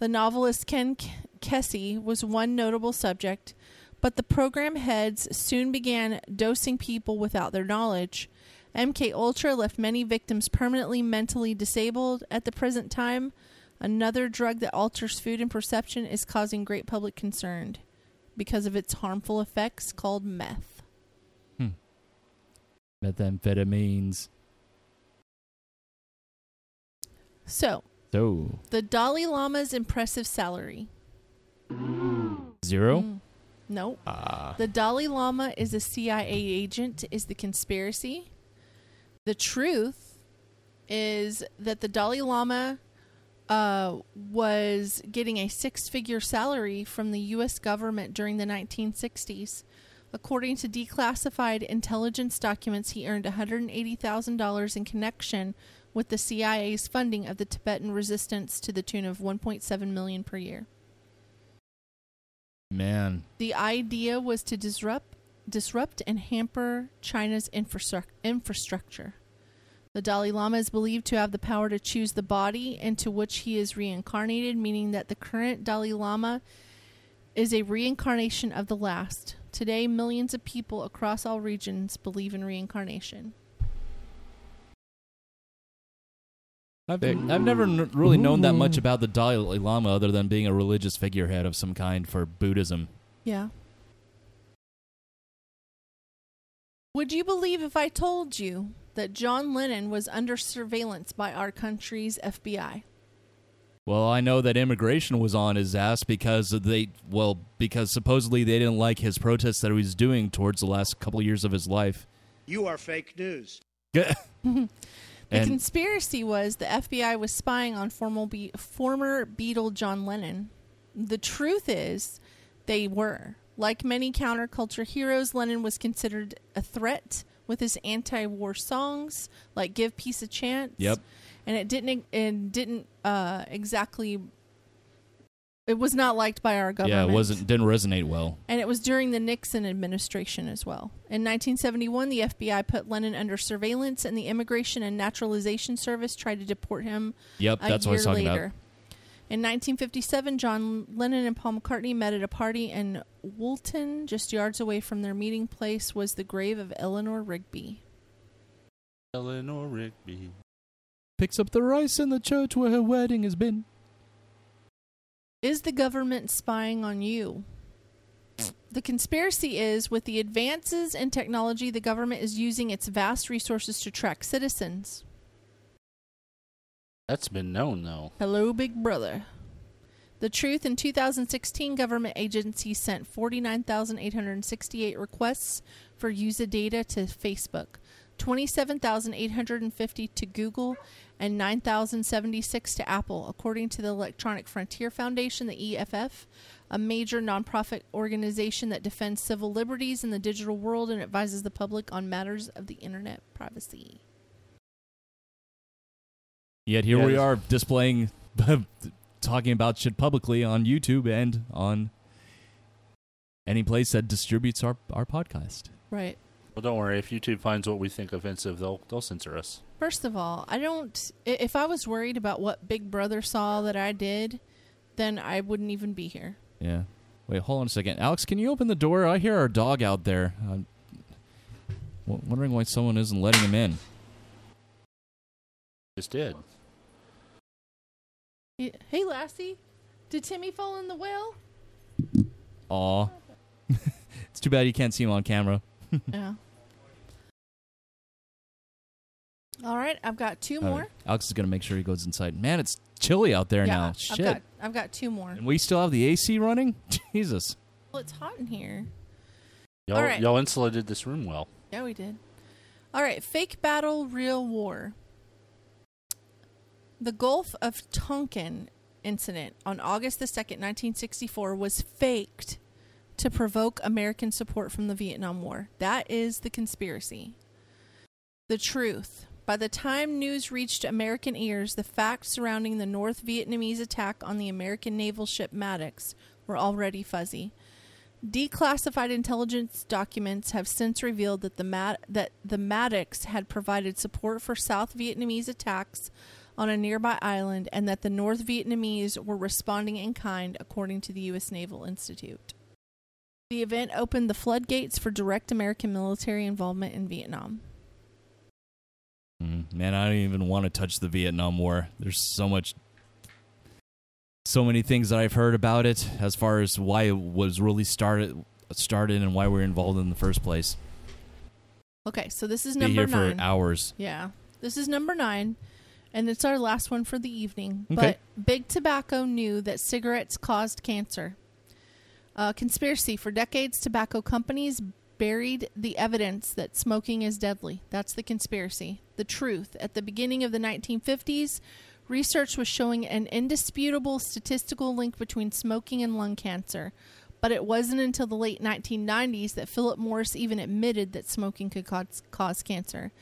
S9: The novelist Ken K- Kesey was one notable subject, but the program heads soon began dosing people without their knowledge. MK Ultra left many victims permanently mentally disabled at the present time. Another drug that alters food and perception is causing great public concern because of its harmful effects called meth.
S3: Methamphetamines.
S9: So,
S3: So,
S9: the Dalai Lama's impressive salary.
S3: zero?
S9: Mm. Nope.
S3: Ah.
S9: The Dalai Lama is a CIA agent, is the conspiracy. The truth is that the Dalai Lama uh, was getting a six figure salary from the U.S. government during the 1960s. According to declassified intelligence documents, he earned $180,000 in connection with the CIA's funding of the Tibetan resistance to the tune of 1.7 million per year.
S3: Man.
S9: The idea was to disrupt, disrupt and hamper China's infrastruc- infrastructure. The Dalai Lama is believed to have the power to choose the body into which he is reincarnated, meaning that the current Dalai Lama is a reincarnation of the last. Today, millions of people across all regions believe in reincarnation.
S3: I've, I've never n- really known that much about the Dalai Lama other than being a religious figurehead of some kind for Buddhism.
S9: Yeah. Would you believe if I told you that John Lennon was under surveillance by our country's FBI?
S3: Well, I know that immigration was on his ass because of they well because supposedly they didn't like his protests that he was doing towards the last couple years of his life. [LAUGHS]
S2: You are fake news.
S9: the
S3: And-
S9: conspiracy was the FBI was spying on former, Be- former Beatle John Lennon. The truth is, they were. Like many counterculture heroes, Lennon was considered a threat with his anti-war songs, like "Give Peace a Chance."
S3: Yep.
S9: and it didn't. It didn't uh, exactly. It was not liked by our government.
S3: Yeah, it wasn't didn't resonate well.
S9: And it was during the Nixon administration as well. In 1971, the FBI put Lennon under surveillance, and the Immigration and Naturalization Service tried to deport him.
S3: Yep,
S9: a
S3: that's what I was
S9: year
S3: talking about.
S9: later. In 1957, John Lennon and Paul McCartney met at a party in Woolton, just yards away from their meeting place, was the grave of Eleanor Rigby.
S11: Eleanor Rigby.
S3: Picks up the rice in the church where her wedding has been.
S9: Is the government spying on you? The conspiracy is with the advances in technology, the government is using its vast resources to track citizens.
S11: That's been known though.
S9: Hello, Big Brother. The truth in 2016, government agencies sent 49,868 requests for user data to Facebook, 27,850 to Google, and 9,076 to Apple, according to the Electronic Frontier Foundation, the EFF, a major nonprofit organization that defends civil liberties in the digital world and advises the public on matters of the internet privacy.
S3: Yet here we
S11: Yeah.
S3: are displaying [LAUGHS] talking about shit publicly on YouTube and on any place that distributes our, our podcast.
S9: Right.
S11: Well, don't worry. If YouTube finds what we think offensive, they'll they'll censor us.
S9: First of all, I don't. i- If I was worried about what Big Brother saw that I did, then I wouldn't even be here.
S3: Yeah. Wait, hold on a second. Alex, can you open the door? I hear our dog out there. I'm w- wondering why someone isn't letting him in.
S11: Just did.
S9: Y- Hey, Lassie, did Timmy fall in the well?
S3: Aw. [LAUGHS] it's too bad you can't see him on camera.
S9: yeah. All right, I've got two
S3: All
S9: more.
S3: right. Alex is going to make sure he goes inside. Man, it's chilly out there
S9: yeah,
S3: now.
S9: I've
S3: Shit.
S9: got I've got two more.
S3: and we still have the AC running? [LAUGHS] Jesus.
S9: Well, it's hot in here.
S11: Y'all,
S9: All right.
S11: y'all insulated this room well.
S9: Yeah, we did. All right, fake battle, real war. The Gulf of Tonkin incident on August the 2nd, 1964, was faked to provoke American support from the Vietnam War. That is the conspiracy. The truth. By the time news reached American ears, the facts surrounding the North Vietnamese attack on the American naval ship Maddox were already fuzzy. Declassified intelligence documents have since revealed that the Mad- that the Maddox had provided support for South Vietnamese attacks on a nearby island, and that the North Vietnamese were responding in kind, according to the U.S. Naval Institute. The event opened the floodgates for direct American military involvement in Vietnam.
S3: Mm, Man, I don't even want to touch the Vietnam War. There's so much, so many things that I've heard about it as far as why it was really started, started, and why we are involved in the first place.
S9: Okay, so this is
S3: Be
S9: number
S3: here for
S9: nine.
S3: hours.
S9: Yeah. This is number nine, and it's our last one for the evening.
S3: Okay.
S9: But Big Tobacco knew that cigarettes caused cancer. Uh, conspiracy for decades, tobacco companies buried the evidence that smoking is deadly. That's the conspiracy. The truth. At the beginning of the 1950s, research was showing an indisputable statistical link between smoking and lung cancer. But it wasn't until the late 1990s that Philip Morris even admitted that smoking could cause, cause cancer.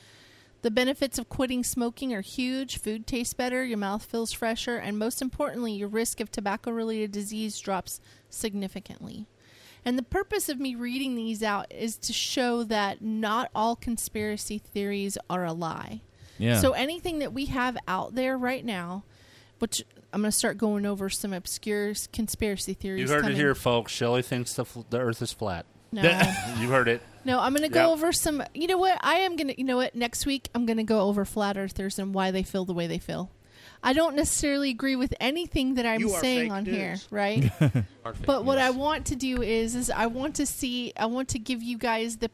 S9: The benefits of quitting smoking are huge. Food tastes better, your mouth feels fresher, and most importantly, your risk of tobacco related disease drops significantly. And the purpose of me reading these out is to show that not all conspiracy theories are a lie.
S3: Yeah.
S9: So anything that we have out there right now, which I'm going to start going over some obscure s- conspiracy theories.
S11: You heard
S9: coming.
S11: it here, folks. Shelley thinks the, fl- the Earth is flat.
S9: No.
S11: [LAUGHS] you heard it.
S9: No, I'm going to go
S11: Yeah.
S9: over some. You know what? I am going to. You know what? Next week, I'm going to go over flat earthers and why they feel the way they feel. I don't necessarily agree with anything that I'm
S2: You are
S9: saying
S2: fake
S9: on here,
S2: news.
S9: right? but what I want to do is, is I want to see, I want to give you guys the,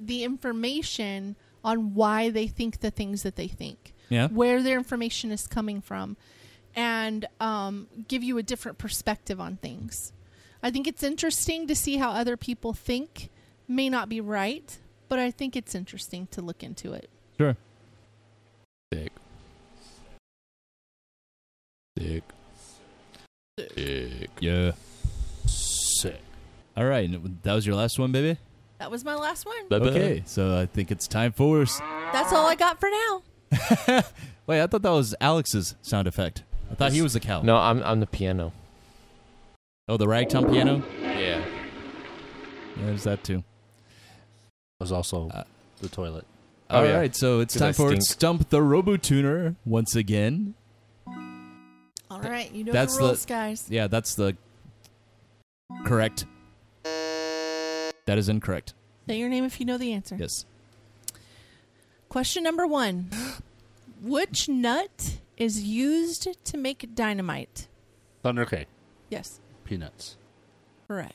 S9: the information on why they think the things that they think.
S3: Yeah.
S9: Where their information is coming from, and um, give you a different perspective on things. I think it's interesting to see how other people think. May not be right, but I think it's interesting to look into it.
S3: Sure.
S10: Dick. Dick. Dick.
S3: Yeah.
S11: Sick.
S3: All right, that was your last one, baby.
S9: That was my last one.
S3: Okay, so I think it's time for. s- [LAUGHS]
S9: That's all I got for now.
S3: Wait, I thought that was Alex's sound effect. I thought he was the cow.
S10: No, I'm I'm the piano.
S3: Oh, the ragtime piano.
S10: Yeah.
S3: Yeah, there's that too.
S11: was also the toilet.
S3: All
S10: Oh,
S3: right,
S10: yeah.
S3: so it's
S10: 'Cause
S3: time
S10: I
S3: for
S10: stink.
S3: Stump the Robotuner once again.
S9: All right, you know
S3: That's
S9: the
S3: the-
S9: rules, guys.
S3: Yeah, that's the correct. That is incorrect.
S9: Say your name if you know the answer.
S3: Yes.
S9: Question number
S10: [GASPS]
S9: one Which nut is used to make dynamite?
S11: Thunder cake.
S9: Yes,
S11: Peanuts.
S9: correct.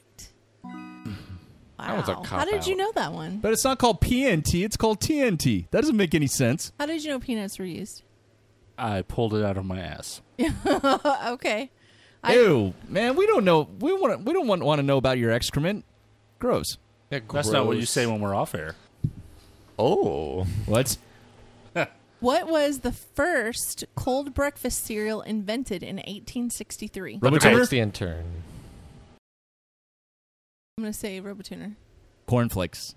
S10: That was a
S9: Wow. How did you
S10: cop-out.
S9: know that one?
S3: But it's not called PNT, it's called TNT. That doesn't make any sense.
S9: How did you know peanuts were used?
S11: I pulled it out of my ass.
S9: [LAUGHS] okay. I-
S3: Ew, man, we don't know. We want we don't want, want to know about your excrement. Gross.
S11: That's not what you say when we're off air.
S10: Oh.
S3: What?
S9: What was the first cold breakfast cereal invented in 1863?
S3: Rubber
S10: Okay,
S3: tuner?
S10: it's the intern.
S9: I'm going to say Robotuner.
S3: Cornflakes.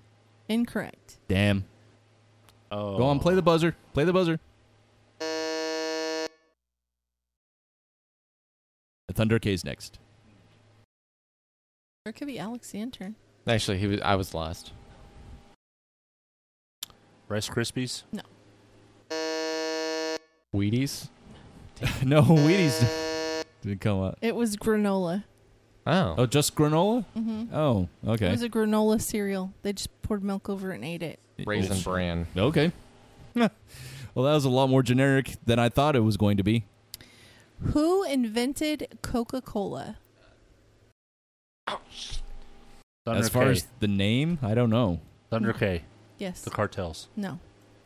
S9: Incorrect.
S3: Damn.
S11: Oh.
S3: Go on, play the buzzer. Play the buzzer. The Thunder K's next.
S9: Or it could be Alex the intern.
S10: Actually, he was. I was lost.
S11: Oh. Rice Krispies.
S10: Wheaties.
S3: [LAUGHS] no, Wheaties
S11: Uh,
S3: didn't come up.
S9: It was granola.
S10: Oh.
S3: Oh, just granola?
S9: hmm
S3: Oh,
S9: It
S3: okay.
S9: was a granola cereal. They just poured milk over it and ate it.
S10: Raisin bran.
S3: Okay. [LAUGHS] well, that was a lot more generic than I thought it was going to be.
S9: Who invented Coca Cola?
S11: Thunder
S3: as far
S11: K.
S3: as the name, I don't know.
S11: Thunder K.
S9: Yes.
S11: The cartels.
S9: No.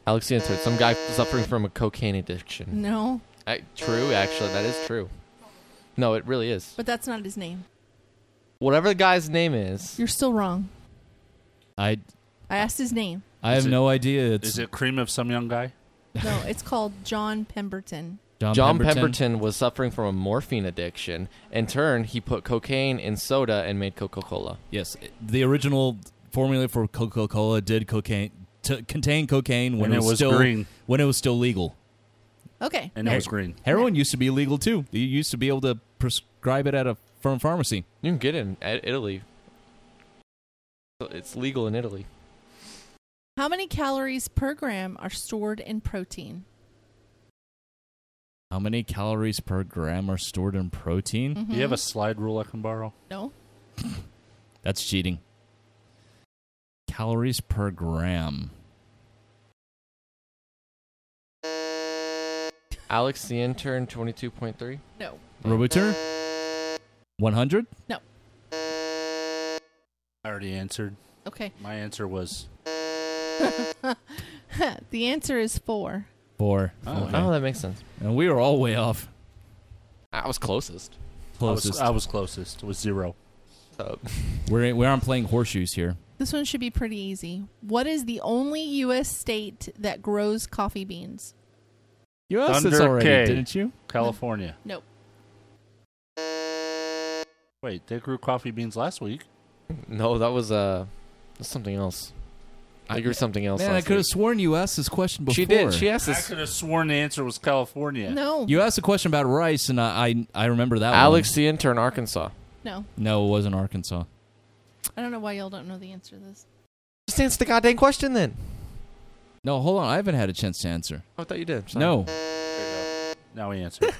S10: Alex the intern. Some guy suffering from a cocaine
S3: Mm.
S10: addiction.
S9: No.
S10: I, true. Actually, that is true. No, it really is.
S9: But that's not his name.
S10: Whatever the guy's name is.
S9: You're still wrong.
S3: I
S9: I asked his name.
S3: I
S11: Is
S3: have
S11: it-
S3: no idea. It's
S11: Is it cream of some young guy?
S3: [LAUGHS]
S9: No, it's called John Pemberton.
S3: John,
S10: John
S3: Pemberton.
S10: Pemberton. was suffering from a morphine addiction. In turn, he put cocaine in soda and made Coca Cola.
S3: Yes, the original formula for Coca-Cola did cocaine t- contain cocaine when
S11: And
S3: it
S11: it
S3: was,
S11: was
S3: still
S11: green.
S3: when it was still legal.
S9: Okay.
S11: And it was green.
S9: Mm-hmm.
S3: Heroin used to be illegal too. You used to be able to prescribe it at a firm pharmacy.
S10: You can get it in I- Italy. So It's legal in Italy.
S9: How many calories per gram are stored in protein?
S3: How many calories
S9: Mm-hmm.
S3: per gram are stored in protein?
S11: Do you have a slide rule I can borrow?
S9: No.
S3: That's cheating. Calories per gram.
S10: Alex the intern, twenty two point three.
S9: No.
S3: Roboter? 100?
S9: No.
S11: I already answered.
S9: Okay. [LAUGHS]
S11: My answer was
S9: the answer is four.
S3: Four.
S11: Oh,
S3: Okay.
S10: Oh, that makes sense.
S3: And we were all way off.
S10: I was closest.
S11: I was,
S3: Closest.
S11: I was closest. Was zero.
S10: So, [LAUGHS]
S3: We're, we aren't playing horseshoes here.
S9: This one should be pretty easy. What is the only U.S. state that grows coffee beans?
S3: You asked this
S11: Thunder
S3: already,
S11: K.
S3: didn't you?
S11: California.
S9: Nope.
S11: Wait, they grew coffee beans last week.
S10: no, that was uh, that's something else. I grew something else.
S3: Man, I
S10: last
S3: could have
S10: week.
S3: sworn you asked this question before.
S10: She did. She asked
S11: I
S10: us.
S11: could have sworn the answer was California.
S9: No.
S3: You asked a question about rice, and I I, I remember that.
S10: Alex the intern, Arkansas.
S9: No.
S3: one. No, it wasn't Arkansas.
S9: I don't know why y'all don't know the answer to this.
S10: Just answer the goddamn question then.
S3: No, hold on. I haven't had a chance to answer.
S10: Oh, I thought you did. Sorry.
S3: No.
S11: Now we
S9: [LAUGHS]
S11: answered.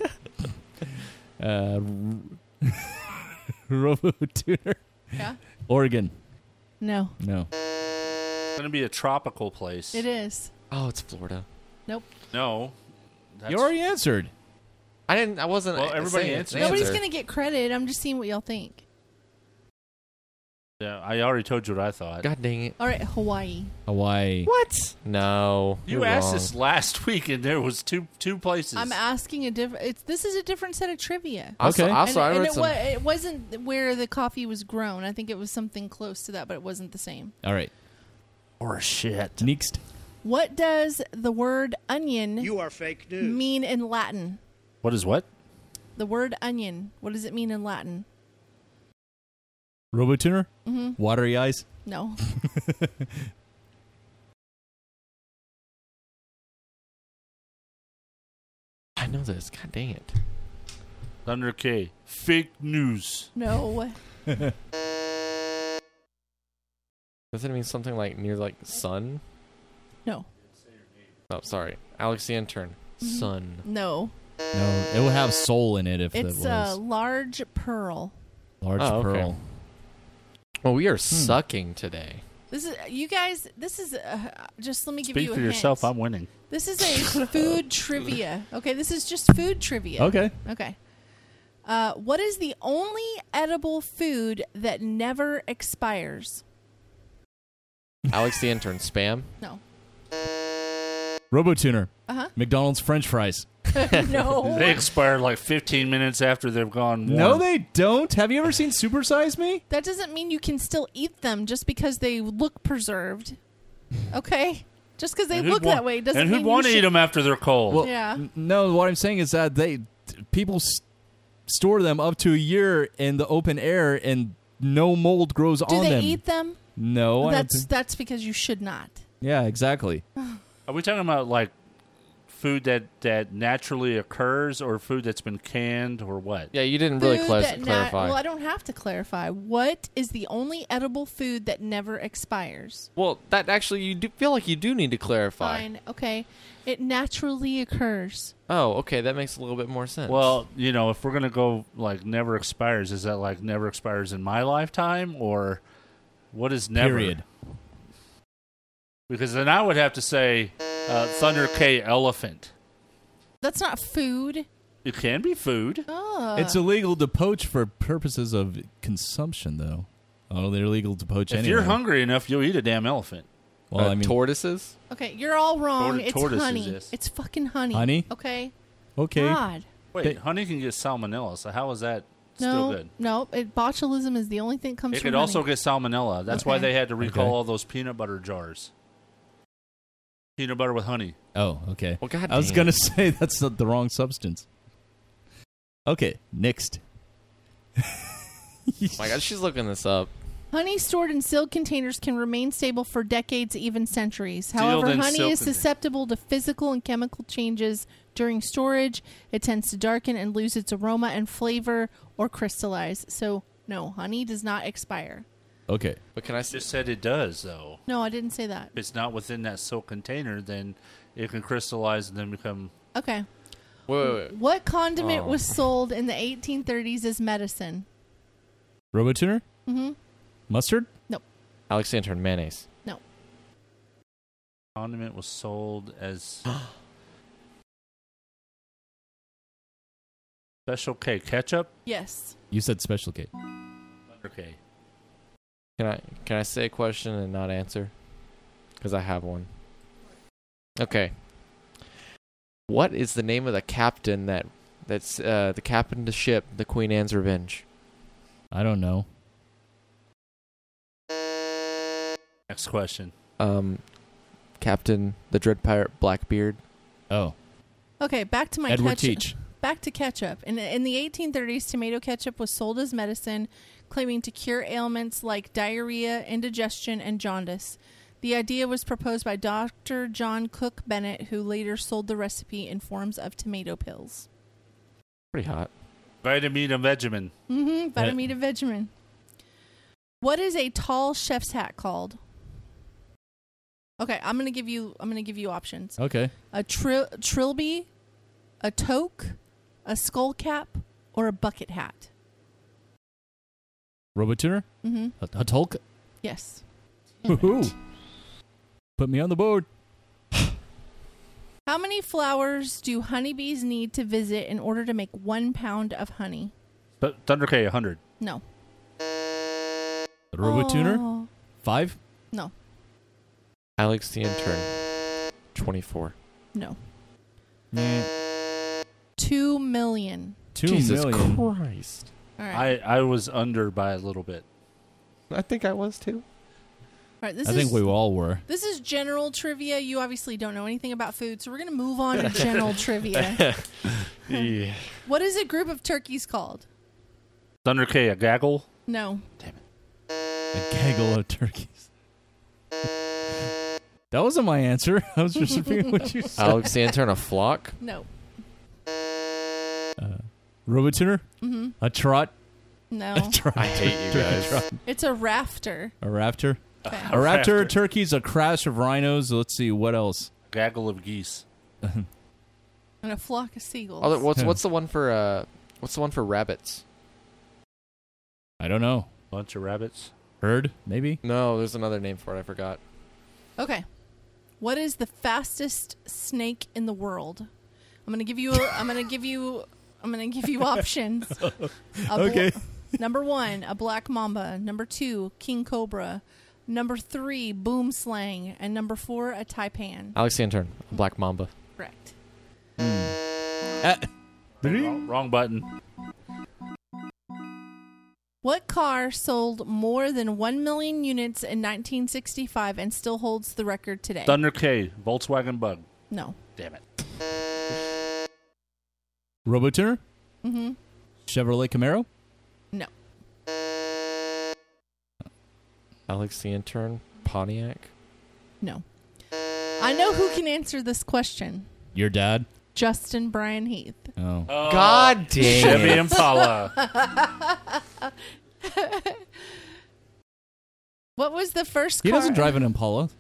S3: Uh, [LAUGHS] Robo Tuner.
S9: Yeah?
S3: Oregon.
S9: No.
S3: No.
S11: it's gonna be a tropical place.
S9: It is.
S10: Oh, it's Florida.
S11: No. That's,
S3: you already answered.
S10: I didn't. I wasn't.
S11: Well,
S10: uh,
S11: everybody
S10: saying
S11: answered.
S10: an
S9: Nobody's
S10: answer.
S9: going to get credit. I'm just seeing what y'all think.
S11: Yeah, I already told you what I thought.
S10: God dang it!
S9: All right, Hawaii.
S3: Hawaii.
S10: What? No.
S11: you
S10: you're
S11: asked
S10: wrong.
S11: this last [LAUGHS] week, and there was two two places.
S9: I'm asking a different. It's this is a different set of trivia.
S10: Also,
S3: Okay.
S10: also
S9: and,
S10: I
S9: and
S10: read
S9: it,
S10: some.
S9: wa- it wasn't where the coffee was grown. I think it was something close to that, but it wasn't the same.
S3: All right.
S11: or shit.
S3: Next.
S9: What does the word onion
S2: You are fake news.
S9: [LAUGHS] mean in Latin?
S11: What is what?
S9: The word onion. What does it mean in Latin?
S3: Robo Tuner.
S9: hmm
S3: Watery eyes.
S9: No. [LAUGHS]
S10: I know this. God dang it!
S11: Thunder K. Fake news.
S9: No.
S10: Doesn't it mean something like near like sun?
S9: No.
S10: Oh, sorry, Alex the intern.
S9: Mhm.
S10: Sun.
S9: No.
S3: No, it will have soul in it if it
S9: It's uh,
S3: was
S9: a large pearl.
S3: large
S10: Oh, okay.
S3: pearl.
S10: Well, we are sucking today.
S9: This is you guys. This is uh, just let me give
S11: Speak
S9: you a
S11: for yourself.
S9: hint.
S11: I'm winning.
S9: This is a food trivia. Okay, this is just food trivia.
S3: Okay.
S9: Okay. Uh, what is the only edible food that never expires?
S10: Alex the intern. Spam.
S9: No.
S3: [LAUGHS] Robo Tuner.
S9: Uh
S3: McDonald's French fries.
S9: huh.
S11: [LAUGHS]
S9: [LAUGHS] [LAUGHS] no.
S11: They expire like 15 minutes after they've gone. Warm.
S3: No, they don't. Have you ever seen Super Size Me?
S9: That doesn't mean you can still eat them just because they look preserved. Okay? Just because they
S11: And who'd
S9: look
S11: wa-
S9: that way doesn't
S11: And
S9: mean
S11: who'd want to
S9: you
S11: eat
S9: should-
S11: them after they're cold?
S3: Well,
S9: Yeah.
S3: n- No, what I'm saying is that they t- people s- store them up to a year in the open air, and no mold grows
S9: Do
S3: on
S9: they
S3: them.
S9: eat them?
S3: no, I don't
S9: that's
S3: think-
S9: that's because you should not.
S3: yeah, exactly.
S11: Are we talking about like food that that naturally occurs, or food that's been canned, or what?
S10: Yeah, you didn't really
S9: Food
S10: close,
S9: that not-
S10: clarify.
S9: well, I don't have to clarify. What is the only edible food that never expires?
S10: well, that actually, you do feel like you do need to clarify.
S9: Fine. Okay. It naturally occurs.
S10: Oh, okay, that makes a little bit more sense. Uh,
S11: Well, you know, if we're gonna go like never expires, is that like never expires in my lifetime, or what is never?
S3: Period.
S11: Because then I would have to say uh, Thunder K elephant.
S9: That's not food.
S11: It can be food.
S9: Oh.
S3: it's illegal to poach for purposes of consumption, though. Oh, they're illegal to poach
S11: If
S3: anyway.
S11: you're hungry enough, you'll eat a damn elephant.
S3: well,
S10: Uh,
S3: I mean,
S10: tortoises.
S9: okay, you're all wrong.
S11: Tortoise-
S9: It's
S11: tortoises
S9: honey.
S11: is.
S9: It's fucking honey.
S3: Honey?
S9: Okay.
S3: okay,
S9: God.
S11: Wait,
S3: They-
S11: honey can get salmonella. So how is that still
S9: No.
S11: good?
S9: No. It, botulism is the only thing that comes
S11: It
S9: from
S11: could also
S9: honey.
S11: get salmonella. That's why
S9: Okay.
S11: they had to recall
S3: Okay.
S11: all those peanut butter jars. Peanut butter with honey.
S3: oh, okay.
S10: Well, God
S3: I was
S10: damn.
S3: gonna [LAUGHS] say that's not the wrong substance. Okay, next.
S10: Oh My God, she's looking this up.
S9: Honey stored in sealed containers can remain stable for decades, even centuries.
S11: Sealed
S9: However,
S11: and
S9: honey
S11: sealed
S9: is
S11: contain-
S9: susceptible to physical and chemical changes during storage. It tends to darken and lose its aroma and flavor or crystallize. So, no, honey does not expire.
S3: Okay,
S10: But can I s-
S11: Just said it does though.
S9: No, I didn't say that.
S11: If it's not within that silk container, then it can crystallize and then become.
S9: Okay.
S10: wait, wait, wait.
S9: What condiment
S10: Oh.
S9: was sold in the 1830s as medicine?
S3: Robotuner.
S9: Mhm.
S3: Mustard?
S9: Nope.
S10: Alex Intern mayonnaise.
S11: Condiment was sold as special K ketchup.
S9: Yes.
S3: You said special K.
S11: Okay.
S10: Can I can I say a question and not answer? Because I have one. Okay. What is the name of the captain that that's uh, the captain of the ship, the Queen Anne's Revenge?
S3: I don't know.
S11: Next question.
S10: Um, Captain the Dread Pirate Blackbeard.
S3: Oh,
S9: Okay, back to my
S3: Edward
S9: ketchup.
S3: Teach.
S9: Back to ketchup. In, in the 1830s, tomato ketchup was sold as medicine, claiming to cure ailments like diarrhea, indigestion, and jaundice. The idea was proposed by Dr. John Cook Bennett, who later sold the recipe in forms of tomato pills.
S10: Pretty hot.
S11: Vitamin and Vegemin.
S9: Mm-hmm. Vitamita Vegemin. What is a tall chef's hat called? Okay, I'm gonna give you. I'm gonna give you options.
S3: Okay.
S9: a tri- trilby, a toque, a skull cap, or a bucket hat.
S3: Robotuner?
S9: Mm-hmm.
S3: A, a Tulk?
S9: Yes.
S3: Woohoo. Put me on the board.
S9: How many flowers do honeybees need to visit in order to make one pound of honey?
S11: Th- Thunder K 100.
S9: No.
S3: Robotuner?
S9: Oh,
S3: Five?
S9: no.
S10: Alex the Intern. Twenty-four.
S9: No.
S3: Nah.
S9: Two million.
S3: Two
S10: Jesus
S3: million.
S10: Christ.
S9: All right.
S11: I, I was under by a little bit.
S10: I think I
S3: [LAUGHS]
S10: was too.
S9: All right. This
S3: I
S9: is
S3: think we all were.
S9: this is general trivia. You obviously don't know anything about food, so we're gonna move on to
S11: [LAUGHS]
S9: general trivia.
S10: Yeah.
S9: What is a group of turkeys called?
S11: Thunder K, a gaggle.
S9: No.
S3: A gaggle of
S10: [LAUGHS]
S3: turkeys. That wasn't my answer. [LAUGHS] I was just repeating what you said.
S10: Alex the Intern
S3: [LAUGHS]
S10: a flock.
S9: No.
S3: Robotuner?
S9: Mm-hmm.
S3: A trot?
S9: No.
S3: [LAUGHS] A trot.
S10: I hate you
S3: Turkey
S10: guys.
S3: trot.
S9: It's a rafter.
S3: A raptor?
S9: Okay.
S3: A raptor, turkeys, a crash of rhinos. Let's see, what else? [LAUGHS]
S11: Gaggle of geese.
S9: And a flock of seagulls.
S10: Oh, what's what's the one for uh? What's the one for rabbits?
S3: I don't know.
S11: Bunch of rabbits.
S3: Herd, maybe?
S10: No, there's another name for it. I forgot.
S9: Okay. What is the fastest snake in the world? I'm gonna give you. A, I'm gonna give you. I'm gonna give you options. A bl-
S3: Okay.
S9: number one, a black mamba. Number two, king cobra. Number three, boom slang, and number four, a taipan.
S10: Alex the Intern, a black mamba.
S9: Correct.
S3: Eh.
S11: Wrong, wrong button.
S9: What car sold more than one million units in 1965 and still holds the record today?
S11: Thunder K, Volkswagen Bug.
S9: No.
S11: Damn it.
S3: Robotuner?
S9: Mm-hmm.
S3: Chevrolet Camaro?
S10: Alex the Intern, Pontiac.
S9: No. I know who can answer this question.
S3: Your dad?
S9: Justin Brian Heath.
S3: Oh.
S10: God damn
S11: Chevy Impala.
S9: What was the first
S3: He
S9: car?
S3: doesn't drive an Impala.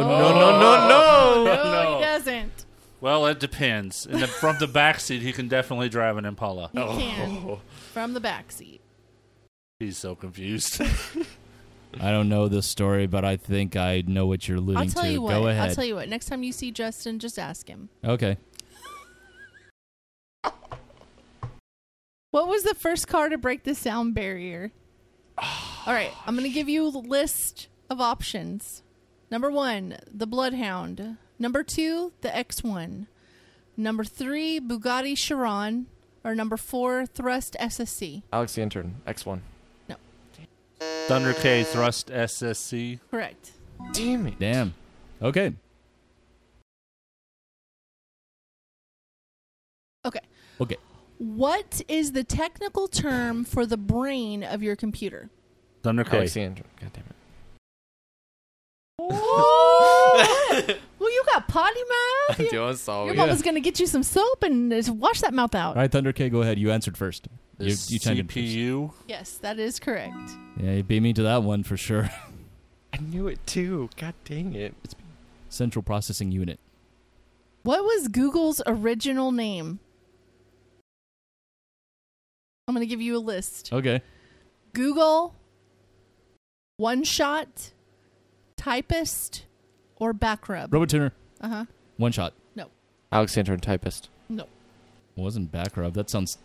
S11: no,
S10: no,
S11: no, no.
S9: No,
S11: No.
S9: he doesn't.
S11: Well, it depends. In the, from the back seat, he can definitely drive an Impala. Oh,
S9: He can. From the back seat.
S11: [LAUGHS] He's so confused. [LAUGHS]
S3: I don't know this story, but I think I know what you're alluding
S9: I'll tell
S3: to.
S9: you what.
S3: Go ahead.
S9: I'll tell you what. Next time you see Justin, just ask him.
S3: okay.
S9: What was the first car to break the sound barrier? All right, I'm going to give you a list of options. Number one, the Bloodhound. Number two, the X1. Number three, Bugatti Chiron. Or number four, Thrust SSC.
S10: Alex the Intern, X1.
S11: Thunder K, Thrust SSC.
S9: Correct.
S10: Damn it.
S3: Damn. Okay.
S9: Okay.
S3: Okay.
S9: What is the technical term for the brain of your computer?
S11: Thunder K.
S10: Alex the Intern. God damn it.
S9: [LAUGHS]
S11: [LAUGHS]
S9: Well, you got potty mouth.
S10: [LAUGHS]
S9: Your,
S10: doing so.
S9: your mama's gonna get you some soap and just wash that mouth out.
S3: All right, Thunder K, go ahead. You answered first. You,
S11: Is
S3: you chimed in first.
S11: CPU.
S9: Yes, that is correct.
S3: Yeah, you beat me to that one for sure. [LAUGHS]
S10: I knew it too. God dang it.
S3: Central processing unit.
S9: What was Google's original name?
S3: Oh.
S9: I'm gonna give you a list.
S3: Okay.
S9: Google, One shot, typist, or back rub.
S3: Robotuner.
S9: Uh huh.
S3: One shot.
S9: No.
S10: Alexander and Typist.
S9: No.
S3: Wasn't back rub. That sounds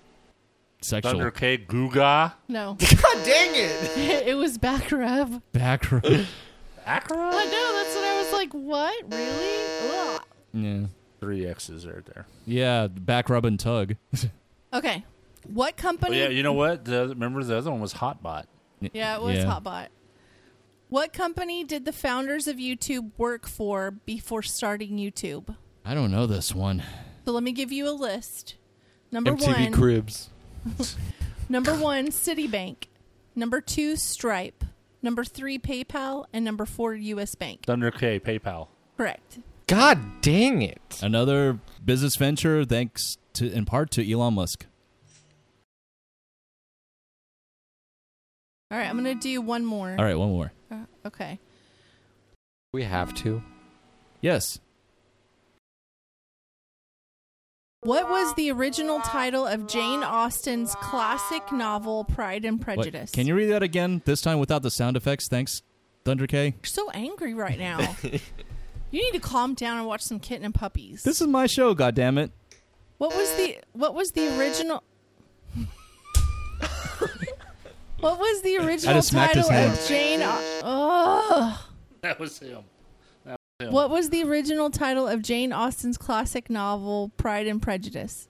S3: sexual.
S11: Thunder K Guga.
S9: No.
S16: God dang it!
S9: [LAUGHS] it was back rub.
S3: [LAUGHS] Back rub.
S11: Back
S9: I know. That's what I was like. What? Really? Ugh.
S3: yeah.
S11: Three X's right there.
S3: Yeah. Back rub and tug. [LAUGHS]
S9: Okay. What
S11: Oh,
S9: company?
S11: yeah, you know what? The, remember the other one was Hotbot.
S9: Yeah, it was
S3: Yeah.
S9: Hotbot. What company did the founders of YouTube work for before starting YouTube?
S3: I don't know this one.
S9: So let me give you a list. Number one,
S10: Cribs.
S9: number one, Citibank. Number two, Stripe. Number three, PayPal, and number four, U.S. Bank.
S11: Thunder K PayPal.
S9: [LAUGHS] Correct.
S10: God dang it.
S3: Another business venture, thanks to in part to Elon Musk.
S9: All right, I'm gonna do one more.
S3: All right, one more.
S9: Uh, okay.
S10: We have [LAUGHS] to.
S3: Yes.
S9: What was the original title of Jane Austen's classic novel *Pride and
S3: What-
S9: Prejudice*?
S3: Can you read that again? This time without the sound effects. Thanks, Thunder K.
S9: You're so angry
S3: [LAUGHS]
S9: right now. you need to calm down and watch some kitten and puppies.
S3: This is my show. God damn it.
S9: What was the what was the original What was the original
S3: just smacked his
S9: title
S3: hand.
S9: of Jane Au- Ugh.
S11: That was him. Yeah.
S9: What was the original title of Jane Austen's classic novel Pride and Prejudice?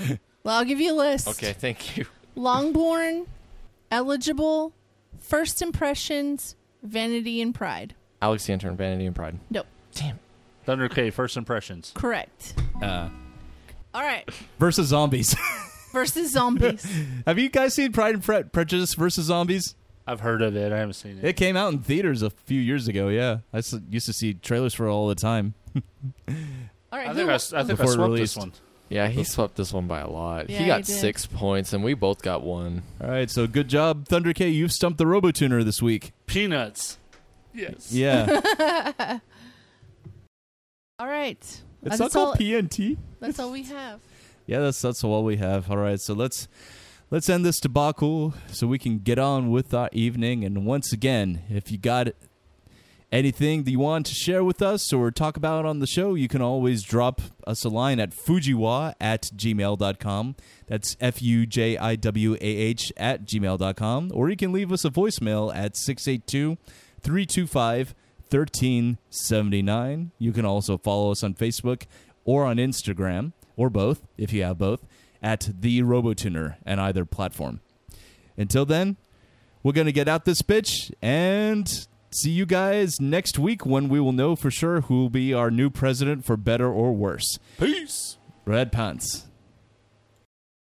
S9: well, I'll give you a list.
S10: Okay, thank you.
S9: Longborn, Eligible, First Impressions, Vanity and Pride.
S10: Alexander and Vanity and Pride.
S11: Thunder K First Impressions.
S9: Correct.
S3: Uh,
S9: All right.
S3: versus zombies. [LAUGHS]
S9: Versus zombies.
S3: Have you guys seen Pride and Pre- Prejudice versus zombies?
S11: I've heard of it. I haven't seen it.
S3: It came out in theaters a few years ago. Yeah, I s- used to see trailers for it all the time.
S9: All right.
S11: I
S9: who
S11: think I,
S9: wa-
S11: s- I think I
S3: Before it
S11: swept
S3: released.
S11: this one.
S10: Yeah, he swept this one by a lot.
S9: Yeah,
S10: he
S9: he
S10: got
S9: did.
S10: six points, and we both got one.
S3: All right, so good job, Thunder K. You've stumped the RoboTuner this week.
S11: Peanuts. Yes.
S3: [LAUGHS] Yeah,
S9: [LAUGHS] All right. Uh,
S3: it's not
S9: that's,
S3: called
S9: all,
S3: PNT.
S9: that's all we have.
S3: Yeah, that's that's all we have. All right, so let's let's end this debacle so we can get on with our evening. And once again, if you got anything that you want to share with us or talk about on the show, you can always drop us a line at fujiwa at gmail.com. That's F U J I W A H at gmail.com. Or you can leave us a voicemail at 682 325 1379. You can also follow us on Facebook or on Instagram, or both, if you have both, at the Robotuner and either platform. Until then, we're going to get out this bitch and see you guys next week when we will know for sure who will be our new president for better or worse.
S11: Peace.
S3: Red Pants.